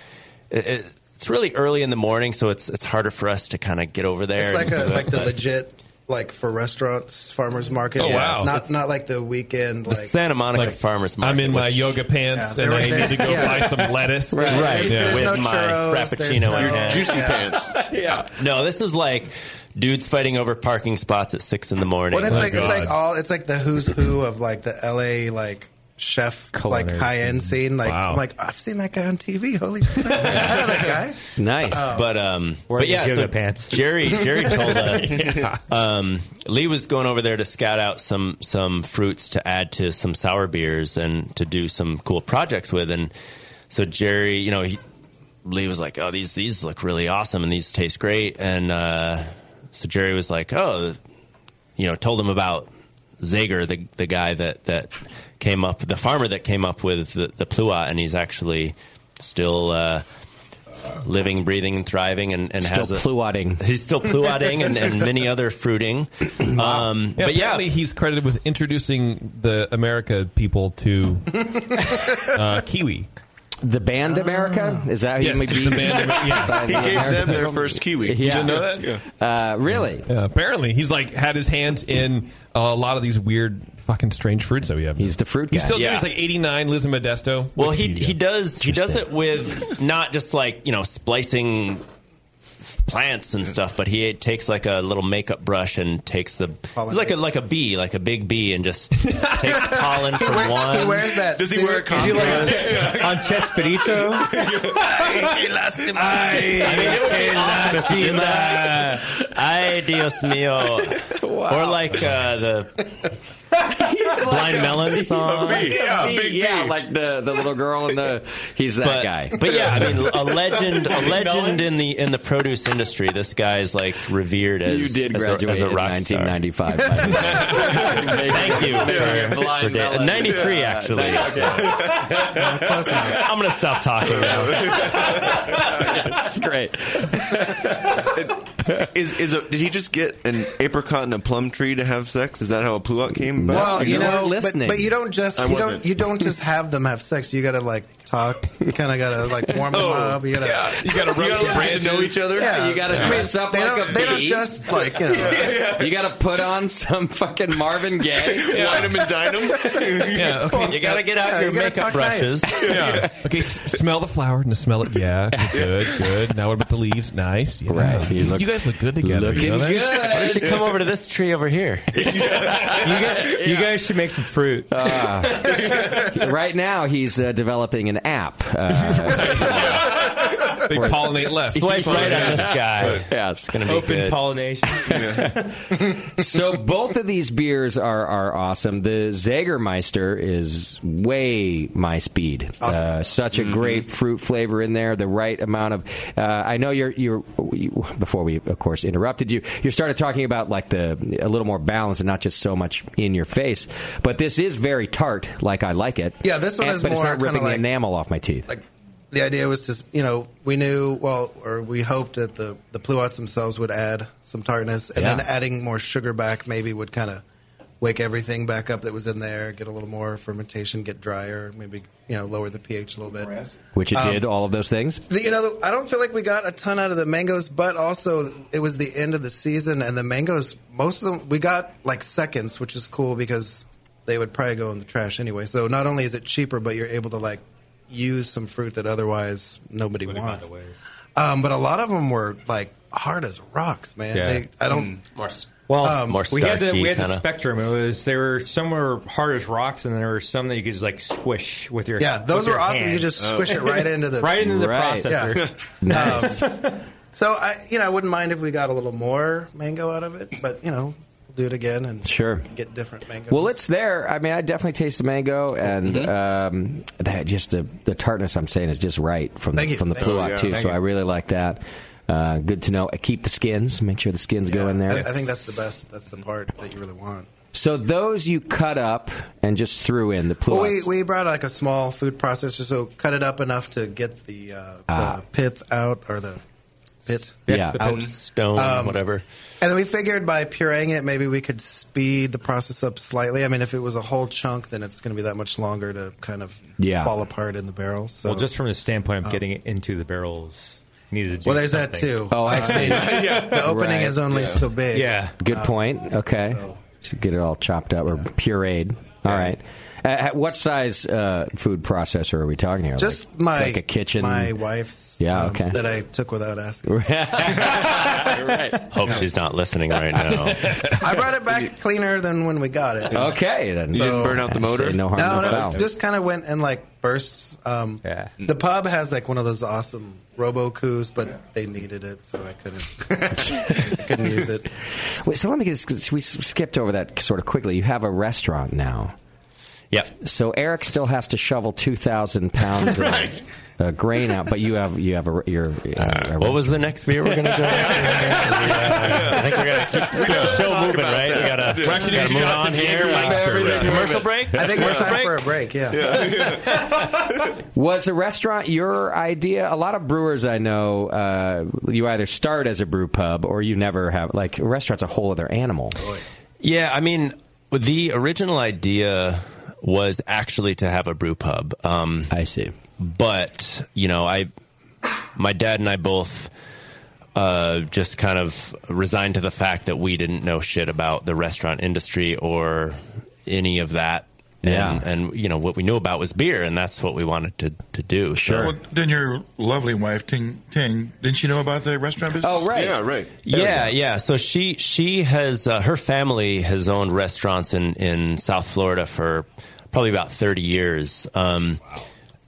It- it- it's really early in the morning, so it's it's harder for us to kind of get over there.
it's like
and-
a, like the legit like for restaurants, farmers market.
Oh, wow.
Not not like the weekend.
the
Like
Santa Monica farmers market.
I'm in my
which-
yoga pants and I need to go buy some lettuce.
Right,
Yeah.
with my frappuccino in hand.
yeah.
No, this is like dudes fighting over parking spots at six in the morning.
Well, it's
Oh,
like it's like all it's like the who's who of like the LA like chef like
Culinary
high end scene. Like
Wow.
I'm like I've seen that guy on TV. Holy crap. I know that guy.
Nice,
Oh.
but um,
Wearing
but yeah,
his yoga
so
pants.
Jerry, Jerry told us
Yeah.
um, Lee was going over there to scout out some some fruits to add to some sour beers and to do some cool projects with, and so Jerry, you know, he, Lee was like, "Oh, these these look really awesome and these taste great," and uh, so Jerry was like, "Oh, you know, told him about Zager, the the guy that that came up, the farmer that came up with the, the pluot, and he's actually still uh, living, breathing, thriving, and, and
Still
has a,
pluotting.
He's still pluotting and, and many other fruiting. Um,
Yeah,
but yeah,
apparently he's credited with introducing the America people to uh, Kiwi.
The
uh,
band America is that who
Yes,
you may be?
the band Amer- yeah.
by
He
the
gave
American
them their
people?
first Kiwi.
Yeah.
You didn't know that?
Uh, really?
Yeah, apparently, he's like had his hands in a lot of these weird, fucking strange fruits that we have. He's
the fruit
He's
guy.
still
Yeah.
doing. He's like 89, lives in Modesto.
Well,
Like,
he
you
he
go.
does he does it with not just like you know splicing f- plants and stuff, but he takes like a little makeup brush and takes the he's like a like a bee, like a big bee, and just takes pollen from one.
He wears that.
Does he
suit.
wear a
Is he like-
on Chespirito.
I mean, it would be awesome. You know? Ay, Dios mío. Or like uh, the Blind Melon song.
yeah, like the, the little girl and the he's that
but,
guy.
But yeah, I mean, a legend, a legend in the in the produce industry. This guy is like revered as
You did
as a-
graduate
as a
in
rock
1995.
Thank you.
Yeah.
for-
Blind
for da-
Melon.
93
Yeah.
actually.
Nice.
I'm gonna stop talking now.
That's great.
is is a, did he just get an apricot and a plum tree to have sex? Is that how a pluot came? about?
Well, you know, but, but you don't just
I
you
wasn't.
don't you don't just have them have sex. You gotta like talk. You kind of gotta like warm them
Oh,
up. You gotta
yeah. You gotta rub the
get
branches. Yeah, you gotta dress up
they
like
don't,
a
They don't
bee.
just like you know.
You got to put on some fucking Marvin Gaye.
Wine him and dine him.
Yeah, okay.
You gotta get out
Yeah,
your
you gotta
makeup
talk
brushes.
Yeah. Okay, s- smell the flower and smell it. Yeah, okay, good, good. Now what about the leaves? Nice. Yeah.
Right.
You,
look-
guys look good together. you know that?
You should come over to this tree over here.
You guys, you guys should make some fruit.
Ah. right now, he's uh, developing an app. Uh,
They
for-
pollinate left.
Swipe right on this guy.
Yeah, it's gonna be
Open
good.
pollination.
so both of these beers are are awesome. The Zagermeister is way my speed. Uh, such a
Mm-hmm.
great fruit flavor in there. The right amount of. Uh, I know you're you're you, before we of course interrupted you. You started talking about like the a little more balance and not just so much in your face. But this is very tart, like I like it.
Yeah, this one
And-
is
but
more
it's not
kinda
ripping the
like-
enamel off my teeth.
the idea was just you know we knew well or we hoped that the the pluots themselves would add some tartness and
Yeah.
then adding more sugar back maybe would kind of wake everything back up that was in there, get a little more fermentation, get drier, maybe you know lower the pH a little bit.
Which it
Um,
did, all of those things.
the- you know, I don't feel like we got a ton out of the mangoes, but also it was the end of the season, and the mangoes, most of them, we got like seconds, which is cool because they would probably go in the trash anyway. So not only is it cheaper, but you're able to like use some fruit that otherwise nobody
Would've
wants.
gone to waste.
Um, but a lot of them were like hard as rocks, man.
Yeah.
They, I don't.
More,
Well,
Um, more
we had the
starchy
we had the
kinda.
spectrum. It was there were some were hard as rocks, and there were some that you could just like squish with your
Yeah, those
with
were
your
awesome. You
hand. Oh.
just squish it right into the
right into the processor. Nice.
Um, so I, you know, I wouldn't mind if we got a little more mango out of it, but you know, we'll do it again and
Sure.
get different mango.
Well, it's there. I mean, I definitely taste the mango, and
Mm-hmm.
um, that just the, the tartness I'm saying is just right from
Thank
the,
you.
from the
Thank you.
pluot
Oh, yeah.
too.
Thank
so
you.
I really like that. Uh, good to know. Keep the skins. Make sure the skins go in there.
I, I think that's the best. That's the part that you really want.
so those you cut up and just threw in the pluots.
Well, we we brought like a small food processor, so cut it up enough to get the uh,
Ah.
the pith out or the pit.
Yeah.
out.
stone,
Um,
whatever.
And then we figured by pureeing it, maybe we could speed the process up slightly. I mean, if it was a whole chunk, then it's going to be that much longer to kind of
Yeah.
fall apart in the barrel. So
well, just from the standpoint of
Um,
getting it into the barrels, you needed. To do
Well, there's that
something.
too.
Oh,
Uh, The opening is only
Yeah.
so big.
Yeah.
Good
Uh,
point. Okay. So get it all chopped up or pureed. All right. Uh, At what size uh, food processor are we talking here?
Just
Like-
my
like a kitchen.
my wife's.
Yeah.
um,
Okay.
That I took without asking.
Hope she's not listening right now.
I brought it back cleaner than when we got it.
Okay, then. You didn't burn out the motor? Say no harm,
no,
no
no,
foul.
just kind of went in like bursts. Um,
yeah.
The pub has like one of those awesome robo coos, but they needed it, so I couldn't. I couldn't use it.
Wait, so let me get this. 'cause We s- skipped over that sort of quickly. You have a restaurant now.
Yep.
So Eric still has to shovel two thousand pounds of uh, grain out, but you have you have a your. Uh,
What was the next beer we're gonna go? I think we're gonna keep the show moving, right? We gotta,
We're actually
gotta
gonna
move
shut
on
the
here.
Jägermeister,
Uh,
right?
commercial break.
I think it's
commercial
time
break.
for a break. Yeah.
Was the restaurant your idea? A lot of brewers I know, uh, you either start as a brew pub or you never have. Like a restaurant's a whole other animal.
Yeah, I mean, the original idea was actually to have a brew pub. Um,
I see,
but you know, I, my dad and I both uh, just kind of resigned to the fact that we didn't know shit about the restaurant industry or any of that.
Yeah.
And, and you know what we knew about was beer, and that's what we wanted to, to do. So-
Well, then your lovely wife, Ting Ting, didn't she know about the restaurant business?
Oh, right.
yeah, yeah. So she she has uh, her family has owned restaurants in in South Florida for probably about thirty years. Um,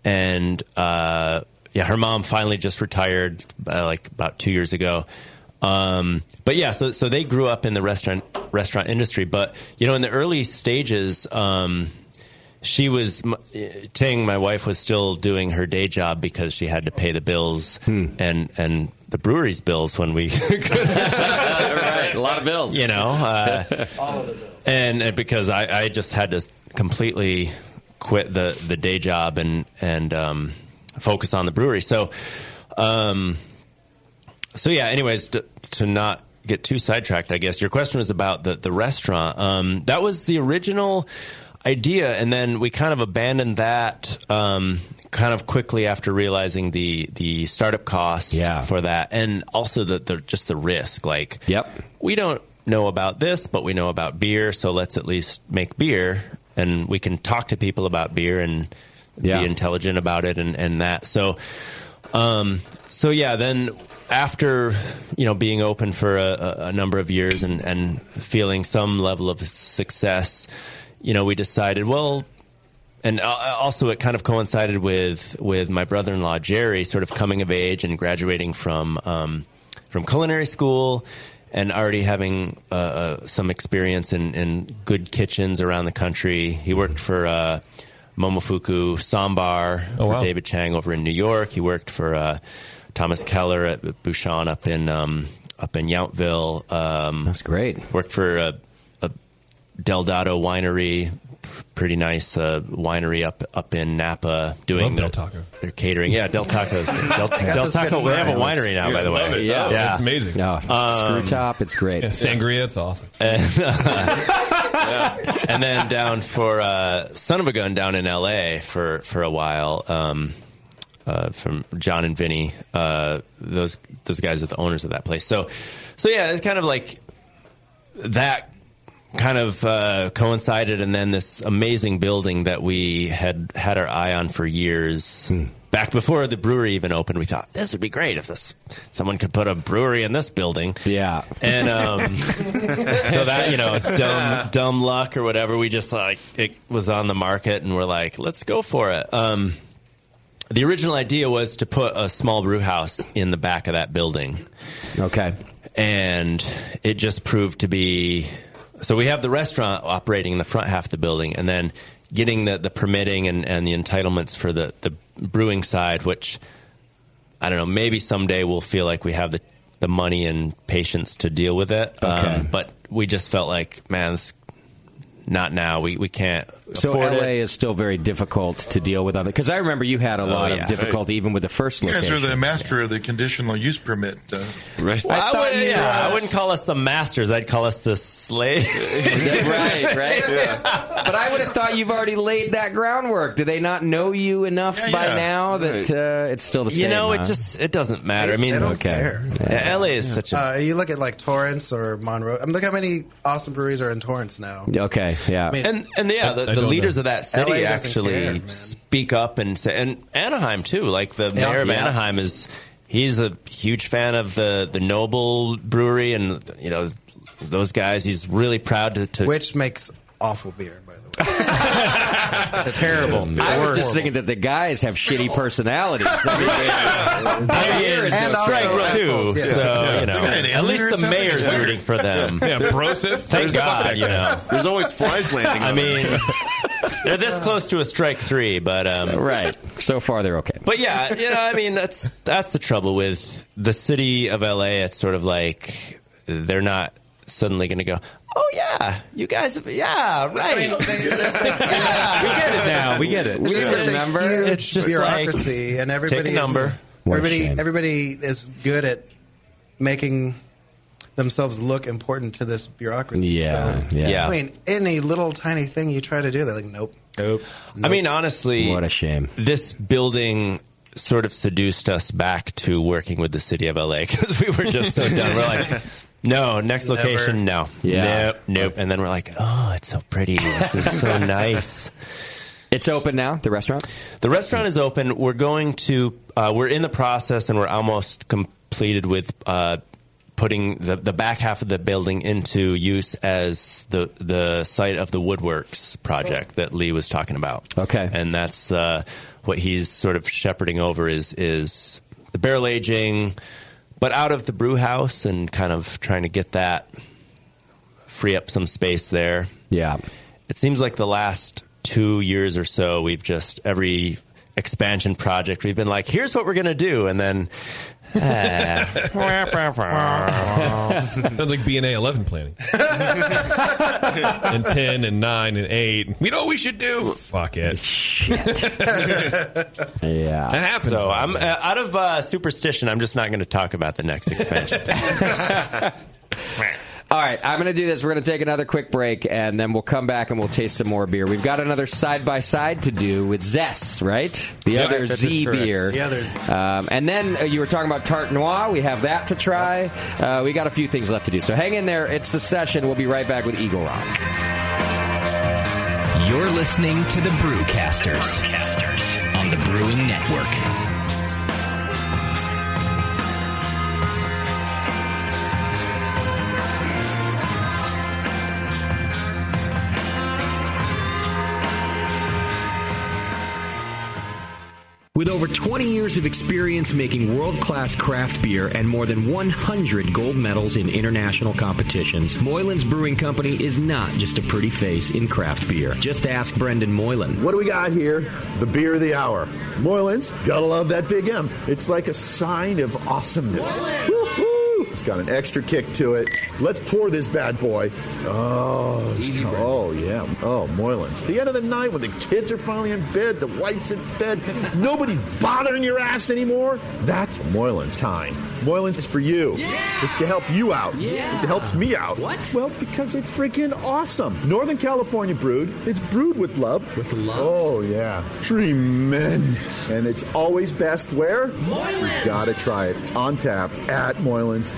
And uh, yeah, her mom finally just retired uh, like about two years ago. Um, but yeah, so so they grew up in the restaurant restaurant industry, but you know, in the early stages. Um, she was m- eh, Ting, my wife, was still doing her day job because she had to pay the bills and and the brewery's bills when we
right, a lot of bills.
you know, uh, and, and because I, I just had to s- completely quit the, the day job and and um, focus on the brewery. So, um, so yeah. Anyways, to, to not get too sidetracked, I guess your question was about the the restaurant. Um, that was the original idea, and then we kind of abandoned that um, kind of quickly after realizing the the startup costs for that, and also the, the just the risk. Like, yep, we don't know about this, but we know about beer, so let's at least make beer, and we can talk to people about beer and
Yeah.
be intelligent about it and, and that. So, um, so yeah, then after, you know, being open for a, a, a number of years and, and feeling some level of success, you know, we decided, well, and uh, also it kind of coincided with, with my brother-in-law, Jerry, sort of coming of age and graduating from, um, from culinary school and already having uh, uh, some experience in, in good kitchens around the country. He worked for uh, Momofuku Sambar
Oh,
for
wow.
David Chang over in New York. He worked for uh, Thomas Keller at Bouchon up in um, up in Yountville. Um, That's
great.
Worked for a, a Del Dado winery, pretty nice uh, winery up up in Napa doing
Love Del
their- Their catering, yeah, Del Taco's. Del,
I got
Del
this
Taco.
good
We have a
wine.
winery now,
Yeah,
by the
love
way.
it. Oh, it's amazing.
No,
Um,
screw top. It's great.
Yeah, sangria, it's awesome.
And, uh, and then down for uh, Son of a Gun down in L.A. for for a while. Um, uh, from John and Vinny, uh, those those guys are the owners of that place. So, so yeah, it's kind of like that kind of uh, coincided, and then this amazing building that we had had our eye on for years. Back before the brewery even opened, we thought this would be great if this someone could put a brewery in this building. Yeah, and um, so that you know, dumb dumb luck or whatever, we just like it was on the market, and we're like, let's go for it. Um, the original idea was to put a small brew house in the back of that building. Okay. And it just proved to be so we have the restaurant operating in the front half of the building and then getting the, the permitting and, and the entitlements for the, the brewing side, which I don't know, maybe someday we'll feel like we have the, the money and patience to deal with it. Um,
Okay.
but we just felt like, man, this, not now. We, we can't
So
afford
LA
it.
is still very difficult to deal with other because I remember you had a
Oh,
lot
yeah.
of difficulty even with the first
You guys
location.
are the master of the conditional use permit. Uh,
right.
Well, I,
thought
wouldn't,
you
yeah,
were-
I wouldn't call us the masters. I'd call us the slaves.
right, right. But I would have thought you've already laid that groundwork. Do they not know you enough by
yeah.
now that uh, it's still the same?
You know, it
huh?
just it doesn't matter. I
They-
mean,
they don't Okay. care. Yeah.
LA is such a
Uh, you look at like Torrance or Monroe. I mean, look how many awesome breweries are in Torrance now.
Okay, yeah.
and and yeah, the, the leaders of that
LA
city
doesn't
actually
care, man.
speak up and say, and Anaheim too. Like the
Yeah.
mayor of
Yeah.
Anaheim is, he's a huge fan of the the Noble Brewery and you know those guys. He's really proud to, to
which makes awful beer. By the way,
terrible. I was just thinking that the guys have shitty personalities. I mean, they- they-
And
they're
also
straight
assholes,
too,
yeah.
so,
Yeah.
you know.
Look at that, At least the
Alien or
mayor's
something?
rooting for them.
Yeah,
Broseph. Thank
There's the
God,
bucket.
you know.
There's always flies landing.
I
on it.
mean, they're this close to a strike three, but um,
right. So far, they're okay.
But yeah, you know, I mean, that's that's the trouble with the city of LA. It's sort of like they're not suddenly going to go. Oh yeah, you guys. Yeah, right.
now. We get it.
It's just such a huge
It's just
bureaucracy,
like,
and everybody
take a
is-
number.
What a
everybody,
shame.
everybody is good at making themselves look important to this bureaucracy.
Yeah,
So,
yeah.
I mean, any little tiny thing you try to do, they're like, nope.
Nope. I mean, honestly, what a
shame.
This building sort of seduced us back to working with the city of LA because we were just so done. We're like, no, next
Never.
location, no,
Yeah.
nope, nope. And then we're like, oh,
Ah,
it's so pretty. This is so nice.
It's open now. The restaurant.
The restaurant is open. We're going to. Uh, we're in the process, and we're almost completed with. Uh, Putting the, the back half of the building into use as the the site of the woodworks project that Lee was talking about. Okay, and that's uh, what he's sort of shepherding over is is the barrel aging, but out of the brew house and kind of trying to get that free up some space there.
Yeah.
It seems like the last two years or so, we've just every expansion project, we've been like, here's what we're going to do. And then.
Sounds like B and A eleven planning. and ten and nine and eight. You know what we should do? Fuck it.
yeah.
That happens. So I'm uh, out of uh, superstition. I'm just not going to talk about the next expansion.
All right, I'm going to do this. We're going to take another quick break, and then we'll come back and we'll taste some more beer. We've got another side by side to do with Zess, right? The
Yeah,
other
that is
Z
correct.
beer.
The other Z.
Um, and then uh, you were talking about Tarte Noir. We have that to try. Uh, we got a few things left to do. So hang in there. It's the session. We'll be right back with Eagle Rock.
You're listening to the Brewcasters, on the Brewing Network. With over 20 years of experience making world class craft beer and more than 100 gold medals in international competitions, Moylan's Brewing Company is not just a pretty face in craft beer. Just ask Brendan Moylan.
What do we got here? The beer of the hour. Moylan's, gotta love that big M. It's like a sign of awesomeness. Woo-hoo!
It's got an extra kick to it. Let's pour this bad boy. Oh, it's co- oh yeah. Oh, Moylan's. The end of the night when the kids are finally in bed, the wife's in bed, nobody's bothering your ass anymore. That's Moylan's time. Moylan's is for you. It's to help you out.
Yeah.
It helps me out. What? Well, because it's freaking awesome. Northern California brewed. It's brewed with love. With love. Oh yeah. Tremendous. And it's always best where? Moylan's. Gotta try it. On tap at Moylan's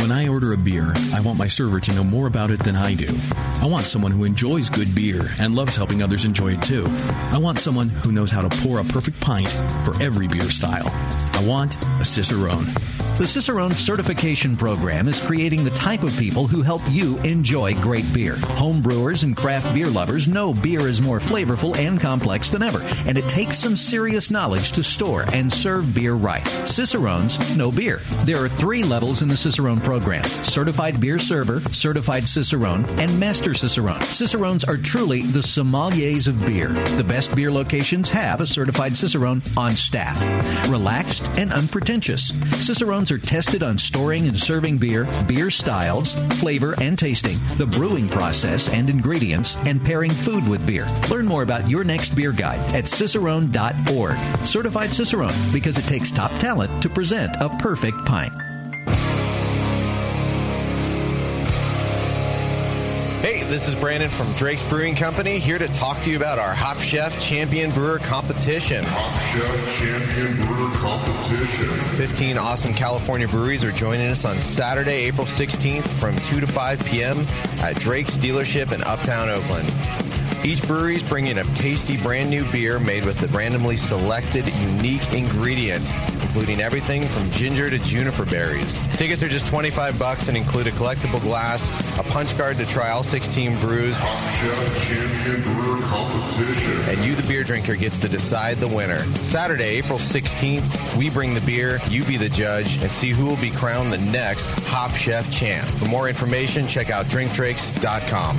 When I order a beer, I want my server to know more about it than I do. I want someone who enjoys good beer and loves helping others enjoy it too. I want someone who knows how to pour a perfect pint for every beer style. I want a Cicerone.
The Cicerone Certification Program is creating the type of people who help you enjoy great beer. Home brewers and craft beer lovers know beer is more flavorful and complex than ever, and it takes some serious knowledge to store and serve beer right. Cicerones know beer. There are three levels in the Cicerone program certified beer server, certified Cicerone, and master Cicerone. Cicerones are truly the sommeliers of beer. The best beer locations have a certified Cicerone on staff. Relaxed and unpretentious, Cicerones are tested on storing and serving beer, beer styles, flavor and tasting, the brewing process and ingredients, and pairing food with beer. Learn more about your next beer guide at cicerone.org. Certified Cicerone, because it takes top talent to present a perfect pint.
Hey, this is Brandon from Drake's Brewing Company here to talk to you about our Hop Chef Champion Brewer Competition.
Chef Champion Brewer Competition.
15 awesome California breweries are joining us on Saturday, April 16th from 2 to 5 p.m. at Drake's dealership in Uptown Oakland. Each brewery is bringing a tasty brand new beer made with the randomly selected unique ingredients, including everything from ginger to juniper berries. Tickets are just 25 bucks and include a collectible glass, a punch card to try all 16 brews,
Chef Champion Brewer Competition.
and you, the beer drinker, gets to decide the winner. Saturday, April 16th, we bring the beer, you be the judge, and see who will be crowned the next Hop Chef champ. For more information, check out drinkdrakes.com.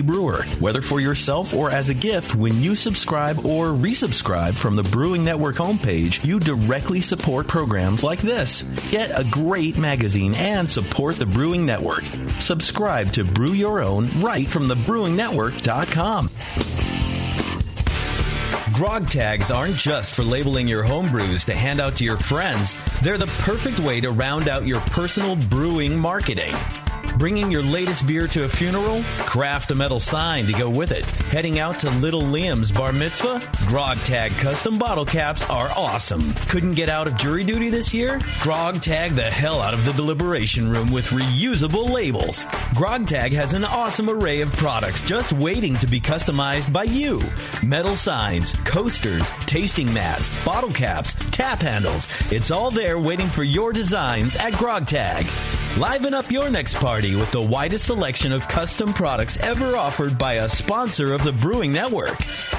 brewer, whether for yourself or as a gift when you subscribe or resubscribe from the Brewing Network homepage, you directly support programs like this. Get a great magazine and support the Brewing Network. Subscribe to Brew Your Own right from the brewingnetwork.com.
Grog tags aren't just for labeling your home brews to hand out to your friends. They're the perfect way to round out your personal brewing marketing. Bringing your latest beer to a funeral? Craft a metal sign to go with it. Heading out to Little Liam's bar mitzvah? Grog Tag custom bottle caps are awesome. Couldn't get out of jury duty this year? Grog Tag the hell out of the deliberation room with reusable labels. Grog Tag has an awesome array of products just waiting to be customized by you. Metal signs, coasters, tasting mats, bottle caps, tap handles. It's all there waiting for your designs at Grog Tag. Liven up your next party with the widest selection of custom products ever offered by a sponsor of the Brewing Network.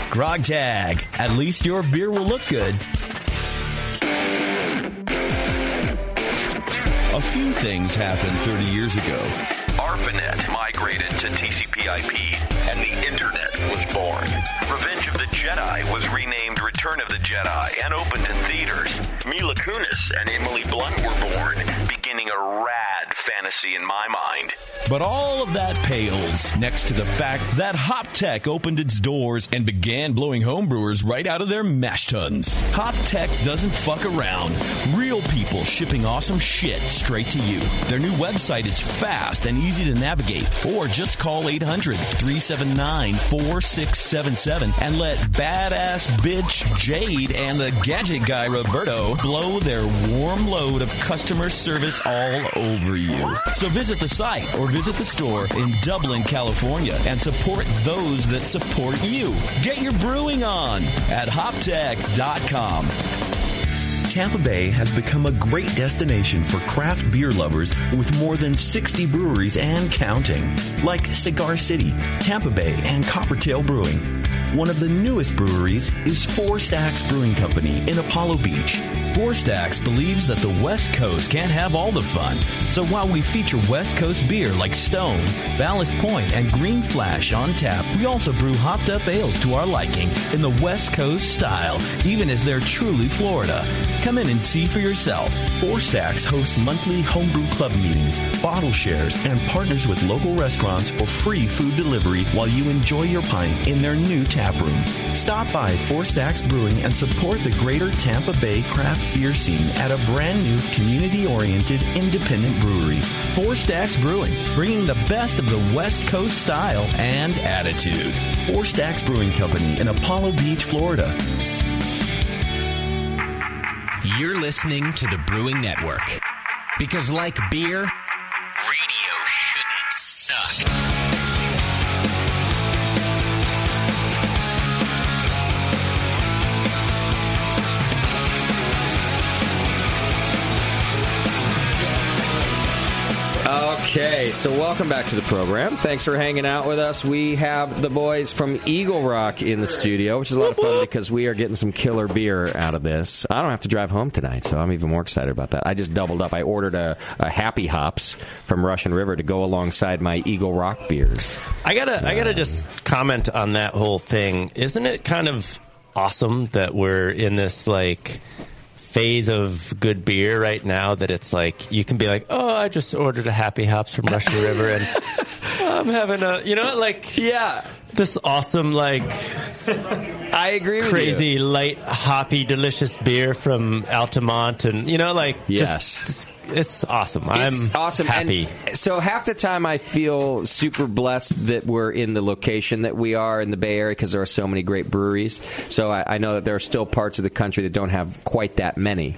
Grog Tag. At least your beer will look good.
A few things happened 30 years ago.
ARPANET migrated to TCP/IP, and the Internet was born. Revenge of the Jedi was renamed Return of the Jedi and opened in theaters. Mila Kunis and Emily Blunt were born, beginning a rad
weird fantasy in my mind.
But all of that pales next to the fact that HopTech opened its doors and began blowing homebrewers right out of their mash tuns. HopTech doesn't fuck around. Real people shipping awesome shit straight to you. Their new website is fast and easy to navigate, or just call 800 379 4677 and let badass bitch Jade and the gadget guy Roberto blow their warm load of customer service all over you. So visit the site or visit the store in Dublin, California and support those that support you. Get your brewing on at hoptech.com.
Tampa Bay has become a great destination for craft beer lovers with more than 60 breweries and counting, like Cigar City, Tampa Bay, and Coppertail Brewing. One of the newest breweries is Four Stacks Brewing Company in Apollo Beach. Four Stacks believes that the West Coast can't have all the fun, so while we feature West Coast beer like Stone, Ballast Point, and Green Flash on tap, we also brew hopped up ales to our liking in the West Coast style, even as they're truly Florida. Come in and see for yourself. Four Stacks hosts monthly homebrew club meetings, bottle shares, and partners with local restaurants for free food delivery while you enjoy your pint in their new tap room. Stop by Four Stacks Brewing and support the greater Tampa Bay craft beer scene at a brand new community oriented independent brewery. Four Stacks Brewing, bringing the best of the West Coast style and attitude. Four Stacks Brewing Company in Apollo Beach, Florida.
You're listening to the Brewing Network. Because, like beer, radio shouldn't suck.
Okay, so welcome back to the program. Thanks for hanging out with us. We have the boys from Eagle Rock in the studio, which is a lot of fun because we are getting some killer beer out of this. I don't have to drive home tonight, so I'm even more excited about that. I just doubled up. I ordered a, a Happy Hops from Russian River to go alongside my Eagle Rock beers.
I gotta, I gotta just comment on that whole thing. Isn't it kind of awesome that we're in this like phase of good beer right now? That it's like you can be like, oh, I just ordered a Happy Hops from Russian River, and I'm having a, you know, like
yeah,
just awesome, like
I agree, with you.
crazy light hoppy, delicious beer from Altamont, and you know, like
Yes.
just, it's awesome.
It's
I'm
awesome. and
happy.
so half the time I feel super blessed that we're in the location that we are in the Bay Area because there are so many great breweries. So I, I know that there are still parts of the country that don't have quite that many.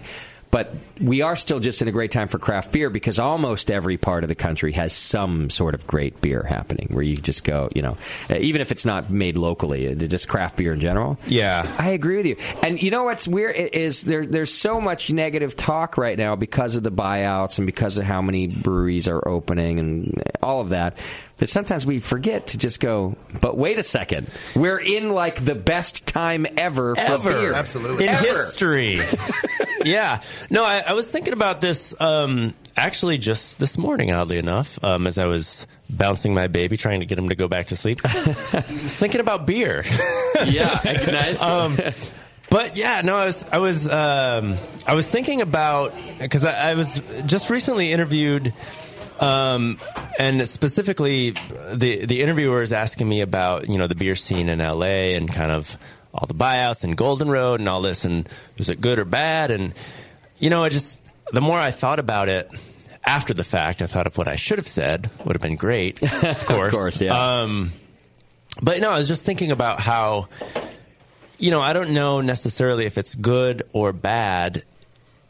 But we are still just in a great time for craft beer because almost every part of the country has some sort of great beer happening where you just go, you know, uh, even if it's not made locally, uh, just craft beer in general.
Yeah.
I agree with you. And you know what's weird i- is there there's so much negative talk right now because of the buyouts and because of how many breweries are opening and all of that. That sometimes we forget to just go, but wait a second. We're in like the best time ever, for beer.
in
Ever.
history. yeah, no, I, I was thinking about this um, actually just this morning, oddly enough, um, as I was bouncing my baby, trying to get him to go back to sleep, thinking about beer.
yeah, nice.
Um, but yeah, no, I was I was um, I was thinking about because I, I was just recently interviewed, um, and specifically the the interviewer is asking me about you know the beer scene in L.A. and kind of all the buyouts and Golden Road and all this and was it good or bad and you know I just the more I thought about it after the fact I thought of what I should have said would have been great of course
course, yeah.
um, but no I was just thinking about how you know, I don't know necessarily if it's good or bad,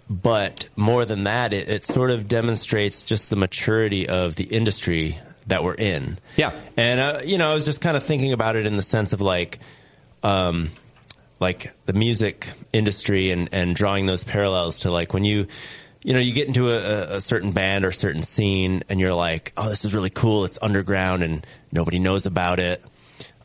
but more than that, it, it sort of demonstrates just the maturity of the industry that we're in. Yeah. And, uh, you know, I was just kind of thinking about it in the sense of like, um, like the music industry and, and drawing those parallels to like when you, you know, you get into a, a- a certain band or certain scene and you're like, oh, this is really cool. It's underground and nobody knows about it.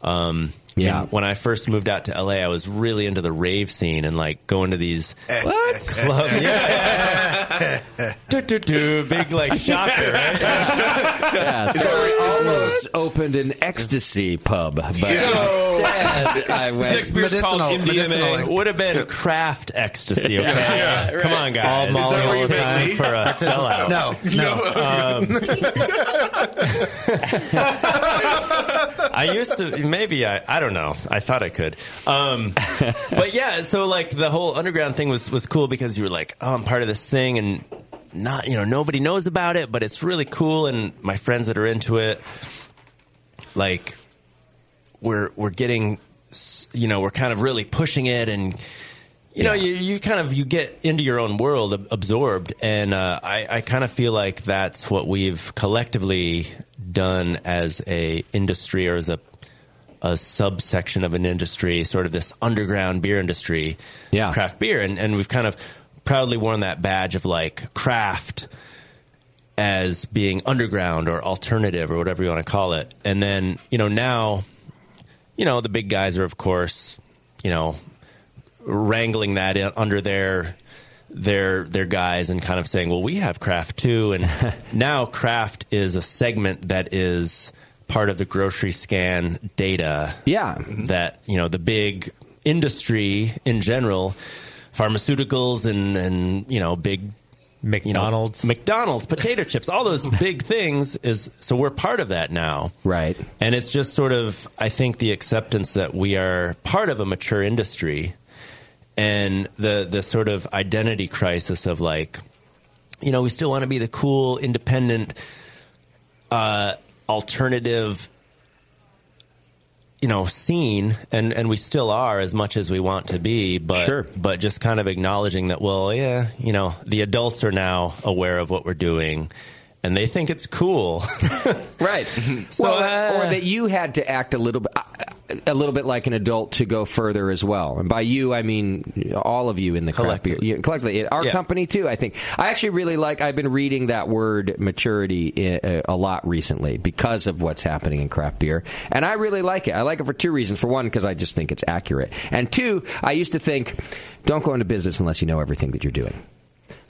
Um, I mean,
Yeah.
when I first moved out to LA, I was really into the rave scene and like going to these
what
clubs. yeah, yeah. Do, do, do. big like shocker, right?
Yeah,
so-
all almost opened an ecstasy pub, but instead I went
Next beer's called MDMA. Would have been craft ecstasy. Okay?
Yeah, yeah,
Come
right.
on, guys.
All Molly all the time
for a sellout?
No, no.
Um,
I used to maybe I I don't know. I thought I could. Um, but yeah, so like the whole underground thing was was cool because you were like, oh, I'm part of this thing and not you know nobody knows about it, but it's really cool and my friends that are into it like we're we're getting s- you know, we're kind of really pushing it and you know, you, you kind of you get into your own world, ab- absorbed, and uh, I, I kind of feel like that's what we've collectively done as a industry or as a a subsection of an industry, sort of this underground beer industry, yeah, craft beer, and and we've kind of proudly worn that badge of like craft as being underground or alternative or whatever you want to call it, and then you know now you know, the big guys are, of course, you know, wrangling that in, under their their their guys and kind of saying, "Well, we have craft too." And now craft is a segment that is part of the grocery scan data.
Yeah,
that you know the big industry in general, pharmaceuticals and and you know big. McDonald's, McDonald's, potato chips, all those big things is so we're part of that now.
Right.
And it's just sort of, I think, the acceptance that we are part of a mature industry and the, the sort of identity crisis of like, you know, we still want to be the cool, independent, uh, alternative, you know, scene. And, and we still are as much as we want to be, but,
Sure.
but just kind of acknowledging that, well, yeah, you know, the adults are now aware of what we're doing. And they think it's cool,
right?
So,
well,
uh,
or that you had to act a little bit, a little bit like an adult to go further as well. And by you, I mean all of you in the craft beer- yeah, collectively. Our
Yeah.
company too, I think. I actually really like. I've been reading that word maturity uh, a lot recently because of what's happening in craft beer, and I really like it. I like it for two reasons. For one, because I just think it's accurate, and two, I used to think, don't go into business unless you know everything that you're doing.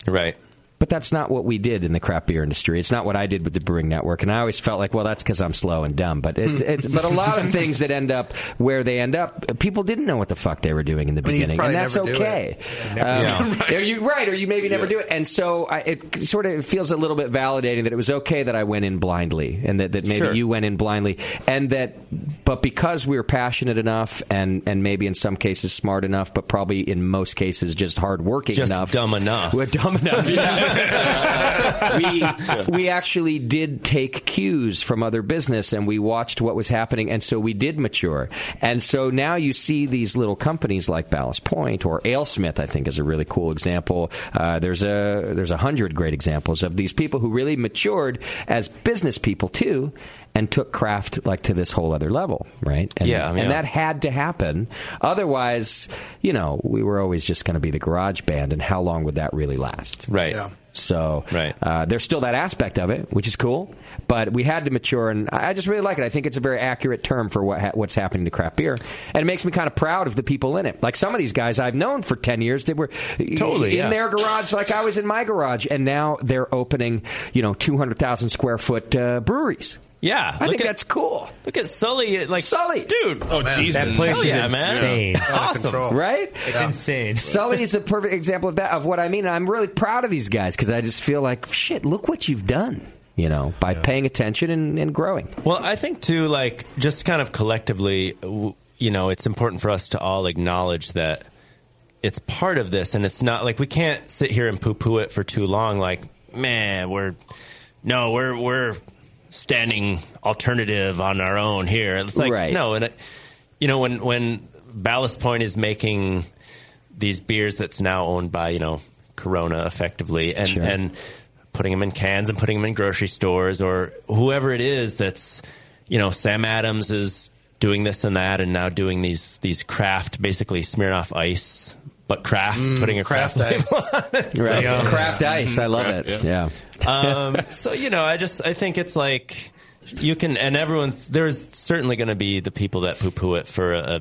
Right.
But that's not what we did in the crap beer industry. It's not what I did with the brewing network. And I always felt like, well, that's because I'm slow and dumb. But it, it, but a lot of things that end up where they end up, people didn't know what the fuck they were doing in the
mean, you
beginning,
probably
and that's
never do
okay.
it. Yeah.
Um,
Yeah.
or you right, or you maybe never do it. And so I, it sort of feels a little bit validating that it was okay that I went in blindly, and that, that maybe
Sure.
you went in blindly, and that but because we were passionate enough, and and maybe in some cases smart enough, but probably in most cases just hardworking
just
enough,
dumb enough. We're
dumb enough. we we actually did take cues from other business and we watched what was happening and so we did mature. And so now you see these little companies like Ballast Point or AleSmith I think is a really cool example. Uh, there's a there's a hundred great examples of these people who really matured as business people too and took craft like to this whole other level, right? And,
Yeah,
and
yeah.
that had to happen. Otherwise, you know, we were always just going to be the garage band, and how long would that really last?
Right. Yeah.
So right. uh, there's still that aspect of it, which is cool, but we had to mature, and I I just really like it. I think it's a very accurate term for what ha- what's happening to craft beer, and it makes me kind of proud of the people in it. Like some of these guys I've known for ten years that were
Totally,
in
yeah.
their garage, like I was in my garage, and now they're opening, you know, two hundred thousand square foot uh, breweries.
Yeah,
I think that's cool.
Look at Sully, like
Sully,
dude.
Oh, man. Jesus.
that place
Hell
is
yeah, man.
insane.
Yeah. Out of
Awesome,
control. Right? It's Yeah.
insane.
Sully is a perfect example of that, of what I mean. And I'm really proud of these guys because I just feel like, shit, look what you've done, you know, by paying attention and, and growing.
Well, I think too, like just kind of collectively, w- you know, it's important for us to all acknowledge that it's part of this, and it's not like we can't sit here and poo-poo it for too long. Like, man, we're no, we're we're standing alternative on our own here. It's like
Right.
no, and it, you know when when Ballast Point is making these beers that's now owned by you know Corona effectively, and
Sure.
and putting them in cans and putting them in grocery stores or whoever it is that's you know Sam Adams is doing this and that and now doing these these craft basically Smirnoff Ice but craft putting a craft,
Right. Craft ice. I love
Craft,
it. Yeah.
um, so you know, I just I think it's like you can, and everyone's there's certainly going to be the people that poo poo it for a, a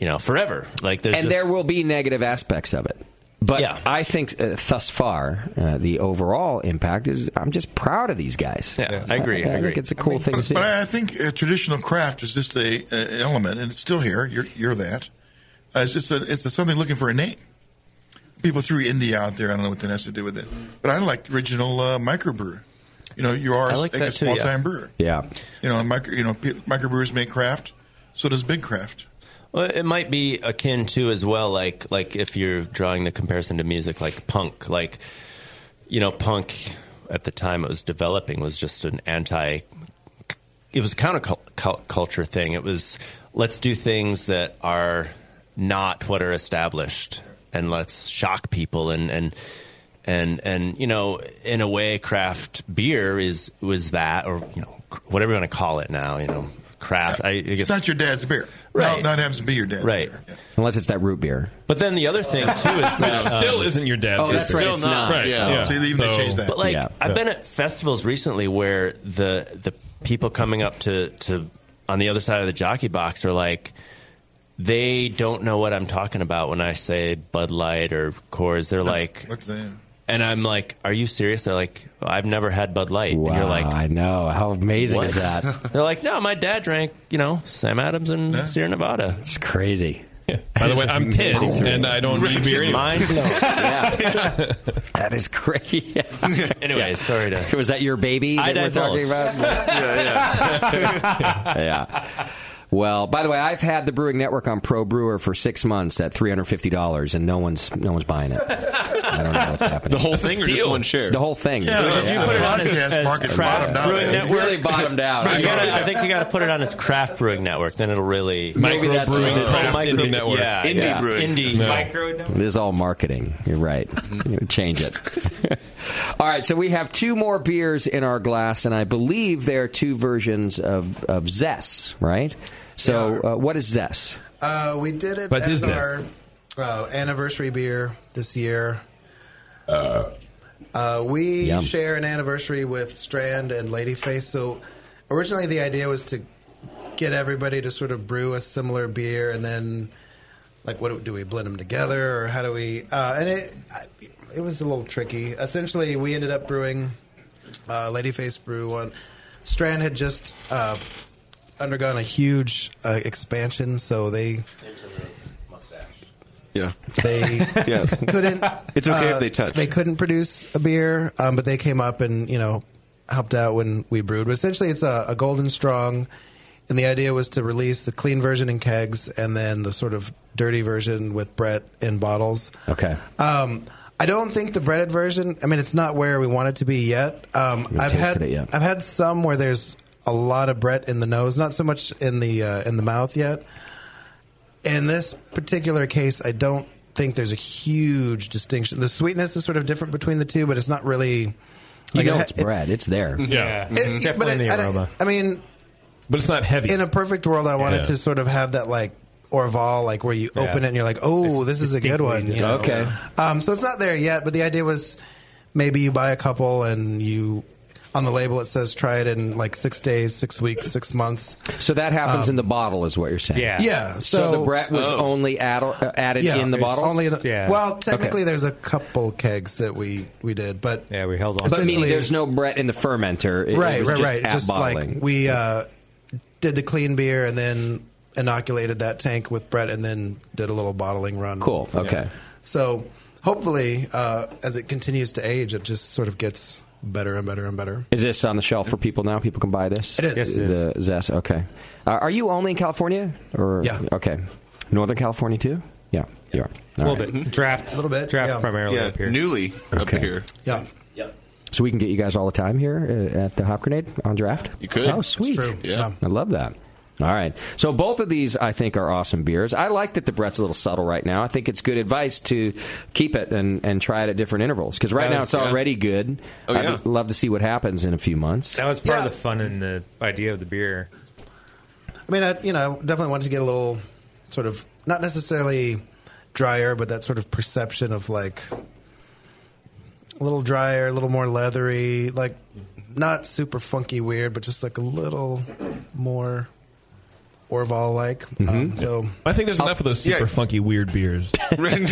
you know forever. Like there's
and
just-
there will be negative aspects of it. But I think uh, thus far, uh, the overall impact is I'm just proud of these guys. Yeah, I, think it's a cool thing to
But,
see.
but I think uh, traditional craft is just a, a element, and it's still here. You're, you're that. Uh, it's just a, it's a something looking for a name. People threw India out there. I don't know what that has to do with it. But I like original uh, microbrew. You know, you are
I
a-
like
like
that
a
too,
small time
yeah.
brewer.
Yeah.
You know, micro, you know, pe- microbrewers make craft. So does big craft.
Well, it might be akin to as well, like like if you're drawing the comparison to music, like punk, like you know, punk at the time it was developing was just an anti. It was a counterculture thing. It was let's do things that are not what are established, and let's shock people and and. And and you know, in a way, craft beer is was that, or you know, whatever you want to call it now. You know, craft. I, I guess
It's not your dad's beer.
Right.
No, not happens to be your dad's
Right.
Unless it's that root beer.
But then the other thing too is that
Which still isn't your dad's
Oh,
beer.
that's right.
Still
it's
not.
not.
Right, yeah. See, even they
So-
changed that.
But like,
Yeah.
I've been at festivals recently where the the people coming up to to on the other side of the jockey box are like. They don't know what I'm talking about when I say Bud Light or Coors. They're like,
What's that?
and I'm like, "Are you serious?" They're like, "I've never had Bud Light." and you're
Wow,
like,
I know. How amazing
What?
is that?
They're like, no, my dad drank, you know, Sam Adams and Sierra Nevada.
It's crazy.
By the
It's
way, I'm 10
amazing.
and I don't need beer anymore.
Mind blown. Yeah.
that is crazy.
anyway, sorry to.
Was that your baby
I
that we're talking
divulged.
about? yeah. Well, by the way, I've had the Brewing Network on Pro Brewer for six months at three hundred fifty dollars, and no one's no one's buying it. I don't know what's happening.
The whole That's a thing or just steal. one share?
The whole thing.
Yeah, but did you put it on as-
as market bottomed out?
Brewing
It
Network.
really bottomed out.
You gotta, I think you got to put it on as Craft Brewing Network. Then it'll really
Maybe that's Microbrewing it. Craft
Micro-
Brewing Network.
Yeah,
Indie
yeah.
brewing.
Indie
No.
micro.
It
Mm-hmm.
is all marketing. You're right. You Change it. all right, so we have two more beers in our glass, and I believe there are two versions of, of Zest, right? So, uh, what is Zest?
Uh, we did it
What
as
is this?
our uh, anniversary beer this year. Uh, we
Yum.
share an anniversary with Strand and Ladyface. So originally the idea was to get everybody to sort of brew a similar beer and then like what do- do we blend them together or how do we uh, and it I- it was a little tricky essentially we ended up brewing uh, ladyface brew one strand had just uh, undergone a huge uh, expansion so they
Yeah.
They
yeah.
couldn't.
It's okay
uh,
if they touch.
They couldn't produce a beer, um, but they came up and you know helped out when we brewed. But essentially, it's a, a golden strong, and the idea was to release the clean version in kegs and then the sort of dirty version with Brett in bottles.
Okay.
Um, I don't think the breaded version. I mean, it's not where we want it to be yet. Um,
haven't
I've
tasted
had
it yet.
I've had some where there's a lot of Brett in the nose, not so much in the uh, in the mouth yet. In this particular case, I don't think there's a huge distinction. The sweetness is sort of different between the two, but it's not really.
You
like,
know,
it ha-
it's bread. It's there.
Yeah.
Mm-hmm.
Mm-hmm.
It- it- but it- I don't- I mean,
but it's not heavy.
In a perfect world, I wanted
Yeah.
to sort of have that like Orval, like where you
Yeah.
open it and you're like, oh, this is a good one. you know?
Okay.
Um, so it's not there yet, but the idea was maybe you buy a couple and you. On the label, it says try it in like six days, six weeks, six months.
So that happens
Um,
in the bottle, is what you're saying.
Yeah. Yeah,
So,
so-
the Brett was
Oh.
only add, uh, added in the
it's
bottle.
Um, Only in the, Well, technically, there's a couple kegs that we we did, but
yeah, we held
But meaning there's no Brett in the fermenter. It- it
right,
was
right,
just
right.
at
Just
bottling.
like we uh, did the clean beer and then inoculated that tank with Brett, and then did a little bottling run.
Cool. Okay.
So hopefully, uh, as it continues to age, it just sort of gets better and better and better.
Is this on the shelf for people now? People can buy this.
It is. Yes, it
the Zest. Okay. Uh, are you only in California? Or
Yeah.
Okay. Northern California too. Yeah. You are.
A little bit draft, a
little bit
draft
yeah.
primarily
Yeah,
up here.
Newly up here.
Yeah.
So we can get you guys all the time here uh, at the Hop Grenade on draft. You
could.
Oh, sweet.
That's true. Yeah.
I love that. All right. So both of these, I think, are awesome beers. I like that the Brett's a little subtle right now. I think it's good advice to keep it and, and try it at different intervals because right
That
now it's
was-
already good.
Oh, yeah.
I'd love to see what happens in a few months.
That was part of the fun and the idea of the beer.
I mean, I, you know, I definitely wanted to get a little sort of not necessarily drier, but that sort of perception of like a little drier, a little more leathery, like not super funky weird, but just like a little more Orval like. Um, so
I think there's enough of those super funky weird beers. I mean,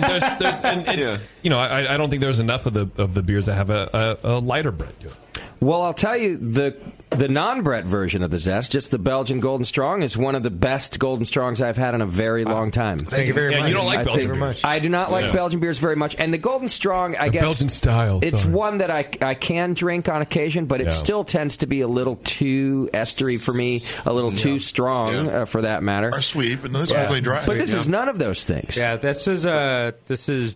there's, there's and, and, you know, I, I don't think there's enough of the of the beers that have a, a, a lighter bread to it.
Well, I'll tell you the the non Brett version of the Zest, just the Belgian Golden Strong, is one of the best Golden Strongs I've had in a very long time.
Thank you very Yeah, much. you don't like
I
Belgian
think-
beers. Very much.
I do not like
Yeah.
Belgian beers very much, and the Golden Strong, I
The
guess
Belgian style,
It's
sorry.
one that I I can drink on occasion, but it
Yeah.
still tends to be a little too estery for me, a little too strong uh, for that matter. Or
sweet, but
this is really dry.
But this
Yeah.
is none of those things.
Yeah, this is uh this is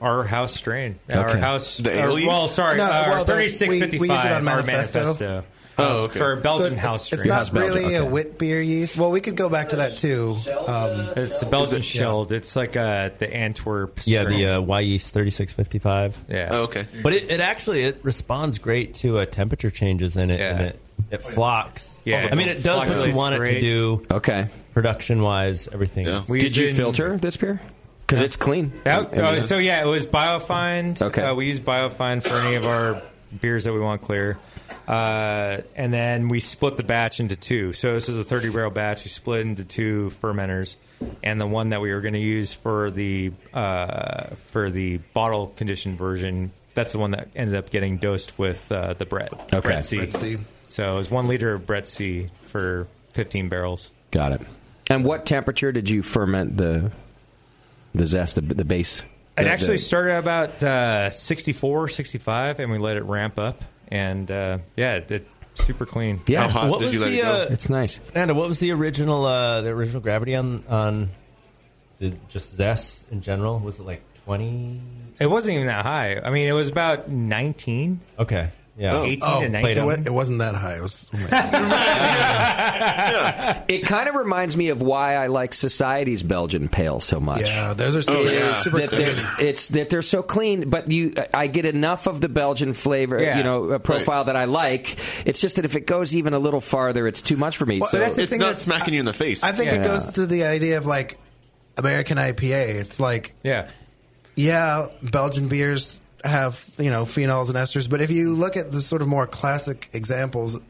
our house strain. Our
Okay.
house.
The
or,
Ailey's?
well, sorry,
No,
our
well, the- we- we use it
3655.
on
our
Manifesto.
manifesto.
Oh, okay.
For Belgian
it's,
house strain.
it's not really a wit beer yeast. Well, we could go back to that too. Um,
It's the Belgian shelled. It's like uh, the Antwerp.
Yeah,
strain.
the uh, Y yeast thirty six fifty five.
Yeah.
okay. But it, it actually it responds great to uh, temperature changes in it, and it it flocks.
Yeah.
I mean it does what you
Flocculates
want it to
great.
do.
Okay.
Production wise, everything.
We Did used you in- filter
this beer? Because it's clean.
Yeah, oh, so yeah, it was Biofind. Okay, uh, we use Biofind for any of our beers that we want clear, uh, and then we split the batch into two. So this is a thirty barrel batch. We split into two fermenters, and the one that we were going to use for the uh, for the bottle conditioned version, that's the one that ended up getting dosed with uh, the Brett.
Okay.
Brett C.
Brett C.
So it was one liter of Brett C for fifteen barrels.
Got it. And what temperature did you ferment the the zest, the, the base?
It
the-
actually
the-
started at about uh, 64, 65, and we let it ramp up. And uh, yeah, it, it super clean.
yeah.
what was the, Uh,
it's nice.
Anna, what was the original uh, the original gravity on on the just zest in general? Was it like twenty?
It wasn't even that high. I mean, it was about 19.
Okay. Yeah.
18
oh,
to
it,
19.
wa- it wasn't that high. It was
It kind of reminds me of why I like Society's Belgian Pale so much.
Yeah, those are super-
Is
yeah. super
that
clean.
they're- It's that they're so clean, but you, I get enough of the Belgian flavor,
Yeah.
you know, a profile that I like. It's just that if it goes even a little farther, it's too much for me.
Well,
so
that's the It's thing not that's-
smacking you in the face.
I think it goes to the idea of like American IPA. It's like
yeah,
yeah, Belgian beers have you know phenols and esters, but if you look at the sort of more classic examples.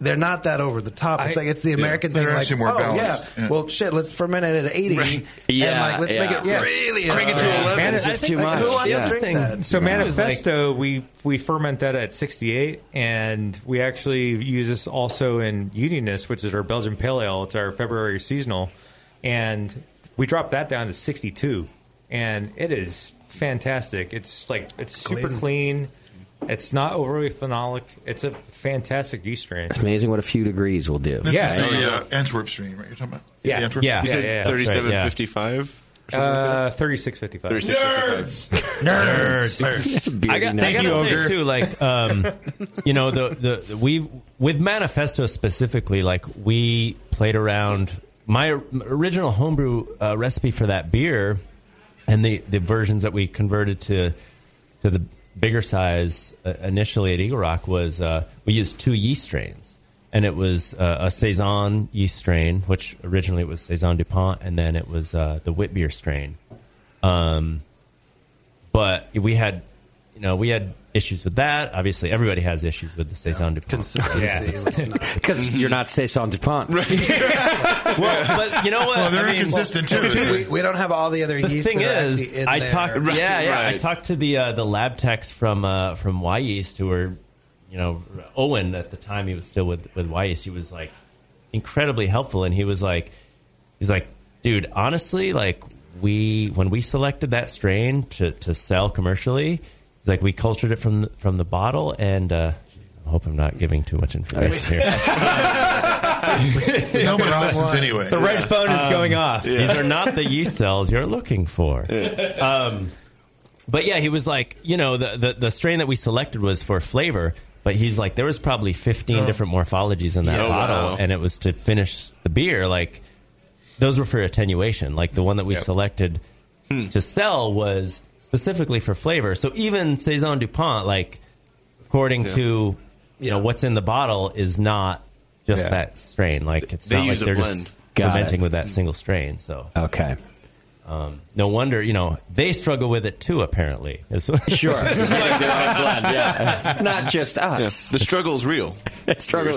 They're not that over the top. It's
I-
like it's the
Yeah.
American
They're
thing. Like,
actually more
oh yeah.
balanced. Yeah.
well, shit. Let's ferment it at eighty,
Right.
and
Yeah,
like let's make
yeah.
it
Yeah.
really.
Bring it to
uh,
11. It's
I
just
think,
too
like,
much.
Who wants
Yeah.
to drink that?
So manifesto, we we ferment that at 68, and we actually use this also in Unionist, which is our Belgian pale ale. It's our February seasonal, and we dropped that down to 62, and it is fantastic. It's like it's super
Clean.
clean. It's not overly phenolic. It's a fantastic yeast strain.
it's amazing what a few degrees will do.
This is
Oh,
the uh, Antwerp stream, right? You're talking about?
Yeah.
The Antwerp
Yeah.
You
Yeah,
said
yeah, yeah.
thirty-
That's right, yeah.
3755?
Uh, 3655.
3655.
Nerds!
I got, I gotta say, too, like um, you know the the we with manifesto specifically, like we played around my original homebrew uh, recipe for that beer, and the the versions that we converted to to the bigger size uh, initially at Eagle Rock was uh, we used two yeast strains, and it was uh, a saison yeast strain, which originally was saison Dupont, and then it was uh, the Whitbeer strain. Um, but we had you know we had issues with that obviously everybody has issues with the saison dupont
Consistency because you're not saison dupont
well but you know what
Well,
I mean-
We, we don't have all the other
the
yeast.
thing
that are
is,
actually in
I
there.
talked. Yeah, yeah. I talked to the uh, the lab techs from uh, from Y Yeast who were, you know, Owen at the time he was still with with Y Yeast. He was like incredibly helpful, and he was like, he's like, dude, honestly, like we when we selected that strain to to sell commercially, like we cultured it from the, from the bottle, and uh, I hope I'm not giving too much information here.
Nobody listens anyway.
The red phone is
Um,
going off.
yeah.
These are not the yeast cells you're looking for. Um, but yeah, he was like, you know, the, the the strain that we selected was for flavor, but he's like, there was probably 15 different morphologies in that
Yeah. Oh,
bottle,
wow.
and it was to finish the beer. Like, those were for attenuation. Like the one that we selected
Hmm.
to sell was specifically for flavor. So even saison Dupont, like according
Yeah.
to you know what's in the bottle, is not just
Yeah.
that strain. Like it's
They
not
use a
like they're
blend.
just
Got
fermenting
it.
with that single strain. So
okay
Um, no wonder, you know, they struggle with it too, apparently. Is-
Sure. It's like their own blood, yeah. It's not just us.
The struggle is real.
The struggle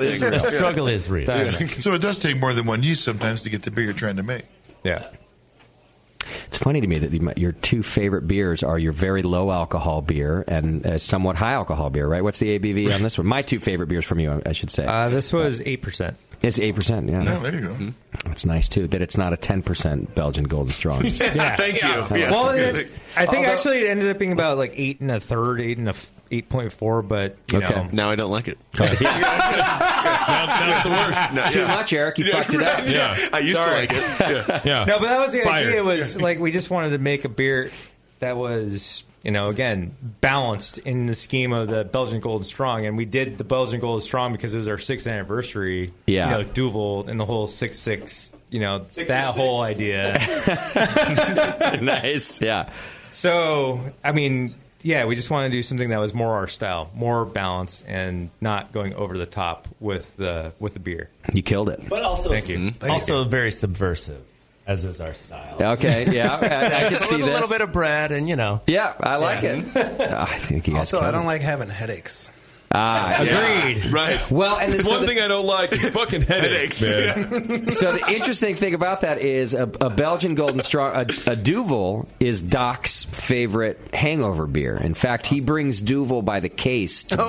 is real.
Yeah. So it does take more than one use sometimes to get the beer you're trying to make.
Yeah.
It's funny to me that the- your two favorite beers are your very low alcohol beer and uh, somewhat high alcohol beer, right? What's the ABV on this one? My two favorite beers from you, I- I should say.
Uh, this was eight percent.
It's eight percent. Yeah,
No, there you
Hmm.
go.
That's nice too. That it's not a ten percent Belgian Golden Strong.
Thank you. Yeah.
Well, it's- I think
Although-
actually it ended up being about like eight and a third, eight and a f- eight point four. But you
Okay.
know,
now I don't like it.
that's the
worst. No, yeah. Yeah, right. Yeah. I used to like it. Yeah. Yeah.
No, but that was the
Fired.
idea. Was like we just wanted to make a beer that was. You know, again, balanced in the scheme of the Belgian Gold Strong, and we did the Belgian Gold Strong because it was our sixth anniversary.
Yeah.
you know, Duvel and the whole six six. You know, that whole idea.
nice, yeah.
So, I mean, yeah, we just want to do something that was more our style, more balanced, and not going over the top with the with the beer.
You killed it.
But also,
Thank you. Thank
also very subversive, as is our style.
Okay, yeah, I- I can
Just
see
with a little
this.
bit of bread, and you know.
Yeah, I like it. Ah, I think you guys
Also,
killed
I don't
it.
like having headaches.
Ah, yeah. Well, and
It's
so
one
the-
thing I don't like is fucking headaches, man.
so the interesting thing about that is a, a Belgian Golden Strong, a, a Duvel is Doc's favorite hangover beer. In fact, he brings Duvel by the case to, to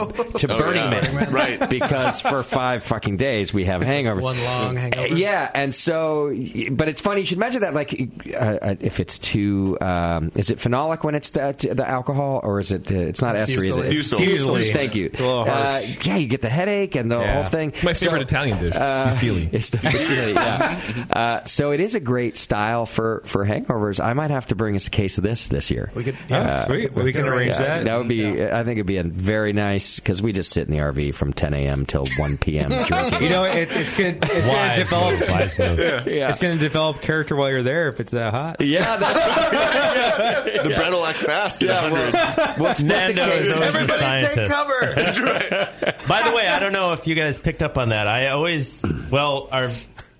Oh,
Burning
yeah.
Man, right? Because for five fucking days we have hangovers.
one long hangover.
Uh, Yeah, and so, but it's funny you should mention that. Like, uh, uh, if it's too, um, is it phenolic when it's the, the alcohol, or is it? Uh, it's not ester, is it? It's
Fusel.
Fusel.
Fusel.
Thank you.
It's a little harsh.
Uh, yeah, you get the headache and the
Yeah.
whole thing.
My favorite Italian dish,
Uh,
fusilli.
It's the fusilli, yeah. Uh, so it is a great style for, for hangovers. I might have to bring us a case of this this year. We
could, yeah, sweet. We can arrange that.
That would be. I think it'd be a very nice because we just sit in the RV from 10 a.m. till 1 p.m. drinking.
You know, it, it's gonna it's
Wise
gonna
move, wise move.
develop.
Yeah.
It's gonna develop character while you're there if it's that hot.
Yeah,
The bread will act fast.
Yeah,
Yeah,
well- well, split the Nando case. is always a Everybody take scientist.
cover. That's right.
By the way, I don't know if you guys picked up on that. I always, well, our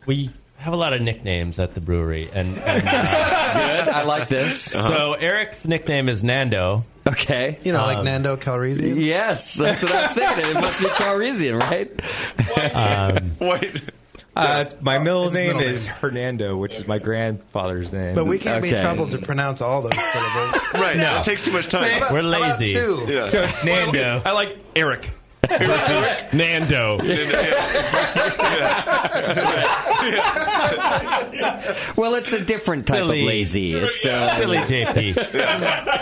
we have a lot of nicknames at the brewery, and, and, uh,
Good. I like this.
So Eric's nickname is Nando. Um,
Okay,
You know, like Nando Calrissian.
Yes, that's what I'm saying. It must be Calrissian, right?
Um,
Wait.
Uh, my middle
his
name
middle
is Hernando, which is my grandfather's name.
But we can't be troubled to pronounce all those syllables.
Right. No. It takes too much time.
How about- how about two?
So it's Nando.
I like Eric. Nando.
well, it's a different type
Silly.
of lazy. It's, uh,
Silly JP.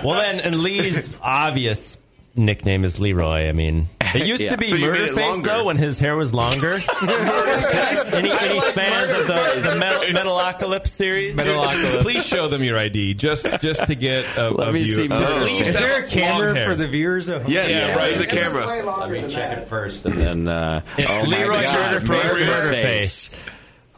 well, then, and Lee's obvious nickname is Leroy. I mean, it used
Yeah.
to be
So you made it
Murderface
longer.
though, when his hair was longer. any any fans of the, the metal, Metalocalypse series?
Please show them your ID just just to get a,
Let
a
me
view.
see.
At least
Is
that
there a camera
long uh, hair.
for the viewers? at home? uh,
Yeah, yeah, right, there's a
camera. Let me check it first, and then uh, oh my
Leroy
God,
Murderface.
Murderface.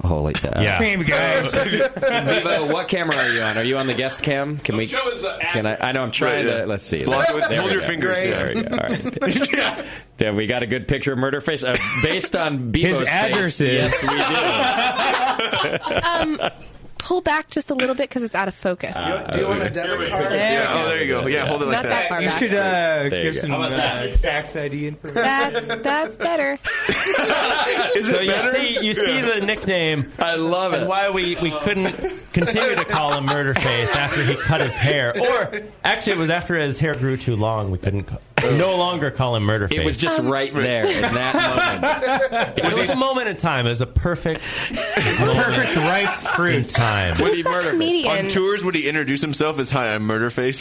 Holy cow!
Yeah. Same
guys.
Bevo, what camera are you on? Are you on the guest cam? Can we? Can I? I know I'm trying
Right, yeah.
to. Let's see.
Block it with-
There
hold
we
your
go.
fingers, yeah.
There we go. All right. Then we got a good picture of Murderface uh, based on Bevo's
His
face.
address is-
Yes, we
um, pull back just a little bit because it's out of focus.
Do you want a debit card?
Yeah, oh, there you go. Yeah, hold it like
Not that far
You
back.
should uh,
There you
give
go.
some
How about
uh, tax ID information.
That's that's better.
Is
so
it
you
better?
see, you see the nickname.
I love
it. And why we, we couldn't continue to call him Murderface after he cut his hair, or actually it was after his hair grew too long. We couldn't ca- no longer call him Murderface.
It was just right there in that moment.
It was, a moment in time. It was a perfect, perfect
ripe fruit
time.
Would he murder comedian.
On tours, would he introduce himself as "Hi, I'm Murderface"?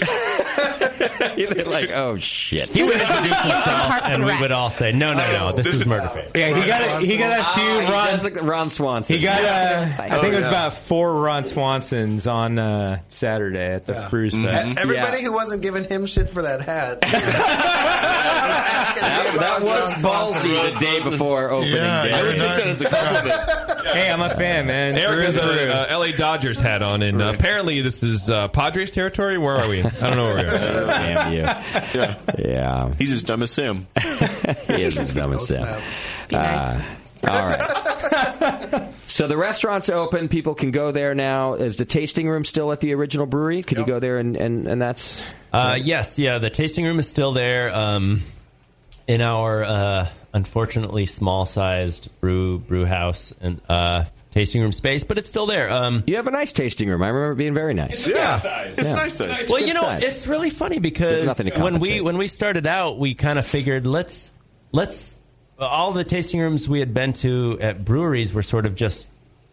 like, oh shit.
He would introduce himself, and we would all say, "No, no,
Oh.
no, this is Murderface."
Yeah, he got a, he got a
Ah,
few
he
Ron.
does look like Ron Swanson.
He got uh,
Yeah.
I think it was
Oh, yeah.
about four Ron Swansons on uh, Saturday at the Brews
Mm-hmm. E-
Fest.
Everybody who wasn't giving him shit for that hat.
That was ballsy the day before opening day. I would take that as a compliment.
hey, I'm a fan, man.
Eric has
Brew is brew.
a uh, LA Dodgers hat on, and uh, apparently this is uh, Padres territory. Where are we? I don't know where we are.
Damn you.
Yeah.
yeah.
He's as dumb as Sam.
he is as dumb as Sam. Uh, all right. So the restaurant's open. People can go there now. Is the tasting room still at the original brewery? Can you go there and, and, and that's.
Uh, yes, yeah, the tasting room is still there. Um, in our uh, unfortunately small-sized brew brew house and uh, tasting room space, but it's still there. Um,
you have a nice tasting room. I remember it being very nice.
yeah,
It's Yeah. nice size.
Well,
It's
you know,
good size.
it's really funny
There's
because
nothing to
when we
compensate.
when we started out, we kind of figured let's let's all the tasting rooms we had been to at breweries were sort of just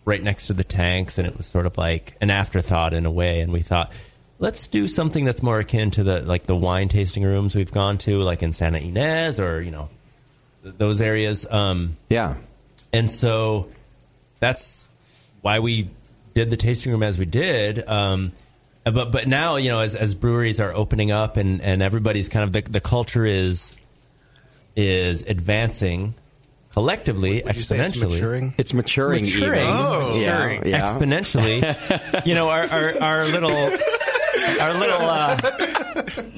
right next to the tanks, and it was sort of like an afterthought in a way. And we thought let's do something that's more akin to the like the wine tasting rooms we've gone to, like in Santa Ynez or you know th- those areas. Um,
yeah,
and so that's why we did the tasting room as we did. Um, but but now you know as, as breweries are opening up and, and everybody's kind of the, the culture is is advancing collectively
Would you say it's
exponentially
maturing?
It's maturing.
maturing,
even. Oh.
yeah,
Maturing.
yeah. exponentially. you know, our, our, our little our little uh,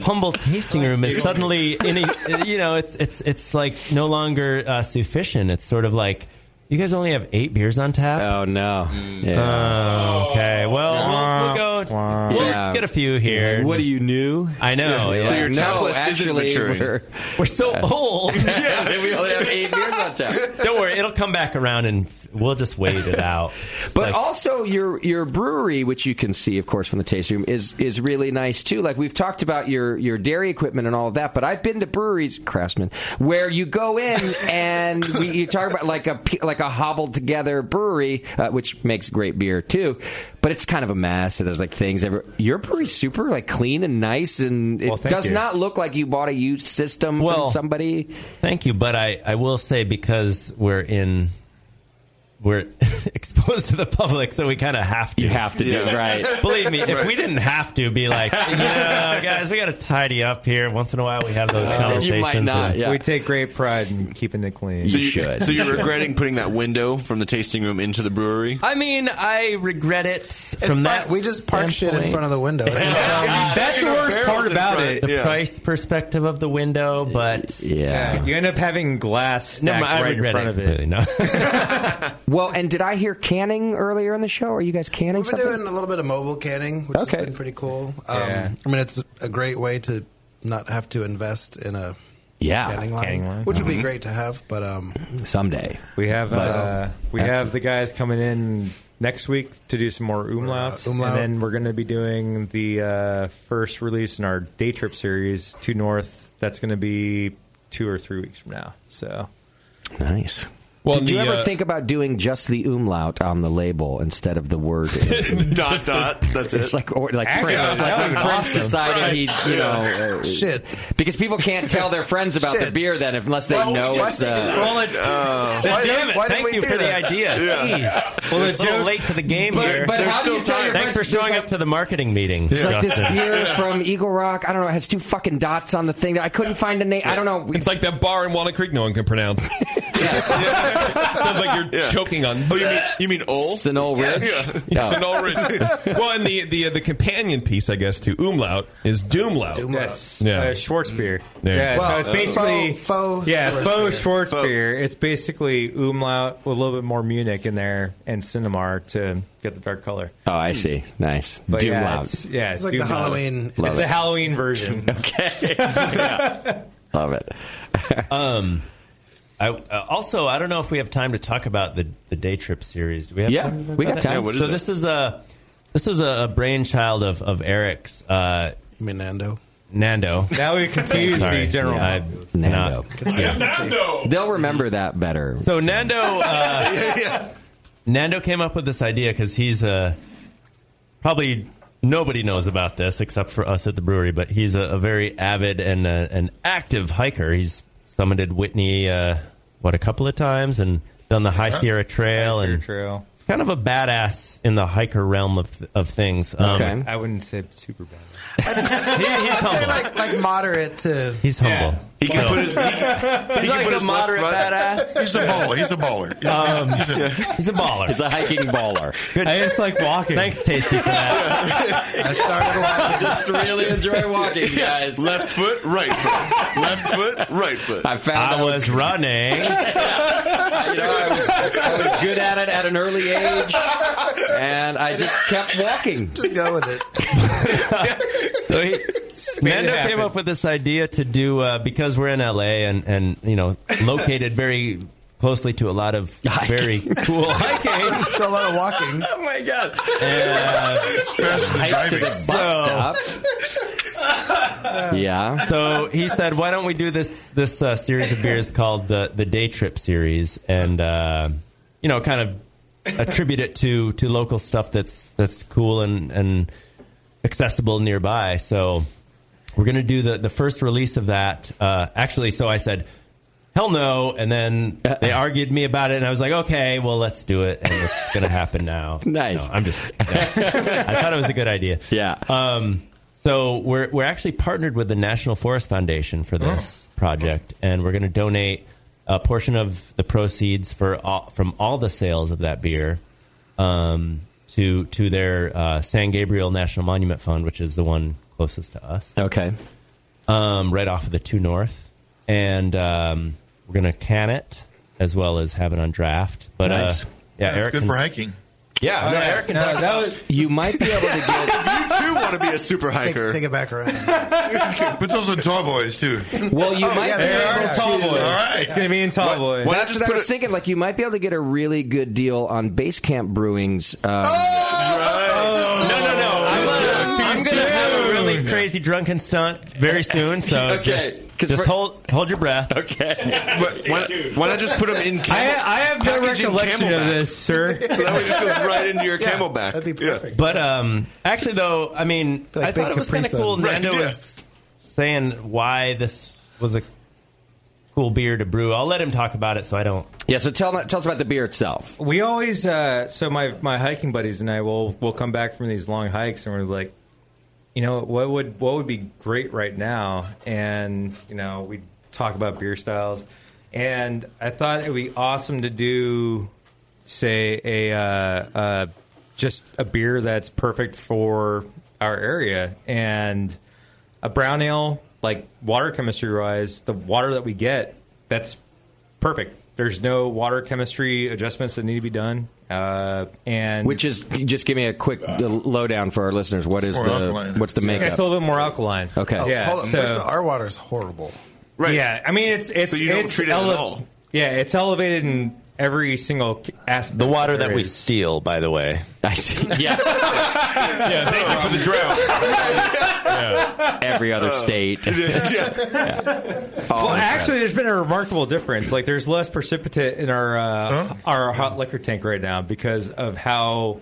humble tasting room is suddenly in a, you know it's it's it's like no longer uh, sufficient. It's sort of like. You guys only have eight beers on tap?
Oh no!
Yeah. okay. Well, we'll, we'll go. We'll
Yeah.
get a few here.
What are you new?
I know.
Yeah. So your
no,
tap list isn't
actually,
maturing.
We're, we're so
Yeah.
Oh,
old.
Yeah, we only have eight beers on tap.
Don't worry, it'll come back around, and we'll just wait it out.
But also your your brewery, which you can see, of course, from the tasting room, is is really nice too. Like we've talked about your your dairy equipment and all of that, but I've been to breweries, craftsman, where you go in and we, you talk about like a pe- like a hobbled together brewery, uh, which makes great beer too. But it's kind of a mess, and there's like things. Every, your brewery's super like clean and nice, and it
thank
does
you.
not look like you bought a used system from somebody.
Thank you, but I, I will say because we're in we're exposed to the public, so we kind of have to. You
have to do it, Yeah. right.
Believe me, if
Right.
we didn't have to, be like, yeah, guys, we got to tidy up here. Once in a while, we have
Uh,
those conversations. and-
We take great pride in keeping it clean.
So you're regretting putting that window from the tasting room into the brewery?
I mean, I regret it from that. We just
park shit in front of the window.
That's the worst part about it.
The price perspective of the window, but
yeah,
you end up having glass
No,
stacked
I
right in
regret
front
it
of it.
completely, no.
Well, and did I hear canning earlier in the show? Are you guys canning
We've been
something?
doing a little bit of mobile canning, which has been pretty cool. Um,
Yeah.
I mean, it's a great way to not have to invest in a
Yeah.
canning line,
Canning line.
which would
Mhm.
be great to have. But um,
someday
we have
But,
uh,
um,
we have the guys coming in next week to do some more umlauts,
umlaut.
and then we're going to be doing the uh, first release in our day trip series to North. That's going to be two or three weeks from now. So
Nice.
Well,
Did you
the,
ever
uh,
think about doing just the umlaut on the label instead of the word?
dot dot. That's
it's
it.
like or, like
Actually, that
Prince, like
would've
when
been
Prince
awesome.
decided
Right.
he, you
Yeah.
know, uh,
Shit.
because people can't tell their friends about the
Shit.
beer then if- unless they know it's. Uh,
Uh,
Then
why-
damn it,
why did
thank
we
you
do
for the
that?
idea.
Yeah.
Jeez.
Well, it's a little late to the game
But-
here.
but There's how do you still tell time. your
Thanks for
friends-
showing up to the marketing meeting.
It's like this
Justin.
beer from Eagle Rock. I don't know. It has two fucking dots on the thing. I couldn't find a name. I don't know.
It's like that bar in Walnut Creek no one can pronounce. Sounds like you're choking on. Oh, you mean
you mean
Ole?
Sinol Ridge?
Yeah,
Yeah.
Sinol Ridge. well, and the uh, the the companion piece, I guess, to umlaut is doomlaut.
Yes.
Yeah.
Uh, Schwarzbier.
There you
Yeah, uh,
go.
so it's
Well,
basically
faux- faux
yeah,
Schwarzbier.
faux Schwarzbier. It's basically umlaut with a little bit more Munich in there and Cinemar to get the dark color.
Oh, I see. Nice.
But yeah, it's,
Doomlaut.
yeah,
It's like the
Doom Loud.
Halloween-
It's
Love
the
it.
Halloween version.
okay. Love it.
um, I, uh, also, I don't know if we have time to talk about the, the day trip series. Do we have
Yeah,
time to talk
we got
about
time. Yeah, what is
so
that?
this is a this is a, a brainchild of of Eric's. Uh,
you mean Nando?
Nando.
Now we confuse
Sorry.
the general.
Yeah,
public.
I'm
Nando.
not- yeah.
They'll remember that better.
So Nando, uh, Nando came up with this idea because he's a probably nobody knows about this except for us at the brewery, but he's a, a very avid and uh an active hiker. He's summited Whitney uh, what a couple of times and done the High
Yeah.
Sierra Trail
High Sierra
and
Trail.
kind of a badass in the hiker realm of of things.
Um, I wouldn't say super bad.
like, like moderate to
He's humble.
He can
No.
put his. He,
He's
he
like
can put
a
his
moderate
left
badass.
foot.
He's a baller. He's a baller. Um, he's, a, baller. He's a hiking baller. Good. I just like walking. Thanks, Tasty, for that.
I started walking.
Just really enjoy walking, guys.
Left foot, right foot. Left foot, right foot.
I found
I was running.
you know, I was, I was good at it at an early age, and I just kept walking.
Just go with it.
So he-
Made it
Mando
happen.
came up with this idea to do uh, because we're in LA and and you know located very closely to a lot of very cool hiking.
Still a lot of walking.
Oh my god!
hikes to the bus stop.
Yeah.
So he said, "Why don't we do this this uh, series of beers called the the day trip series, and uh, you know, kind of attribute it to to local stuff that's that's cool and and accessible nearby." So we're gonna do the the first release of that. Uh, actually, so I said. Hell no! And then they argued me about it, and I was like, "Okay, well, let's do it, and it's going to happen now."
Nice.
No, I'm just. I thought it was a good idea. Yeah. Um, so we're we're actually partnered with the National Forest Foundation for this
Oh.
project, and we're going to donate a portion of the proceeds for all, from all the sales of that beer um, to to their uh, San Gabriel National Monument Fund, which is the one closest to us.
Okay.
Um, right off of the two north, and um, we're going to can it as well as have it on draft. But
Nice.
uh, yeah, Eric
Good
can-
for hiking.
Yeah,
Oh,
no,
yeah.
Eric can
No,
talk
that
about-
was-
you might be able to get.
if you do want to be a super hiker,
Take it back around.
But those are tall boys too.
Well, you
Oh,
might
yeah,
be
there
able
are
to.
tall boys. All right. It's gonna be in tall Why- boys. why not
That's
just
what I
put
was
it-
thinking. Like you might be able to get a really good deal on Basecamp Brewing's. Um,
I'm gonna have a
Oh,
really crazy drunken stunt very soon. So
Okay,
just, just hold hold your breath. Okay.
why, why not just put them in? Camel,
I- I have no
package in
recollection of
camelbacks.
this, sir.
so that way it just goes right into your camelback.
That'd be perfect.
But um, actually, though, I mean,
Like
I thought
big
it was kind of
Capri
cool.
Suns. Right,
Nando
yeah.
was saying why this was a cool beer to brew. I'll let him talk about it, so I don't.
Yeah. So tell tell us about the beer itself.
We always uh, so my my hiking buddies and I will will come back from these long hikes and we're like, you know, what would what would be great right now? And you know, we talk about beer styles, and I thought it would be awesome to do, say a uh, uh, just a beer that's perfect for our area and a brown ale like water chemistry wise the water that we get that's perfect there's no water chemistry adjustments that need to be done uh, and
Which is just give me a quick uh, lowdown for our listeners. What is
More
the
alkaline.
what's the makeup?
It's a little bit more alkaline.
Okay.
Oh,
yeah.
hold on.
so-
First of all, our water is horrible.
Right. Oh, Yeah. I mean, it's it's
So you don't
it's
treat it at
ele-
all.
Yeah, it's elevated in every single c- aspect.
The water that
there
we
is.
steal, by the way.
I see.
yeah, thank you for the drought.
Every other
Oh.
Oh.
Uh,
state.
well, actually, there's been a remarkable difference. Like, there's less precipitate in our uh, our hot liquor tank right now because of how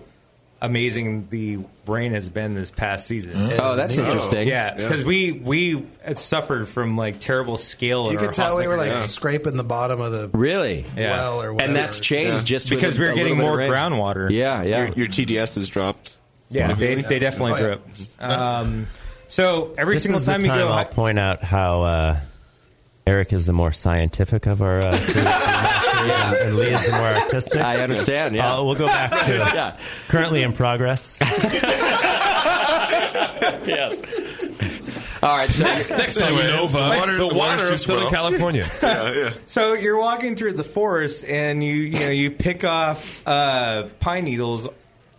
amazing the rain has been this past season.
Oh, that's
Yeah.
interesting.
Yeah, because we we suffered from like terrible scale. in
You
our
could
hot
tell we were
liquor
like
tank.
scraping the bottom of the
really
Yeah.
well or
And
whatever.
that's changed
Yeah.
just with
because
a-
we're
a
getting
little
more
bit of rain.
groundwater.
Yeah, yeah.
Your, your TDS has dropped.
Yeah,
Have you-
they, they definitely
Oh, yeah.
drip. Um, so every
This
single
is the
time you go,
I'll point out how uh, Eric is the more scientific of our uh, crew, and Lee is the more artistic.
I understand, yeah.
Uh, we'll go back to
Yeah.
currently in progress.
yes. All right. So
Next, next time, Nova, the water, of Southern California.
yeah, yeah.
so you're walking through the forest and you you know you pick off uh, pine needles,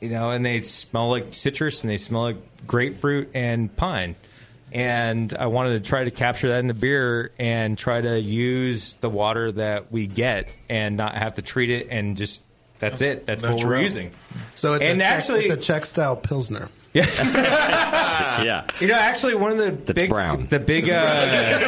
you know, and they smell like citrus and they smell like grapefruit and pine. And I wanted to try to capture that in the beer and try to use the water that we get and not have to treat it and just that's it. That's what we're
Natural.
using.
So it's,
And
a,
actually-
Czech, it's a Czech style Pilsner.
yeah.
You know, actually, one of the big the big uh,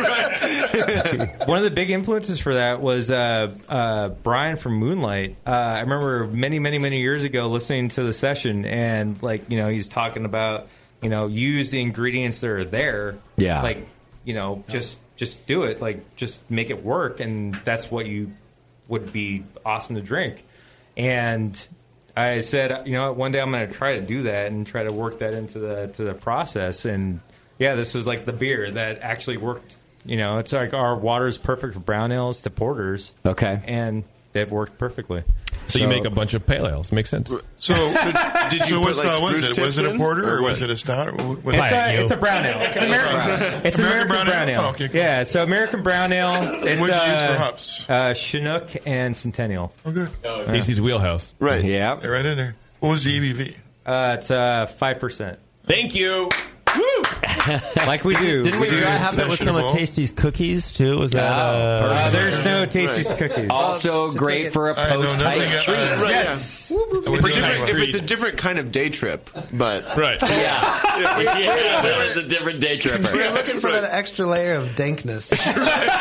one of the big influences for that was uh, uh, Brian from Moonlight. Uh, I remember many, many, many years ago listening to the session, and like you know, he's talking about you know use the ingredients that are there.
Yeah.
like you know, just just do it. Like just make it work, and that's what you would be awesome to drink. And I said, you know, what, one day I'm going to try to do that and try to work that into the to the process. And yeah, this was like the beer that actually worked You know, it's like our water's perfect for brown ales to porters.
Okay.
And it worked perfectly.
So, you make a bunch of pale ales. Makes sense.
So,
did you
so
put,
what
like,
style was it?
spruce
Was
tips
it a
in,
porter
or
or was
what?
it a stout? Or what- what-
It's a, it's a brown ale. It's
Okay,
American, it's American brown, ale.
Oh, okay, cool.
Yeah, so American brown ale.
What'd
It's,
you use
uh,
for hops?
Uh, Chinook and Centennial.
Oh, good.
Casey's wheelhouse.
Right.
Yeah.
They're right in there. What was the EBV?
Uh, it's uh, 5%.
Thank you.
like we do.
Didn't we,
do
have that with some of
sessionable.
Tasty's cookies too? Was that?
Oh,
uh,
perfect. Uh, there's no Tasty's cookies.
Also great for a post hike treat.
yes.
If it's
different,
a
if it's a different kind of day trip, but
right.
Yeah.
Yeah, that was a different day tripper.
We're looking for that extra layer of dankness.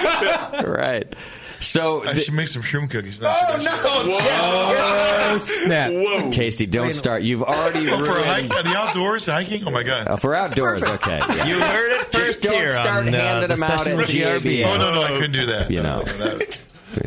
right. So
I should make some shroom cookies.
Oh, no.
Whoa.
Snap. Casey, don't start. You've already
Oh, for
ruined.
hike, the outdoors hiking. Oh my god.
Uh, for outdoors, okay. yeah.
You heard it
Just don't
here
start
on, uh,
handing them out
Discussion
at
with
GRB.
GRB. Oh, no, no, I couldn't do that.
You know.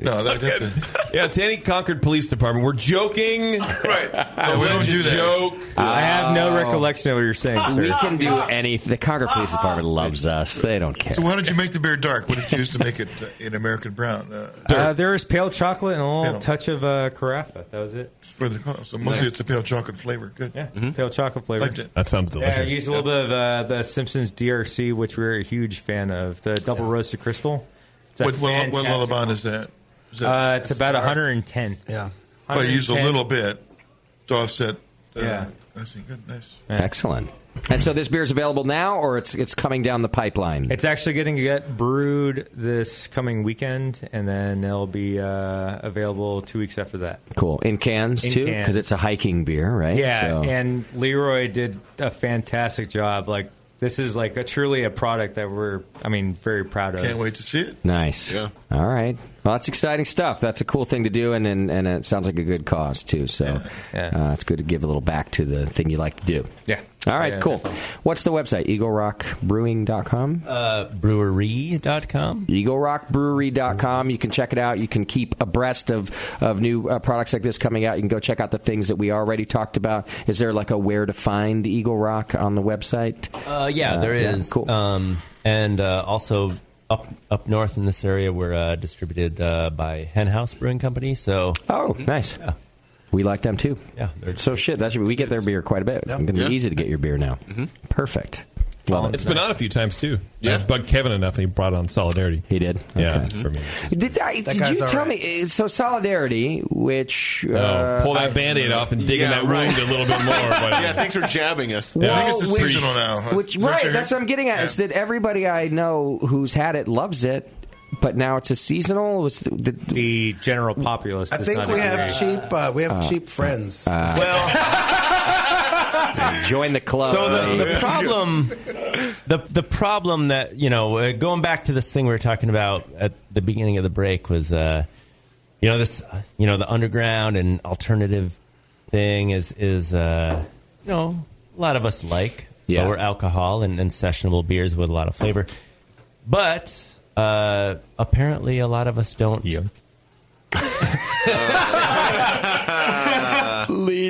No, that, that's a,
Yeah, to any Concord Police Department, we're joking. Right.
we don't do that.
Joke.
I have
Oh.
no recollection of what you're
Ah,
saying, sir.
Ah, We can do anything. The Concord Police Department loves us. They don't care.
So why did you make the beer dark? What did you use to make it uh, an American brown? Uh,
Uh, there was pale chocolate and a little touch of uh, carafa. That was it.
for the cono- so mostly
Nice.
it's a pale chocolate flavor. Good.
Yeah, pale chocolate flavor.
Liked it.
That sounds
Yeah, I used a little bit of uh, the Simpsons DRC, which we're a huge fan of. The double roasted crystal. It's a
What, what, what
fantastic-
Lillibond is that? Is that
Uh, it's about 110.
Yeah.
But I used a
110.
little bit to offset. Uh,
Yeah.
I see. Good. Nice.
Excellent. And so this beer is available now, or it's it's coming down the pipeline.
It's actually getting to get brewed this coming weekend, and then it'll be uh, available two weeks after that.
Cool in cans
In
too,
cans.
because it's a hiking beer, right?
Yeah,
So-
and Leroy did a fantastic job. Like this is like a, truly a product that we're, I mean, very proud of.
Can't wait to see it.
Nice.
Yeah.
All right. Well, that's exciting stuff. That's a cool thing to do, and and, and it sounds like a good cause too. So Uh, it's good to give a little back to the thing you like to do.
Yeah.
All right.
Yeah,
cool. What's the website? EagleRockBrewing.com.
Uh, brewery.com.
EagleRockBrewery.com. You can check it out. You can keep abreast of, of new uh, products like this coming out. You can go check out the things that we already talked about. Is there like a where to find Eagle Rock on the website?
Uh, yeah, there is. cool. Um, and uh, also up up north in this area, we're uh, distributed uh, by Hen House Brewing Company. So
oh, nice. We like them too.
Yeah.
So shit, that should be, we get their beer quite a bit. It's going to be
Yeah.
easy to get your beer now. Perfect. Love it.
It's been on a few times too. Yeah, I bugged Kevin enough, and he brought on solidarity.
He did.
Yeah,
Okay.
for me.
Did, I,
That
did
guy's
you
all
tell
right.
me? uh, So solidarity, which
No,
uh,
Oh, pull that Band-Aid off and dig in that wound a little bit more. but-
yeah, thanks for jabbing us.
Well,
I think it's just
which-
seasonal now.
Which, right, that's what I'm getting at. Is that everybody I know who's had it loves it, but now it's a seasonal. Was the,
the general populace?
I think we have cheap. Uh, we have
Uh,
cheap friends.
join the club.
So the, the problem, the the problem that you know, uh, going back to this thing we were talking about at the beginning of the break was, uh, you know, this, uh, you know, the underground and alternative thing is is, uh, you know, a lot of us like
Yeah.
lower alcohol and, and sessionable beers with a lot of flavor, but uh, apparently a lot of us don't.
Lee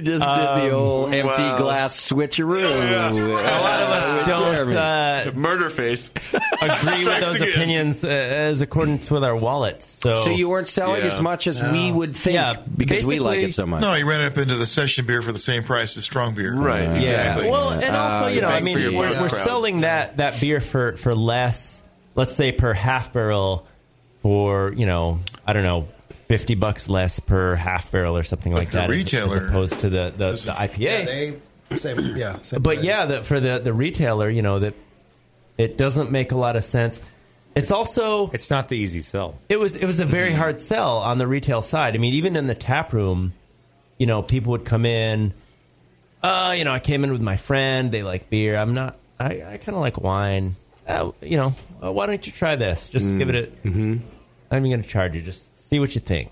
just did the
Um,
old empty glass switcheroo. A lot of us
don't, uh,
murder face.
Agree with
Strikes
those
again.
opinions uh, as accordance with our wallets. So,
So you weren't selling as much as we would think
Yeah,
because we like
basically-
it so much.
No, you ran up into the session beer for the same price as strong beer.
Right, Yeah. exactly.
Well,
Uh,
and also, you know, I mean, we're, we're selling that, that beer for, for less, let's say per half barrel for, you know, I don't know, 50 bucks less per half barrel or something like
the
that. as-
retailer-
As, opposed to the, the, the IPA.
Yeah, they same. Yeah, same
but
price.
yeah, the, for the, the retailer, you know, that it doesn't make a lot of sense. It's also
it's not the easy sell.
It was it was a very hard sell on the retail side. I mean, even in the tap room, you know, people would come in. Uh, you know, I came in with my friend. They like beer. I'm not. I, I kind of like wine. Uh, you know, uh, why don't you try this? Just give it a. Mm-hmm. I'm going to charge you. Just see what you think.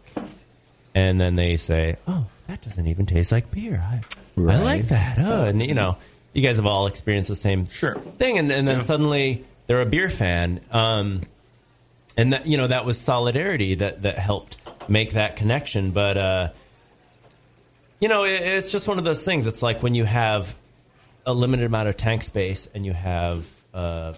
And then they say, "Oh, that doesn't even taste like beer. I, I like that." Oh, and you know, you guys have all experienced the same thing, and, and then suddenly they're a beer fan. Um, and that you know that was solidarity that that helped make that connection. But uh, you know, it, it's just one of those things. It's like when you have a limited amount of tank space and you have uh,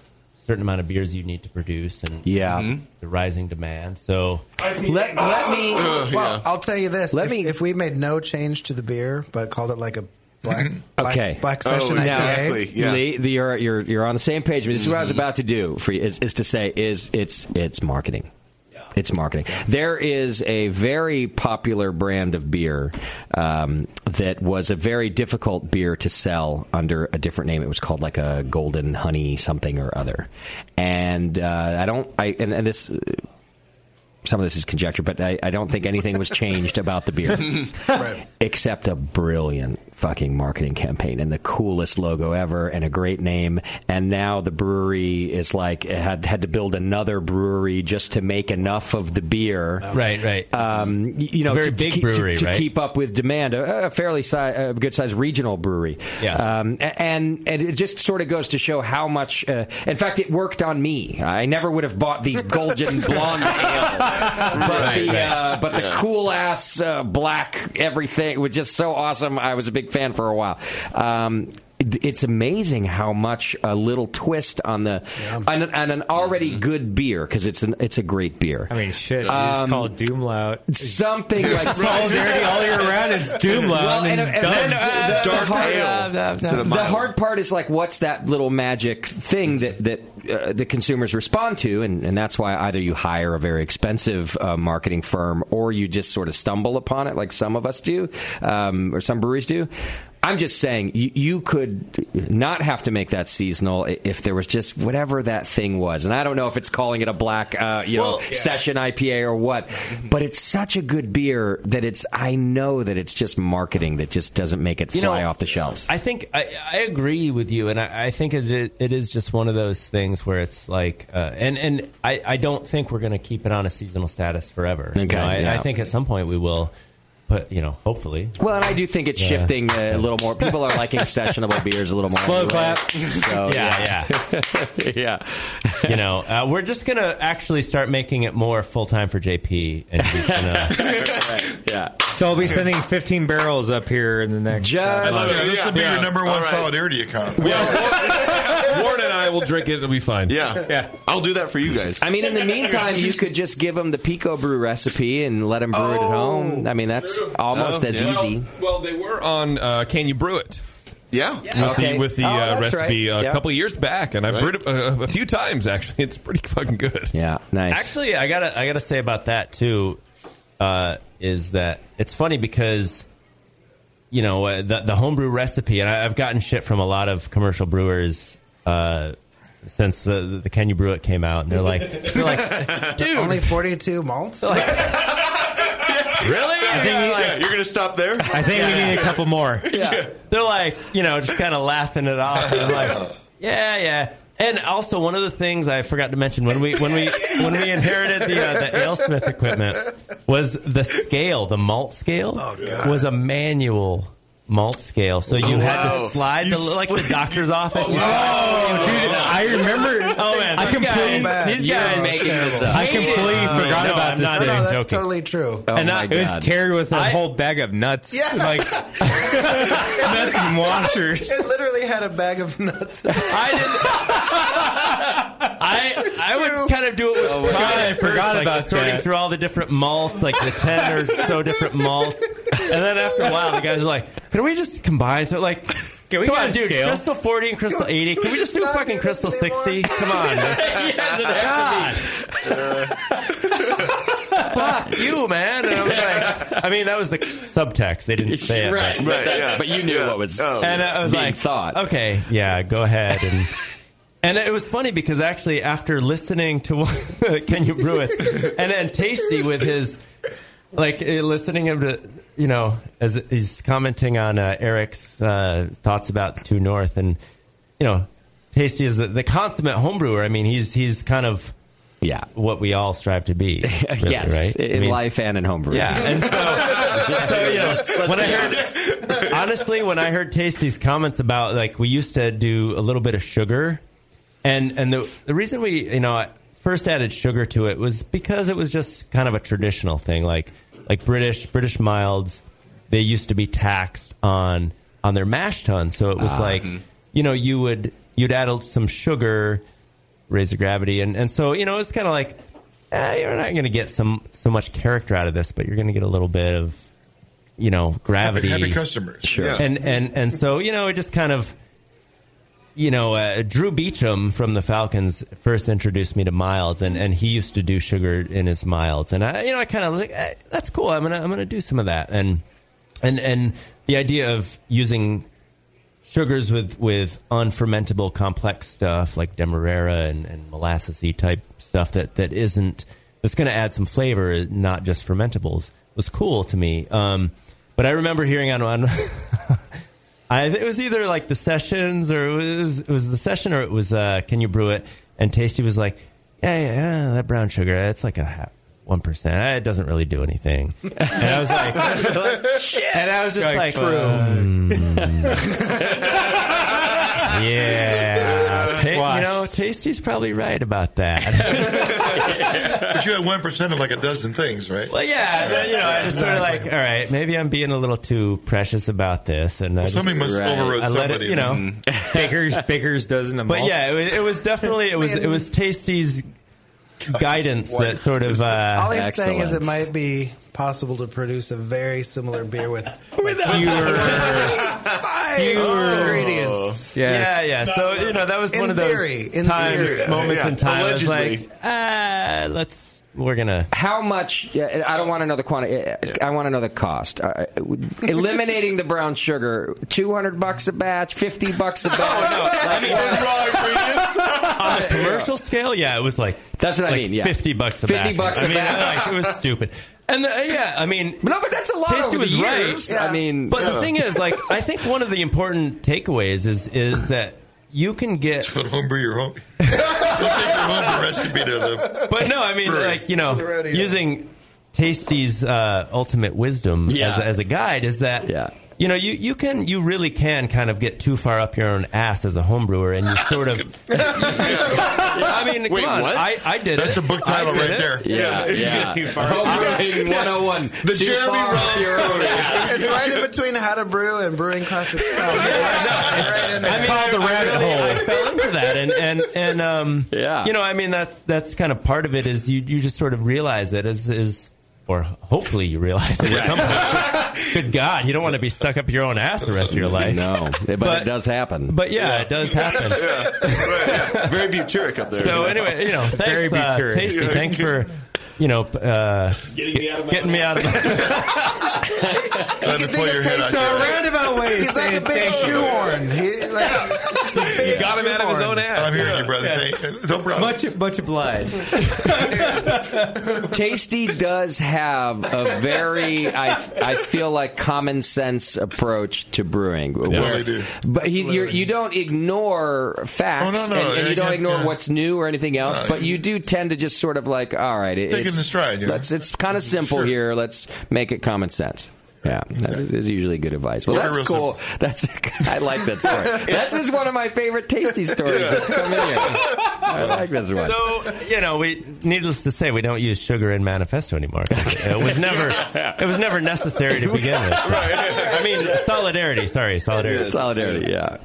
certain amount of beers you need to produce and
yeah,
the rising demand. So
let, let me.
Uh,
well, I'll tell you this: if, if we made no change to the beer but called it like a black, black-
Okay.
black,
Oh,
session IPA,
Lee, the- you're, you're, you're on the same page. This is what I was about to do for you, is, is to say is it's it's marketing. It's marketing. There is a very popular brand of beer um, that was a very difficult beer to sell under a different name. It was called like a golden honey something or other, and uh, I don't. I and, and this. Some of this is conjecture, but I, I don't think anything was changed about the beer except a brilliant fucking marketing campaign and the coolest logo ever and a great name and now the brewery is like had had to build another brewery just to make enough of the beer
Right, right.
um, y- you know
Very
to, to
big
keep- to-
brewery,
to
right?
keep up with demand a, a fairly si- a good sized regional brewery yeah um, a- and and it just sort of goes to show how much uh, in fact it worked on me I never would have bought these golden blonde but the
Right, right.
Uh, but the
Yeah.
cool ass uh, black everything was just so awesome. I was a big fan for a while. Um, it- it's amazing how much a little twist on the on, an- on an already good beer because it's an it's a great beer. I
mean, shit,
you just call
it Doomlout.
Something like
It's all dirty all year round, it's Doomlout
Well, and,
and
and then,
Dove's-
uh, the- the
Dark
hard-
Ale
uh, uh,
instead of
the
mild.
hard part is like, what's that little magic thing that that uh, the consumers respond to, and, and that's why either you hire a very expensive uh, marketing firm or you just sort of stumble upon it, like some of us do, um, or some breweries do. I'm just saying, you, you could not have to make that seasonal i- if there was just whatever that thing was, and I don't know if it's calling it a black, uh, you know, session IPA or what, but it's such a good beer that it's. I know that it's just marketing that just doesn't make it fly
You know,
off the shelves.
I think I, I agree with you, and I, I think it, it is just one of those things where it's like, uh, and and I, I don't think we're going to keep it on a seasonal status forever. You
Okay,
know, I,
yeah.
I think at some point we will, but you know, hopefully.
Well, and I do think it's
Yeah.
shifting uh, a little more. People are liking sessionable beers a little more.
Slow
anyway.
clap.
So,
yeah,
yeah, yeah.
you know, uh, we're just going to actually start making it more full time for JP, and he's gonna,
yeah.
So I'll be sending 15 barrels up here in the next. uh,
I love it. This will be your number one solidarity account.
Warren and I will drink it. It'll be fine.
Yeah. yeah. I'll do that for you guys.
I mean, in the meantime, you could just give them the Pico Brew recipe and let them brew
Oh.
it at home. I mean, that's almost as easy.
Well, well, they were on uh, Can You Brew It?
Yeah.
With
Okay.
the, with the
Oh,
uh,
that's
recipe
right.
a
Yeah.
couple of years back, and I've
Right.
brewed it uh, a few times, actually. It's pretty fucking good.
Yeah, nice.
Actually, I gotta I gotta say about that too uh, is that it's funny because you know uh, the the homebrew recipe, and I, I've gotten shit from a lot of commercial brewers uh, since the, the Can You Brew It came out, and they're like, they're like
only forty-two malts.
really?
yeah, you're gonna stop there.
I think we need a couple
more.
Yeah. They're like, you know, just kind of laughing it off. And I'm like, yeah, yeah. And also, one of the things I forgot to mention when we when we when we inherited the uh, the AleSmith equipment was the scale, the malt scale
Oh,
was a manual malt scale, so you had
Oh, Wow.
to slide the, like the doctor's office.
Oh, dude, I remember.
Oh man,
I
these
completely.
guys- these
You're
guys
making this
up.
I completely
Uh,
forgot
no,
about
I'm
this.
not
thing.
even
that's totally true.
Oh
and not, it was Terry with a whole bag of nuts,
Yeah.
like nuts and washers.
It literally had a bag of nuts.
I I would kind of do it with pride.
Oh, God, I
at
forgot
like,
about
sorting
that.
through all the different malts, like the ten or so different malts, and then after a while, the guys are like, "Can we just combine?" So like, "Can we
Come
guys
on,
do
scale."
Crystal forty and Crystal eighty? Can we just do fucking Crystal sixty? Come on, man.
Ah,
God, fuck you, man." And I was like, I mean, that was the subtext. They didn't say it,
Right,
but,
but Right, that's- yeah. Oh. but you knew what was
and I was
being
like,
thought.
Okay, yeah, go ahead and. And it was funny because actually, after listening to Can You Brew It, and then Tasty with his, like, eh, listening him to, you know, as he's commenting on uh, Eric's uh, thoughts about the Two North, and, you know, Tasty is the, the consummate homebrewer. I mean, he's he's kind of
yeah
what we all strive to be. really,
yes,
right?
in
I mean-
life and in homebrew.
Yeah, and so, so you know,
Let's- let's
when I
be
heard, honestly, when I heard Tasty's comments about like we used to do a little bit of sugar, and and the the reason we you know first added sugar to it was because it was just kind of a traditional thing, like like British British milds, they used to be taxed on on their mash tun, so it was
Ah.
like
Mhm.
you know you would you'd add some sugar raise the gravity, and and so you know it's kind of like eh, you're not going to get some so much character out of this, but you're going to get a little bit of you know gravity,
happy customers. Sure. Yeah.
and and and so you know it just kind of you know, uh, Drew Beecham from the Falcons first introduced me to Miles, and, and he used to do sugar in his Miles, and I, you know, I kind of like eh, that's cool. I'm gonna I'm gonna do some of that, and and and the idea of using sugars with with unfermentable complex stuff like demerara and, and molassesy type stuff that that isn't that's going to add some flavor, not just fermentables, was cool to me. Um, but I remember hearing on on I think it was either like the sessions or it was it was the session or it was uh, can you brew it? And Tasty was like, yeah, yeah, yeah that brown sugar, it's like a half. One percent. It doesn't really do anything. And I was like, and I was just
Like,
like,
true.
"Mm, yeah, Ta-
Watch.
you know, Tasty's probably right about that.
but you had one percent of like a dozen things, right?
Well, yeah. Then, you know, I just sort of like, all right, maybe I'm being a little too precious about this, and I just-
somebody must Right. overrode
I let it,
somebody
you know,
then.
Baker's Baker's dozen of
but
malt.
yeah, it was, it was definitely it was it was Tasty's guidance that sort of uh,
All he's saying is it might be possible to produce a very similar beer with like,
fewer, Oh.
fewer
Oh.
ingredients.
Yeah, yeah. So you know that was
In
one of those
theory, in
times,
theory.
moments
Yeah.
in time. I was
Allegedly.
like, ah, let's we're gonna
How much? yeah, I don't want to know the quantity. I want to know the cost. Uh, eliminating the brown sugar, two hundred bucks a batch, fifty bucks a batch.
on a commercial scale. Yeah, it was like
that's what I
like
mean, yeah.
fifty bucks a
50
bag.
bucks
I
a
mean,
bag.
like, it was stupid. And the, yeah, I mean,
no, but that's a lot.
Tasty
over
was
the
right.
years. I mean,
but the thing is, like, I think one of the important takeaways is is that you can get
don't homebrew your home. recipe to the.
But no, I mean, like you know, using Tasty's uh, ultimate wisdom
Yeah.
as, as a guide is that you know you you can you really can kind of get too far up your own ass as a homebrewer, and you sort of. I mean,
Wait,
come on,
what?
I, I did.
That's
it.
a book
I
title
did
right
it.
there. Yeah, yeah. Too far. Homebrewing 101,
The
too
Jeremy
far up your own
Rollins.
It's right in between how to brew and brewing classic style.
I mean, called the rabbit hole. I fell into that, and and and um, yeah. You know, I mean, that's that's kind of part of it. Is you you just sort of realize it is is. Or hopefully you realize it. at some point. Good God, you don't want to be stuck up your own ass the rest of your life.
No, but, it does happen.
But yeah, it does happen.
Very butyric up there.
So anyway, you know, thanks,
Very
uh,
butyric.
Tasty. Thanks for you know uh, getting me out of getting me out of.
So roundabout way. He's like a big shoehorn. He, like,
you got him out of his own ass.
I'm hearing you, brother. Thank- No problem.
Much much obliged.
Tasty does have a very, I, I feel like, common sense approach to brewing.
Well, they do.
But he, you're, you don't ignore facts,
Oh, no, no,
and, and you
yeah,
don't
yeah,
ignore
yeah.
what's new or anything else. but you do tend to just sort of like, all right, it,
Take it in
it's,
the stride, you know?
let's- it's kind of simple here. Let's make it common sense. Yeah, that is is usually good advice. Well,
Keep it
that's
real
cool. That's I like that story. That's just one of my favorite tasty stories that's come in here. I like this one.
So you know, we needless to say, we don't use sugar in manifesto anymore. It was never, it was never necessary to begin with. I mean, solidarity. Sorry, solidarity.
Solidarity. Yeah.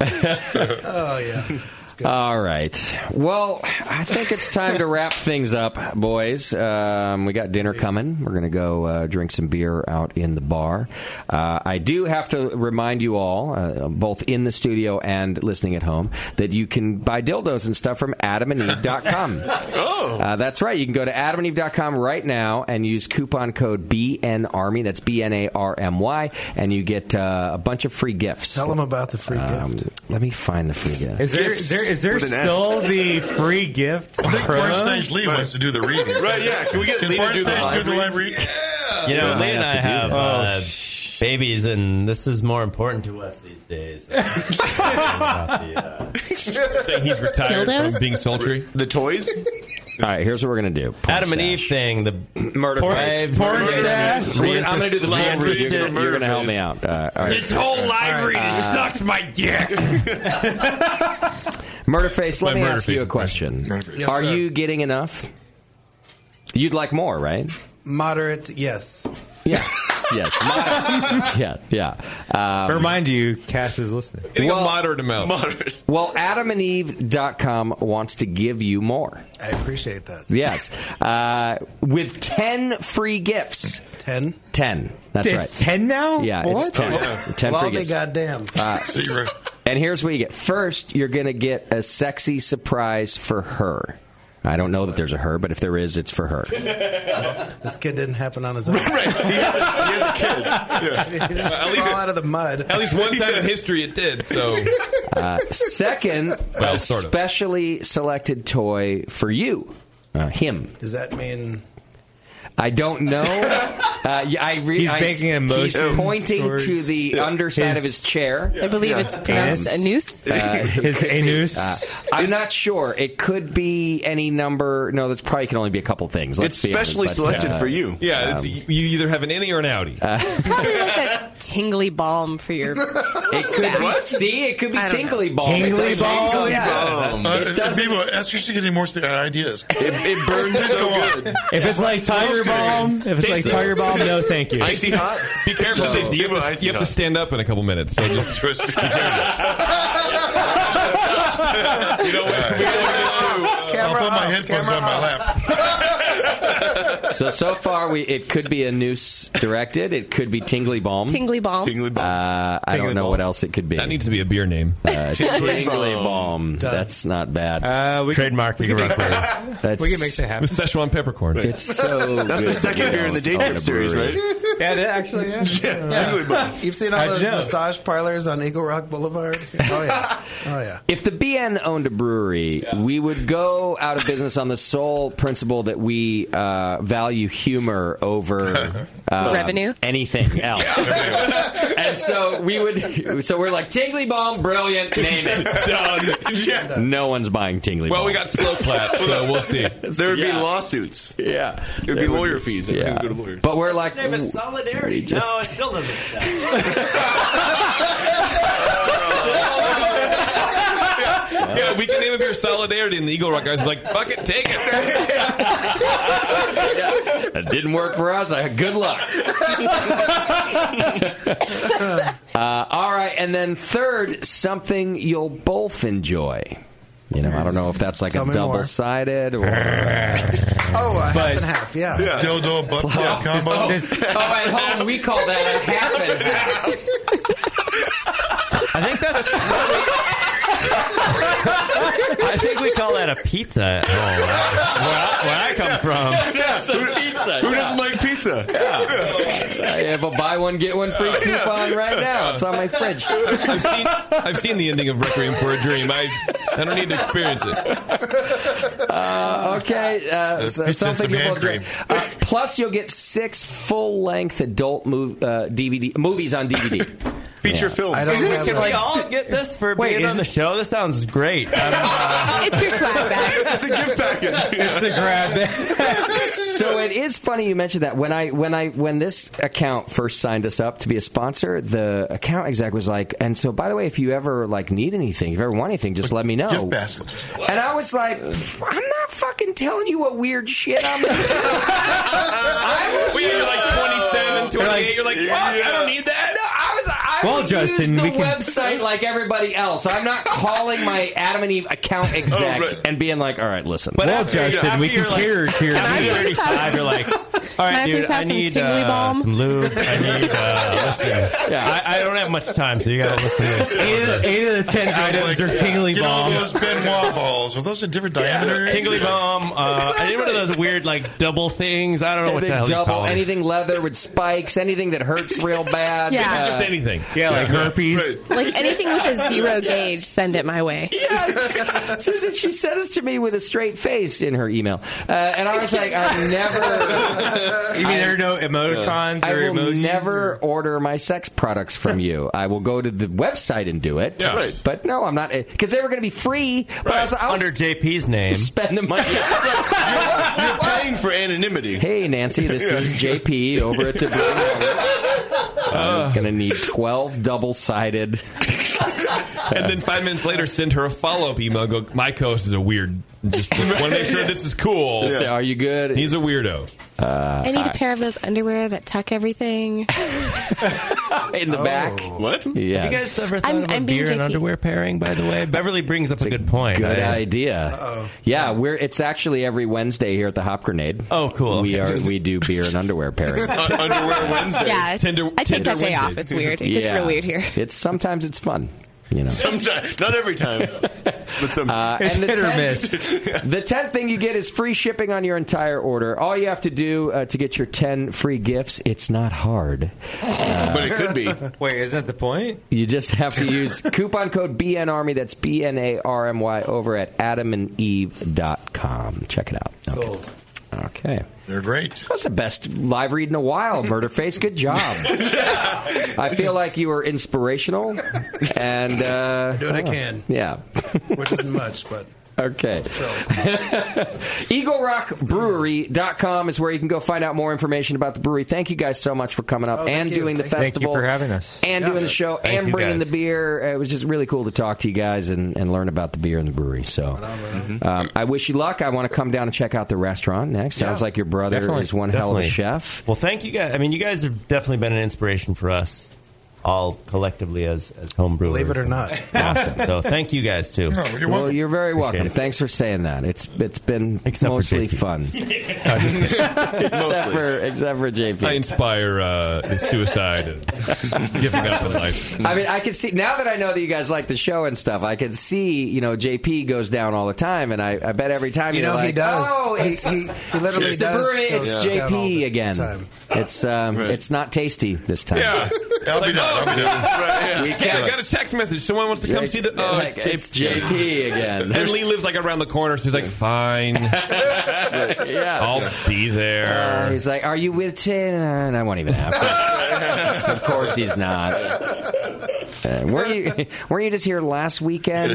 oh yeah.
All right. Well, I think it's time to wrap things up, boys. Um, we got dinner coming. We're going to go uh, drink some beer out in the bar. Uh, I do have to remind you all, uh, both in the studio and listening at home, that you can buy dildos and stuff from adamandeve.com. oh. Uh, that's right. You can go to adamandeve.com right now and use coupon code BNARMY. That's B N A R M Y. And you get uh, a bunch of free gifts.
Tell him about the free
Um, let me find the free gift.
Is there, is there, is there
With an F.
still the free gift?
I think
promo?
Barnstage Lee wants to do the reading.
Right, yeah. Can we get
Can
Lee to do the
Barnstage
live
live reading?
You know, Lee and I
to do
have
that.
uh, babies, and this is more important to us these days.
Saying he's retired
Dildos?
from being sultry.
The toys?
All right, here's what we're gonna do.
Adam and Eve thing, the
murder
porn,
face.
porn
Murder
stash.
face. We're- I'm gonna do the
Lee
live read.
interested-
You're gonna- you're gonna help me out. Uh, all right.
This whole live reading
Uh,
sucks my dick.
Murderface, let
By
me
murder
ask
face,
you a
of
question.
Yes,
Are
sir.
you getting enough? You'd like more, right?
Moderate, yes.
Yeah. yes. My- yeah, yeah. Um,
Remind you, Cass is listening.
Well- Well, adamandeve.com wants to give you more.
I appreciate that.
Yes. Uh, with 10 free gifts.
10?
10. That's
It's
right.
10
Oh,
now?
Yeah,
What?
it's 10.
Yeah.
10
Well,
free
I'll be
gifts.
goddamn.
Uh, and here's what you get. First, you're going to get a sexy surprise for her. I don't know that there's a her, but if there is, it's for her.
this kid didn't happen on his own. right. He has a, kid.
At least
fall
it-
out of the mud.
At least one time in history it did. So
Uh, second,
Well,
a
sort of.
specially selected toy for you, uh, him.
Does that mean?
I don't know. uh, yeah, I re-
He's
I-
making a motion
He's pointing to
towards-
the
Yeah.
underside
His-
of his chair.
I believe it's pronounced a noose.
His anus.
Uh, I'm not sure. It could be any number. No, that's probably can only be a couple things. Let's
It's
be honest,
specially
but,
selected
uh,
for you.
Yeah,
um, Uh,
it's, you either have an innie or an outie.
Probably like a tingly balm for your.
It could be, see, it could be tingly balm. It does- yeah.
Uh,
It does.
people, ask you to get any more st- uh, ideas.
It, burns so good.
If it's like Tiger Balm, if it's like
Tasty.
Tiger Balm, no thank you.
Icy hot? Be careful.
So-
Dave. you
Give it
have,
icy
to, you have to
hot.
stand up in a couple minutes. So just,
I'll put my headphones on my lap.
so so far, we it could be a noose directed. It could be tingly balm.
Tingly balm.
Tingly balm. Uh, I
Tingly
don't know
balm.
what else it could be. That
needs to be a beer name.
Uh,
Tingly
tingly
balm.
balm.
Done.
That's not bad.
Uh, we
Trademark.
Can, we, can make that,
That's-
we can make that happen.
With Szechuan peppercorn.
It's so
That's the
good.
second
You
beer in
know,
the day
own
trip
a
series,
brewery.
Yeah, it actually, yeah.
You've seen all
How'd you
those
know?
massage parlors on Eagle Rock Boulevard. Oh yeah, oh yeah.
If the BN owned a brewery, we would go out of business on the sole principle that we uh, value humor over uh,
Revenue?
anything else. and so we would. So we're like Tingly Bomb, brilliant, name it. Done. No one's buying Tingly.
Well,
Bomb.
we got slow clap, so we'll see.
There would
Yeah.
be lawsuits.
Yeah.
There would be
There would
lawyer
be-
fees.
yeah.
Everything would go to lawyers.
But we're like,
First name
we
is solidarity.
just-
No, it still doesn't. Sound.
Yeah, we can name a beer Solidarity, and the Eagle Rock guys are like, fuck it, take it.
It didn't work for us. I, good luck. Uh, all right, and then third, something you'll both enjoy. You know, I don't know if that's like
Tell
a
me more.
double sided or.
Oh, a half
But-
and half. Yeah.
Dildo butt plug combo.
Oh, at home we call that a half and half.
I think that's. I think we call that a pizza at home. Where, I, where I come from.
That's a pizza.
Who
yeah.
doesn't like pizza?
I have a buy one, get one free coupon right now. It's on my fridge.
I've seen, I've seen the ending of Requiem for a Dream. I, I don't need to experience it.
Uh, okay, uh,
It's-
so
it's
something
the
you
man
will drink. Uh, plus, you'll get six full-length adult mov- uh, DVD movies on DVD.
Feature
film.
I don't
Is this-
have
can
a-
we all get this for
Wait,
being
is-
on the show? This sounds great.
it's your swag bag.
It's a gift package.
It's the grab
so it is funny you mentioned that when I when I when this account first signed us up to be a sponsor, the account exec was like, "And so, by the way, if you ever like need anything, if you ever want anything, just let me know."
Gift basket.
And I was like, "Pff, "I'm not fucking telling you what weird shit I'm." I
Well, yeah, you're like 27, 28. You're like, what? I don't need that.
No, I was. I
Well,
would use
Justin,
the
we can-
website like everybody else. I'm not calling my Adam and Eve
Oh,
account exec and being like, "All Oh, right, listen."
But Well, after- Justin, after we you're can like, cater to your "Can I needs." please have-
35, you're like, all
Can I
right, dude,
please have
I
some
need
tingly
uh,
balm?
some lube. I need, uh, listen,
Yeah.
I, I don't have much time, so you gotta listen to this.
Eight of, eight of the ten items are tingly
you
balm.
know those Benoit balls? Are those a different diameter?
Tingly bomb. Uh, I did one of those weird like double things. I don't know what the
Anything
hell you
double,
call them.
anything leather with spikes, anything that hurts real bad. Uh,
Yeah.
Just anything.
uh, Yeah, like herpes.
Like anything with a zero gauge, send it my way.
Yeah. Susan, she said this to me with a straight face in her email. Uh, and I was like, I've never.
You mean there are no emoticons
I
or
will
emojis?
never order my sex products from you. I will go to the website and do it.
Yeah. Right.
But no, I'm not. Because they were going to be free. But I was like, I'll
Under JP's name.
spend the money.
You're paying for anonymity.
hey, Nancy, this is JP over at the Blue Mountain.
Uh,
I'm going to need 12 double sided.
And then five minutes later, send her a follow up email. Go, my co host is a weird Just want to make sure this is cool.
Just say, "Are you good?"
He's a weirdo. Uh,
I need a pair of those underwear that tuck everything.
in the back.
What?
Yeah.
Have Oh. you guys ever thought
I'm-
of a
I'm being
beer and
JP.
underwear pairing? By the way, Beverly brings up a good point.
Good
I-
idea. Yeah, we're it's actually every Wednesday here at the Hop Grenade.
Oh, cool.
We are we do beer and underwear pairing.
underwear Wednesday.
Yeah, it's- I take that day off. It's weird. It's
Yeah.
real weird here.
It's sometimes it's fun. You know.
Sometimes, not every time. But some,
Uh, and the tenth- the tenth thing you get is free shipping on your entire order. All you have to do uh, to get your ten free gifts, it's not hard. Uh,
Wait, isn't that the point?
You just have to use coupon code BNARMY. That's B N A R M Y over at adamandeve.com. Check it out. Okay.
Sold.
Okay.
They're great.
That's the best live read in a while, Murderface. Good job. I feel like you were inspirational, and uh,
Do what I can.
Yeah.
which isn't much, but
Okay. EagleRockBrewery.com is where you can go find out more information about the brewery. Thank you guys so much for coming up
Oh, thank
and
you.
doing the
Thank you. Thank you
festival.
for having us.
And
Yeah.
doing the show
Thank
and
you,
bringing
guys.
the beer. Uh, It was just really cool to talk to you guys and, and learn about the beer and the brewery. So
Mm-hmm.
um, I wish you luck. I want to come down and check out the restaurant next. Sounds like your brother
Definitely,
is one hell of a
definitely.
chef.
Well, thank you guys. I mean, you guys have definitely been an inspiration for us all collectively as as home brewers.
Believe it or not.
awesome. So thank you guys too.
well, Oh, you're very
Appreciate
welcome.
it.
Thanks for saying that. It's it's been mostly fun. except for except for JP.
I inspire uh, suicide and giving up in life.
I mean, I can see now that I know that you guys like the show and stuff. I can see, you know, JP goes down all the time, and I, I bet every time
You
you're
know, he
like,
does.
Oh,
He-
it's,
he- he literally
it's the
does
brewery,
go
It's
down all
JP again. It's um, it's not tasty this time. Yeah,
I'll be done. I'll be done.
We
Yeah, I
can't-
got a text message. Someone wants to come see the. Oh,
Like, it's JP again.
And Lee lives like around the corner, so he's like, "Fine,
yeah,
I'll be there."
Uh, he's like, "Are you with Tin?" And I won't even have. to. of course, he's not. Uh, were you were you just here last weekend?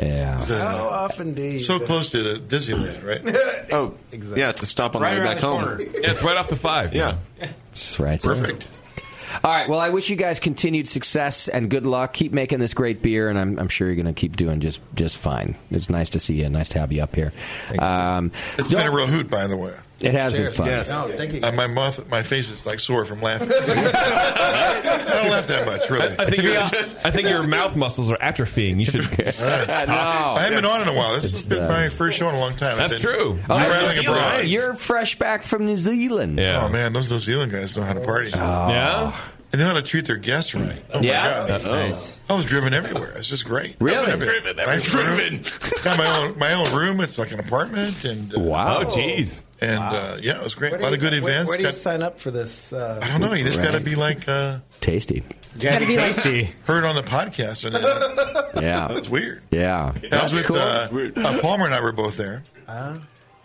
Yeah.
How
Oh.
often do you?
So close to the Disneyland, right?
oh, yeah, to stop on the way back home.
Yeah, it's right off the five.
Yeah.
That's right. Perfect. All right. Well, I wish you guys continued success and good luck. Keep making this great beer, and I'm, I'm sure you're going to keep doing just just fine. It's nice to see you. and Nice to have you up here. Um,
It's
don't-
been a real hoot, by the way.
It has been fun.
Yes.
Oh,
thank you. my mouth, my face is like sore from laughing. I don't laugh that much, really.
I think, your, I think your mouth muscles are atrophying. You should.
I haven't been on in a while. This has been my first show in a long time.
That's
I've been
true.
Oh,
traveling abroad.
You're fresh back from New Zealand.
Oh man, those New Zealand guys know how to party.
Yeah?
And they know how to treat their guests right. Oh
Oh. Yeah?
my God.
That's nice.
I was driven everywhere. It's just great.
Really?
I was
Driven,
Nice room. Got my own my own room. It's like an apartment. And uh,
Wow. Oh,
jeez.
And uh, yeah, it was great.
Where
A
do
lot of
you-
good
where-
events.
Where do you
Got-
sign up for this? Uh,
I don't know. You just got to be like uh,
Tasty.
gotta be like heard on the podcast. And then,
Yeah.
That's weird.
Yeah.
I was with uh, uh, Palmer and I were both there.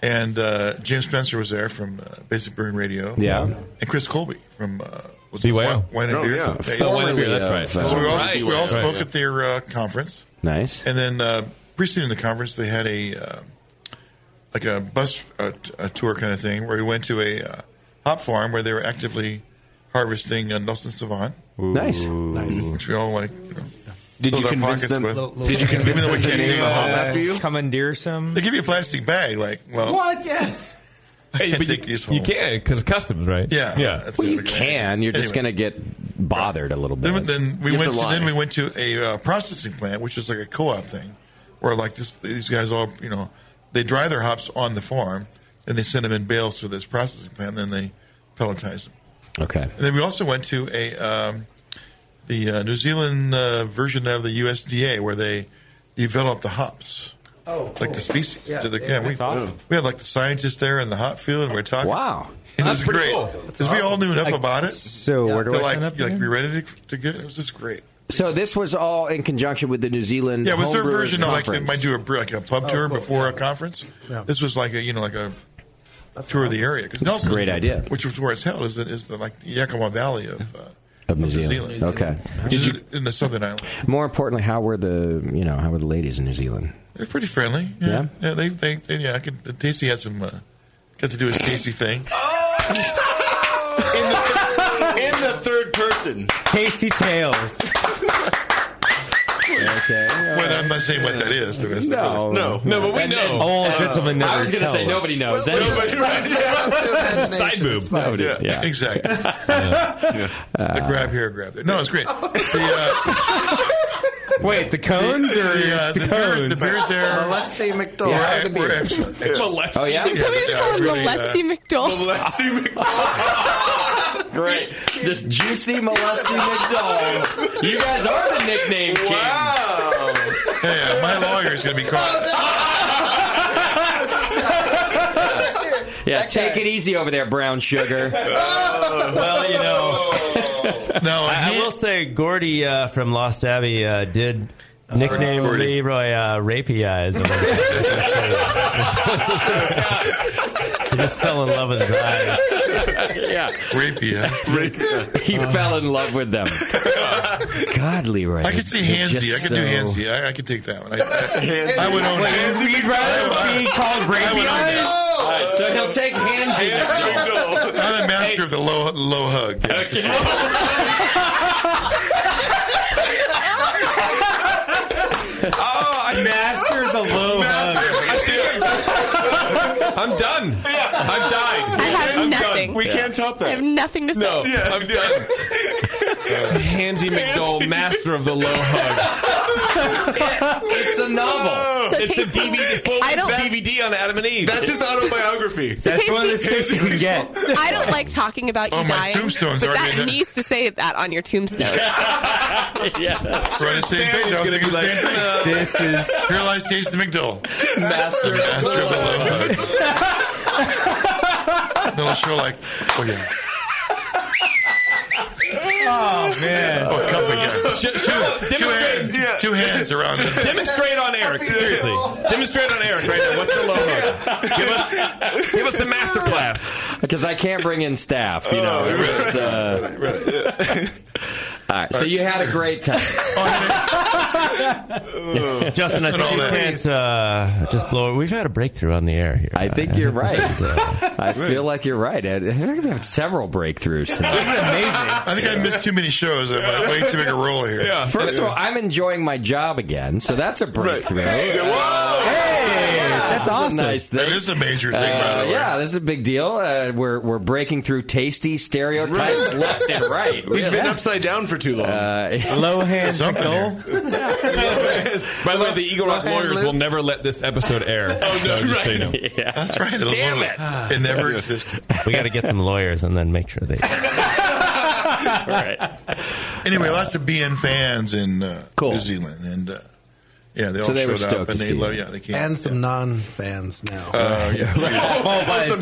And uh, James Spencer was there from uh, Basic Brewing Radio.
Yeah.
And Chris Colby from uh, was it
BYO.
Wine- Wine and
Oh,
Beer.
yeah. Oh, Wine and Beer, that's right.
So we all,
Right,
we all
right,
spoke
yeah.
at their uh, conference.
Nice.
And then uh, preceding the conference, they had a uh, like a bus uh, t- a tour kind of thing where we went to a uh, hop farm where they were actively harvesting uh, Nelson Savant.
Nice.
nice. Which we all like. You know,
Did you
filled our
convince
pockets
them-
with.
Little- little- Did you convince
Even though
them
we
to uh,
can't
name
eat
a hop
it.
after you?
Commandeer some.
They give you a plastic bag, like well,
what? Yes.
Hey, but you,
You can because customs, right?
Yeah,
Yeah.
Well,
You can. You're just going to get bothered a little bit.
Then, then we went. To, then we went to a uh, processing plant, which is like a co-op thing, where like this, these guys all you know, they dry their hops on the farm, and they send them in bales to this processing plant, and then they pelletize them.
Okay.
And then we also went to a um, the uh, New Zealand uh, version of the USDA, where they develop the hops.
Oh,
Like the species,
Yeah,
to the,
yeah,
yeah, we,
that's awesome.
we had like the scientists there in the hop field, and we are talking.
Wow,
it was
That's pretty
great
cool.
because we all knew enough about it.
So where do
to
I
like,
sign up
like
again?
be ready to, to get it was just great.
So this was all in conjunction with the New Zealand.
Yeah, it was their
Homebrewers
version of like they might
Conference.
do a br- like a
Oh,
pub tour before a conference. This was like a you know like a tour of the area. 'Cause
That's a great idea.
which is where it's held, is the, is the like the Yakima Valley of uh,
of New Zealand. Okay.
Did you in the Southern Island?
More importantly, how were the you know how were the ladies in New Zealand?
They're pretty friendly. Yeah,
Yeah?
yeah. they, they, they yeah. I could, Tasty had some uh, got to do his tasty thing.
In the third person.
Tasty Tales.
Okay. Well, I'm not saying what that is.
No.
No.
No, but we And- know. and all
Uh,
gentlemen never I was gonna tell say us. nobody knows. That's-
Nobody right?
Side boob. It's fine.
Yeah,
Yeah.
Exactly.
Uh,
the grab here, grab there. No, it's great. Wait, the
cones
the,
or
uh, the,
the
beer's,
cones?
the beer's there.
Molesty McDowell.
We're
Yeah,
at-
the
we're
beer.
excellent. Excellent.
Oh, yeah?
Somebody
yeah,
just call him
really, uh,
Molesty McDowell.
Molesty
Great. Just juicy molesty McDonald. You guys are the nickname kings. Oh.
Yeah, my lawyer's going to be called.
Yeah, take it easy over there, brown sugar.
Oh.
well, you
know.
No,
I, I will say Gordy uh, from Lost Abbey uh, did nickname
Gordy.
Leroy uh, Rapey Eyes. he just fell in love with his eyes.
yeah.
Rapey eyes.
He fell in love with them. God, Leroy.
I could see
you're just
handsy. I could do
so-
handsy. I, I could take that one. I, I, I would own handsy.
You'd rather be called rapey eyes? All right, so he'll take handsy.
I'm the master of the low low hug. Yeah.
Oh, I mastered the low hug. I'm done. I'm dying.
I have
I'm
nothing.
Done.
I have nothing to say.
No, I'm done. Hansy McDowell, master of the low hug. Oh.
it's a novel.
So
it's a
Casey-
DVD, full
I don't-
DVD on Adam and Eve.
That's his autobiography.
So That's one of the
six
Casey-
you can get.
I don't like talking about you
Oh, my
dying,
tombstone's
but
already
that
in there.
needs to say that on your tombstone.
yeah.
We're on the same page. I was thinking the same thing.
This is
Paralyzed Jason McDowell.
Master of
the low hug. Little show like, oh yeah.
Oh man.
Oh, cup again.
Show- show-
Two hands, two hands around it.
Demonstrate on Eric, seriously. Demonstrate on Eric right now. What's the low hug? Give us, give us the master class.
Because I can't bring in staff,
Oh,
you know. it was, uh, All right, so you had a great time.
Justin, I
And
think
all
you
that.
can't uh, just blow it. We've had a breakthrough on the air here. uh,
I think you're right. I feel like you're right. Ed. I think we have several breakthrougs tonight.
I think I missed too many shows. I'm like, way too big a role here.
First of all, I'm enjoying my job again, so that's a breakthrough.
that's
awesome. nice thing.
That is a major thing, by
Uh,
the way.
yeah, this is a big deal. Uh, we're we're breaking through tasty stereotypes left and right. Uh,
He's been
Really.
upside down for too long.
Low
hand
Something
goal. By the way, the Eagle Rock Warriors will never let this episode air. Oh no, just so you know.
That's right. It'll-
Damn it.
Ah.
It never existed.
We got to get some lawyers and then make sure they.
Anyway, lots of BN fans in uh, New Zealand, and uh, yeah, they all
So they were
showed up,
stoked
and
to
they
see
love.
you.
Yeah, they came.
and some non-fans now.
Uh, yeah.
Oh, some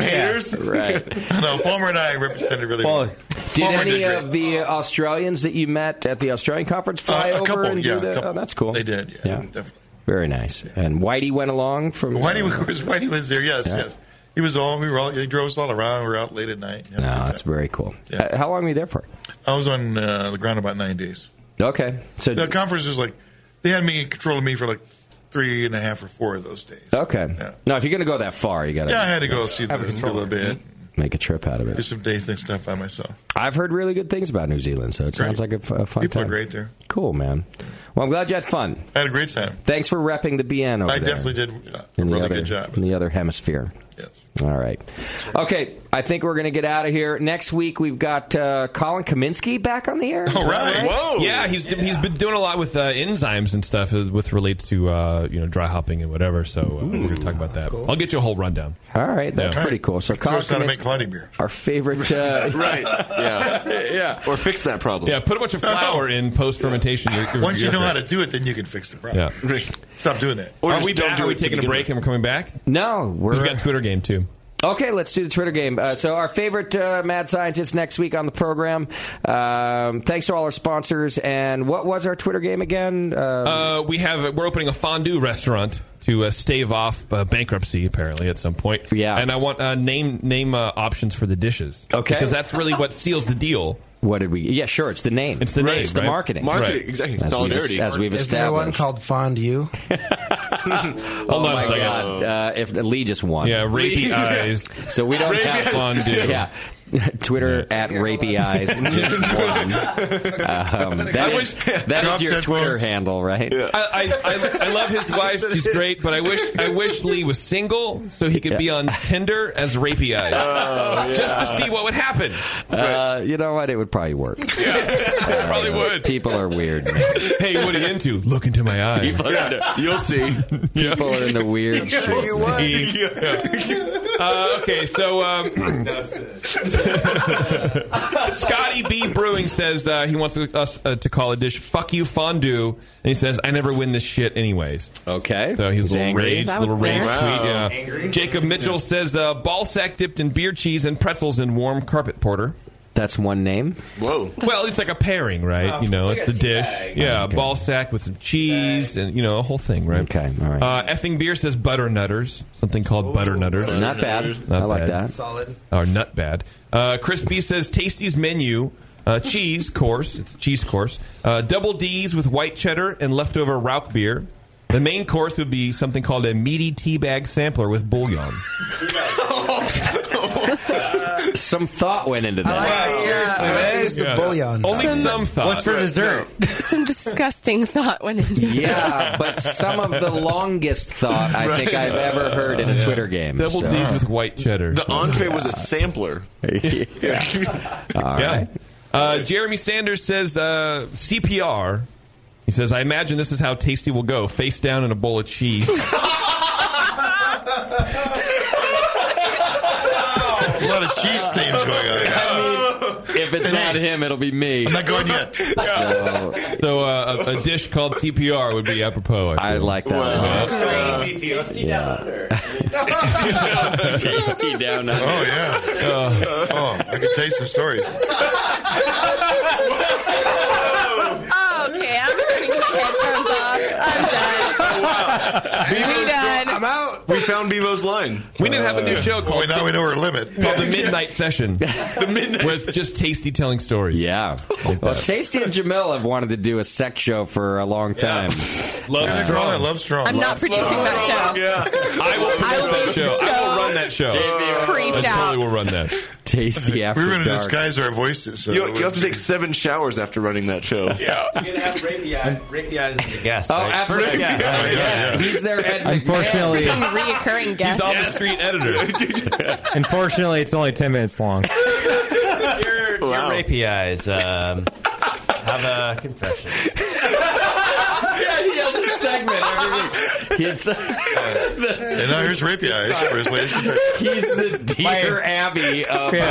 haters?
no, Palmer and I represented really well.
Did
Palmer
any
great.
of the Australians that you met at the Australian conference fly
Uh, a
over
couple,
and
yeah,
do
a
the?
couple.
Oh, that's cool.
They did, yeah, definitely.
Very nice. And Whitey went along from
Whitey, of course, Whitey was there. Yes, yes. He was all. We were all. He drove us all around. We were out late at night.
No, that's very cool. Uh, how long were you there for?
I was on uh, the ground about nine days.
Okay, so
the conference was like they had me in control of me for like three and a half or four of those days.
Okay. No, if you're going to go that far, you got to
Yeah, I had to go see the, a little bit,
make a trip out of it.
do some day thing stuff by myself.
I've heard really good things about New Zealand, so it sounds like a, f- a fun
People
time.
are great there.
Cool, man. Well, I'm glad you had fun.
I had a great time.
Thanks for repping the BN over
I
there.
definitely did uh, a
in the
really
other,
good job.
in the other hemisphere.
Yes.
All right. Okay, I think we're going to get out of here. Next week we've got uh, Colin Kaminsky back on the air. All right.
Yeah, he's he's been doing a lot with uh, enzymes and stuff as, with relates to uh, you know dry hopping and whatever. So uh, we're going to talk about that. I'll get you a whole rundown.
All right, that's
Yeah.
pretty cool. So
Show
Colin
us how to make
Kaminsky,
cloudy beer.
Our favorite. Uh,
right. Yeah.
yeah.
Or fix that problem.
Yeah, put a bunch of flour in post fermentation.
Once you know how to do it, then you can fix the problem. Stop doing that.
Or are we, back? are we taking a break and we're coming back?
No, we're
have got Twitter game too.
Okay, let's do the Twitter game. Uh, so, our favorite uh, mad scientist next week on the program. Um, thanks to all our sponsors. And what was our Twitter game again? Um,
Uh, we have we're opening a fondue restaurant to uh, stave off uh, bankruptcy apparently at some point. Yeah, and I want uh, name name uh, options for the dishes.
Okay.
because that's really what seals the deal.
What did we? Yeah, sure. It's the name.
It's the
Right,
name.
it's the
right?
marketing.
Marketing,
Right.
exactly.
As we've- Solidarity. as we've
Is there one
established.
called Fond You? Oh
Hold
on a
Oh my
second.
God. Uh, if Lee just won.
Yeah, rapey eyes.
So we don't
Rapey
have
eyes.
fondue. Yeah. Twitter at rapey eyes. um, that
I
is,
wish-
that
Drop
is your
that
Twitter
voice.
handle, right? Uh,
I, I, I, I love his wife. She's great, but I wish I wish Lee was single so he could be on Tinder as rapey eyes,
Oh, yeah.
just to see what would happen.
Uh, you know what? It would probably work. probably would. People are weird. Man.
Hey, what are you into? Look into my eyes.
People are into-
You'll see.
People are into weird.
You'll
shit.
see. Uh, okay, so um, Scotty B Brewing says uh, he wants to, us uh, to call a dish "fuck you fondue," and he says, "I never win this shit anyways."
Okay,
so he's,
He's
a little
angry.
rage,
That was
little rage
fair. Wow.
tweet. Yeah.
Angry?
Jacob Mitchell says uh, ball sack dipped in beer cheese and pretzels in warm carpet porter.
That's one name.
Whoa. Well, it's like a pairing, right? you know, it's the dish. Yeah, ball sack with some cheese and you know a whole thing, right?
Okay, all right.
Uh, effing beer says butternutters, something called butternutters.
Uh, Not bad. I like that. Solid.
Or nut bad. Uh, Chris B says Tasty's menu. Uh, cheese course, it's cheese course. Uh, double D's with white cheddar and leftover Rauch beer. The main course would be something called a meaty teabag sampler with bouillon.
Some thought went into that.
It's a bouillon.
Only some thought.
Some disgusting thought went into that.
Yeah, but some of the longest thought I think I've ever heard in a Twitter game.
Double
so.
D's with white cheddar.
The entree was a sampler.
yeah.
yeah. Uh, Jeremy Sanders says uh, CPR. He says, I imagine this is how tasty will go face down in a bowl of cheese.
A lot of cheese themes going on. Here.
if it's not him, it'll be me. I'm
not going yet.
So,
uh, a, a dish called CPR would be apropos. I,
like that. Tasty down under.
Oh yeah.
Uh,
oh, I can taste some stories.
Oh, okay, I'm turning my head from Bob. I'm
Oh,
done.
I'm out. We found Bevo's line.
We didn't have a new show called.
now we know our limit.
Called the Midnight Session. the Midnight With just Tasty telling stories.
Yeah. Well, Tasty and Jamel have wanted to do a sex show for a long time.
Love
Uh,
Strong.
I love strong.
I'm not producing that show.
I will produce that show. I will run that show.
Freaked
I
out.
totally will run that.
Tasty after
We're going to
dark.
disguise our voices. So
you, you have to take seven showers after running that show.
Yeah.
You're going to have Rapey Eyes, Rapey Eyes as a guest.
Oh,
right?
absolutely.
First guest.
Yeah, yeah,
yeah. He's there.
Unfortunately,
reoccurring guest.
He's on the street editor.
unfortunately, it's only ten minutes long.
Your Rapey Eyes. Um, have a confession.
yeah, he has a segment every week. It's
And now here's Rapey Eyes for his latest confession.
He's the Dear Abby of, uh,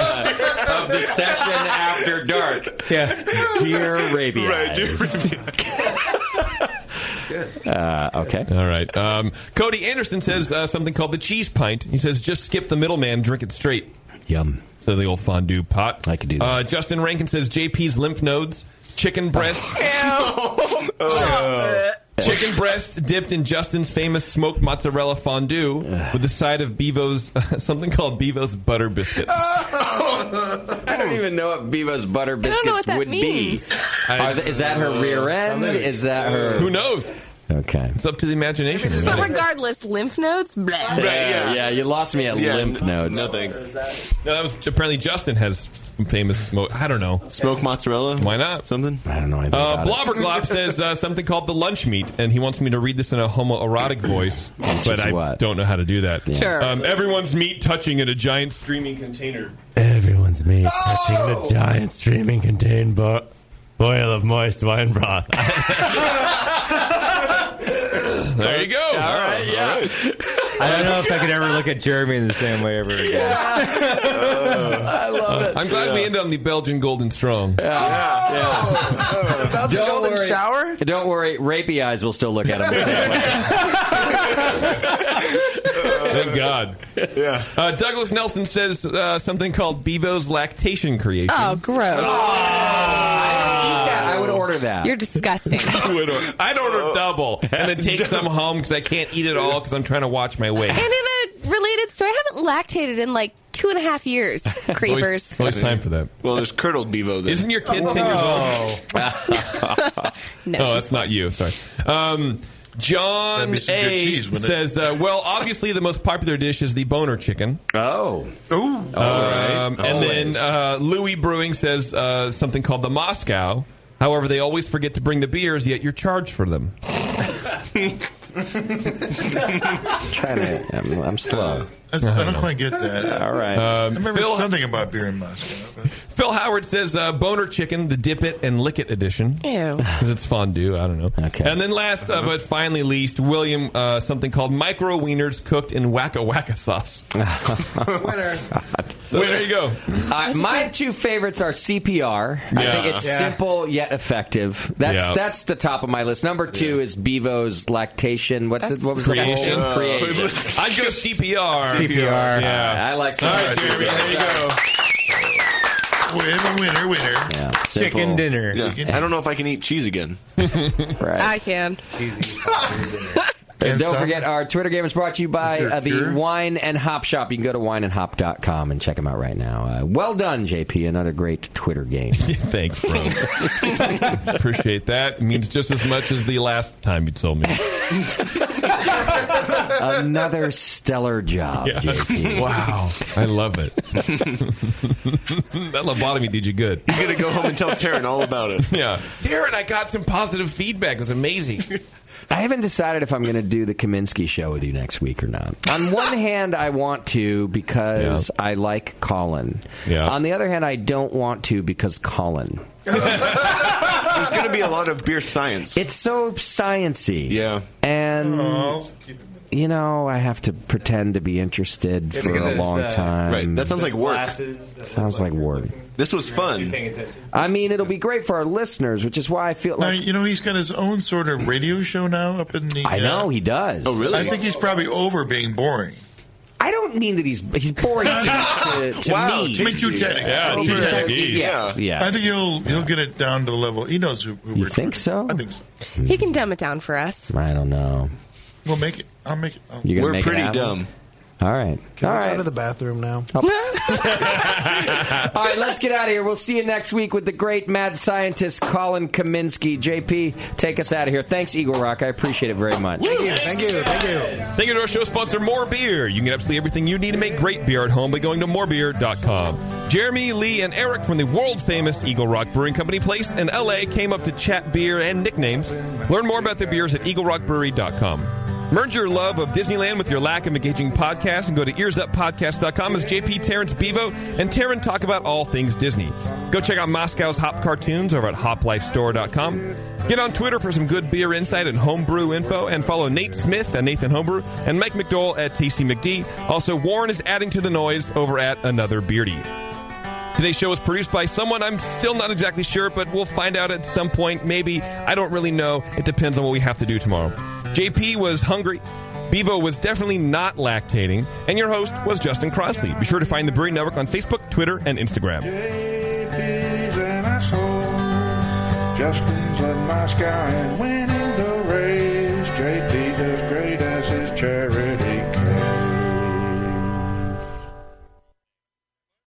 of the session after dark.
Yeah.
Dear Rabia.
Right, Dear
Uh, okay.
All right. Um, Cody Anderson says uh, something called the cheese pint. He says, just skip the middleman, drink it straight.
Yum.
So the old fondue pot. I
could do
Uh, Justin Rankin says, JP's lymph nodes, chicken breast. Chicken breast dipped in Justin's famous smoked mozzarella fondue with a side of Bevo's, something called Bevo's butter biscuits.
Ah! I don't even know what Bevo's butter
don't
biscuits
know what that
would
means.
be. Are th- is that her rear end? Is that her?
uh, Who knows?
Okay.
It's up to the imagination.
But regardless, lymph nodes. Bleh.
yeah. yeah, you lost me at
Yeah,
lymph
n-
nodes.
no thanks. No, that was apparently Justin has some famous smoke. I don't know.
Smoke mozzarella?
Why not?
Something?
I don't know anything
Uh,
about it.
Blobberglop says uh, something called the lunch meat, and he wants me to read this in a homoerotic voice, but I don't know how to do that.
Sure.
Um, everyone's meat touching in a giant streaming container.
Everyone's me touching the
Oh.
giant streaming contained bo- boil of moist wine broth.
There you go. All
right, yeah.
I don't know if I could ever look at Jeremy in the same way ever again.
I love it.
I'm glad we ended on the Belgian Golden Strong.
About the golden worry. shower? Don't worry, rapey eyes will still look at him the same way.
Thank God. Yeah. Uh, Douglas Nelson says uh, something called Bevo's lactation creation.
Oh, gross.
I would order that.
You're disgusting.
I'd order, I'd order double and then take some home because I can't eat it all because I'm trying to watch my weight.
and in a related story, I haven't lactated in like two and a half years. Creepers.
Always time for that.
Well, there's curdled Bevo then.
Isn't your kid 10 years old?
No.
oh, that's not you. Sorry. Um, John
That'd be some good
A
cheese, wouldn't it?
says, uh, "Well, obviously the most popular dish is the boner chicken."
Oh,
Ooh.
Um, and then uh, Louis Brewing says uh, something called the Moscow. However, they always forget to bring the beers, yet you're charged for them.
Trying to, I'm, I'm slow.
That's, I don't quite get that.
All right.
I
Um,
remember
Phil-
something about beer in Moscow.
Phil Howard says uh, boner chicken, the dip it and lick it edition.
Ew.
Because it's fondue, I don't know. Okay. And then last uh, but finally least, William, uh, something called micro wieners cooked in wacka wacka sauce.
Winner.
Well, there you go.
Uh, my two favorites are CPR. I
Yeah.
think it's
Yeah.
simple yet effective. That's
Yeah.
that's the top of my list. Number two is Bevo's lactation. What's it? What was the
creation? Uh,
whole creation?
I'd go CPR.
CPR.
Yeah.
I like
All right,
CPR.
Jeremy, there you go.
Winner, winner, winner.
simple. Chicken dinner.
Yeah.
Yeah.
I don't know if I can eat cheese again.
I can.
And don't forget, our Twitter game is brought to you
Is
by
there a
uh, the
cure?
Wine and Hop Shop. You can go to wineandhop.com and check them out right now. Uh, well done, JP. Another great Twitter game.
Thanks, bro. Appreciate that. It means just as much as the last time you told me.
Another stellar job,
Yeah.
JP.
Wow. I love it. that lobotomy did you good.
He's gonna go home and tell Taryn all about it.
Yeah. Darren, I got some positive feedback. It was amazing.
I haven't decided if I'm going to do the Kaminsky show with you next week or not. On one hand, I want to because I like Colin.
Yeah.
On the other hand, I don't want to because Colin.
There's gonna be a lot of beer science. Oh,
It's so sciency. Yeah. And you know, I have to pretend to be interested
Yeah,
for
because
a
it's,
long
uh,
time.
Right, that sounds like work. Glasses,
Sounds like work.
This was fun.
I mean, it'll be great for our listeners, which is why I feel
Now,
like
you know, he's got his own sort of radio show now up in the.
I know he does.
Oh,
uh, I think he's probably over being boring.
I don't mean that he's he's boring to, to, to
wow,
me.
to you, Denny.
Over
to
to-
Denny.
yeah, yeah.
I think he'll he'll get it down to the level. He knows who, who we're.
think so? I think
so.
He can dumb it down for us.
I don't know.
We'll make it. I'll make it. I'll-
You gonna make it happen? All right.
Can
All
we
right. Oh.
go to the bathroom now?
All right, let's get out of here. We'll see you next week with the great mad scientist Colin Kaminsky. JP, take us out of here. Thanks, Eagle Rock. I appreciate it very much.
Thank you, thank you, thank you.
Thank you to our show sponsor, More Beer. You can get absolutely everything you need to make great beer at home by going to morebeer.com. Jeremy, Lee, and Eric from the world famous Eagle Rock Brewing Company place in LA came up to chat beer and nicknames. Learn more about the beers at eaglerockbrewery.com. Merge your love of Disneyland with your lack of engaging podcasts and go to earsuppodcast.com as JP Terrence Bevo and Taryn talk about all things Disney. Go check out Moscow's Hop Cartoons over at hoplifestore.com. Get on Twitter for some good beer insight and homebrew info, and follow Nate Smith at Nathan Homebrew and Mike McDowell at Tasty McD. Also, Warren is adding to the noise over at Another Beardy. Today's show was produced by someone I'm still not exactly sure, but we'll find out at some point. Maybe. I don't really know. It depends on what we have to do tomorrow. JP was hungry. Bevo was definitely not lactating. And your host was Justin Crossley. Be sure to find the Brewery Network on Facebook, Twitter, and Instagram.
He's an asshole. Justin's in Moscow and winning the race. JP does great.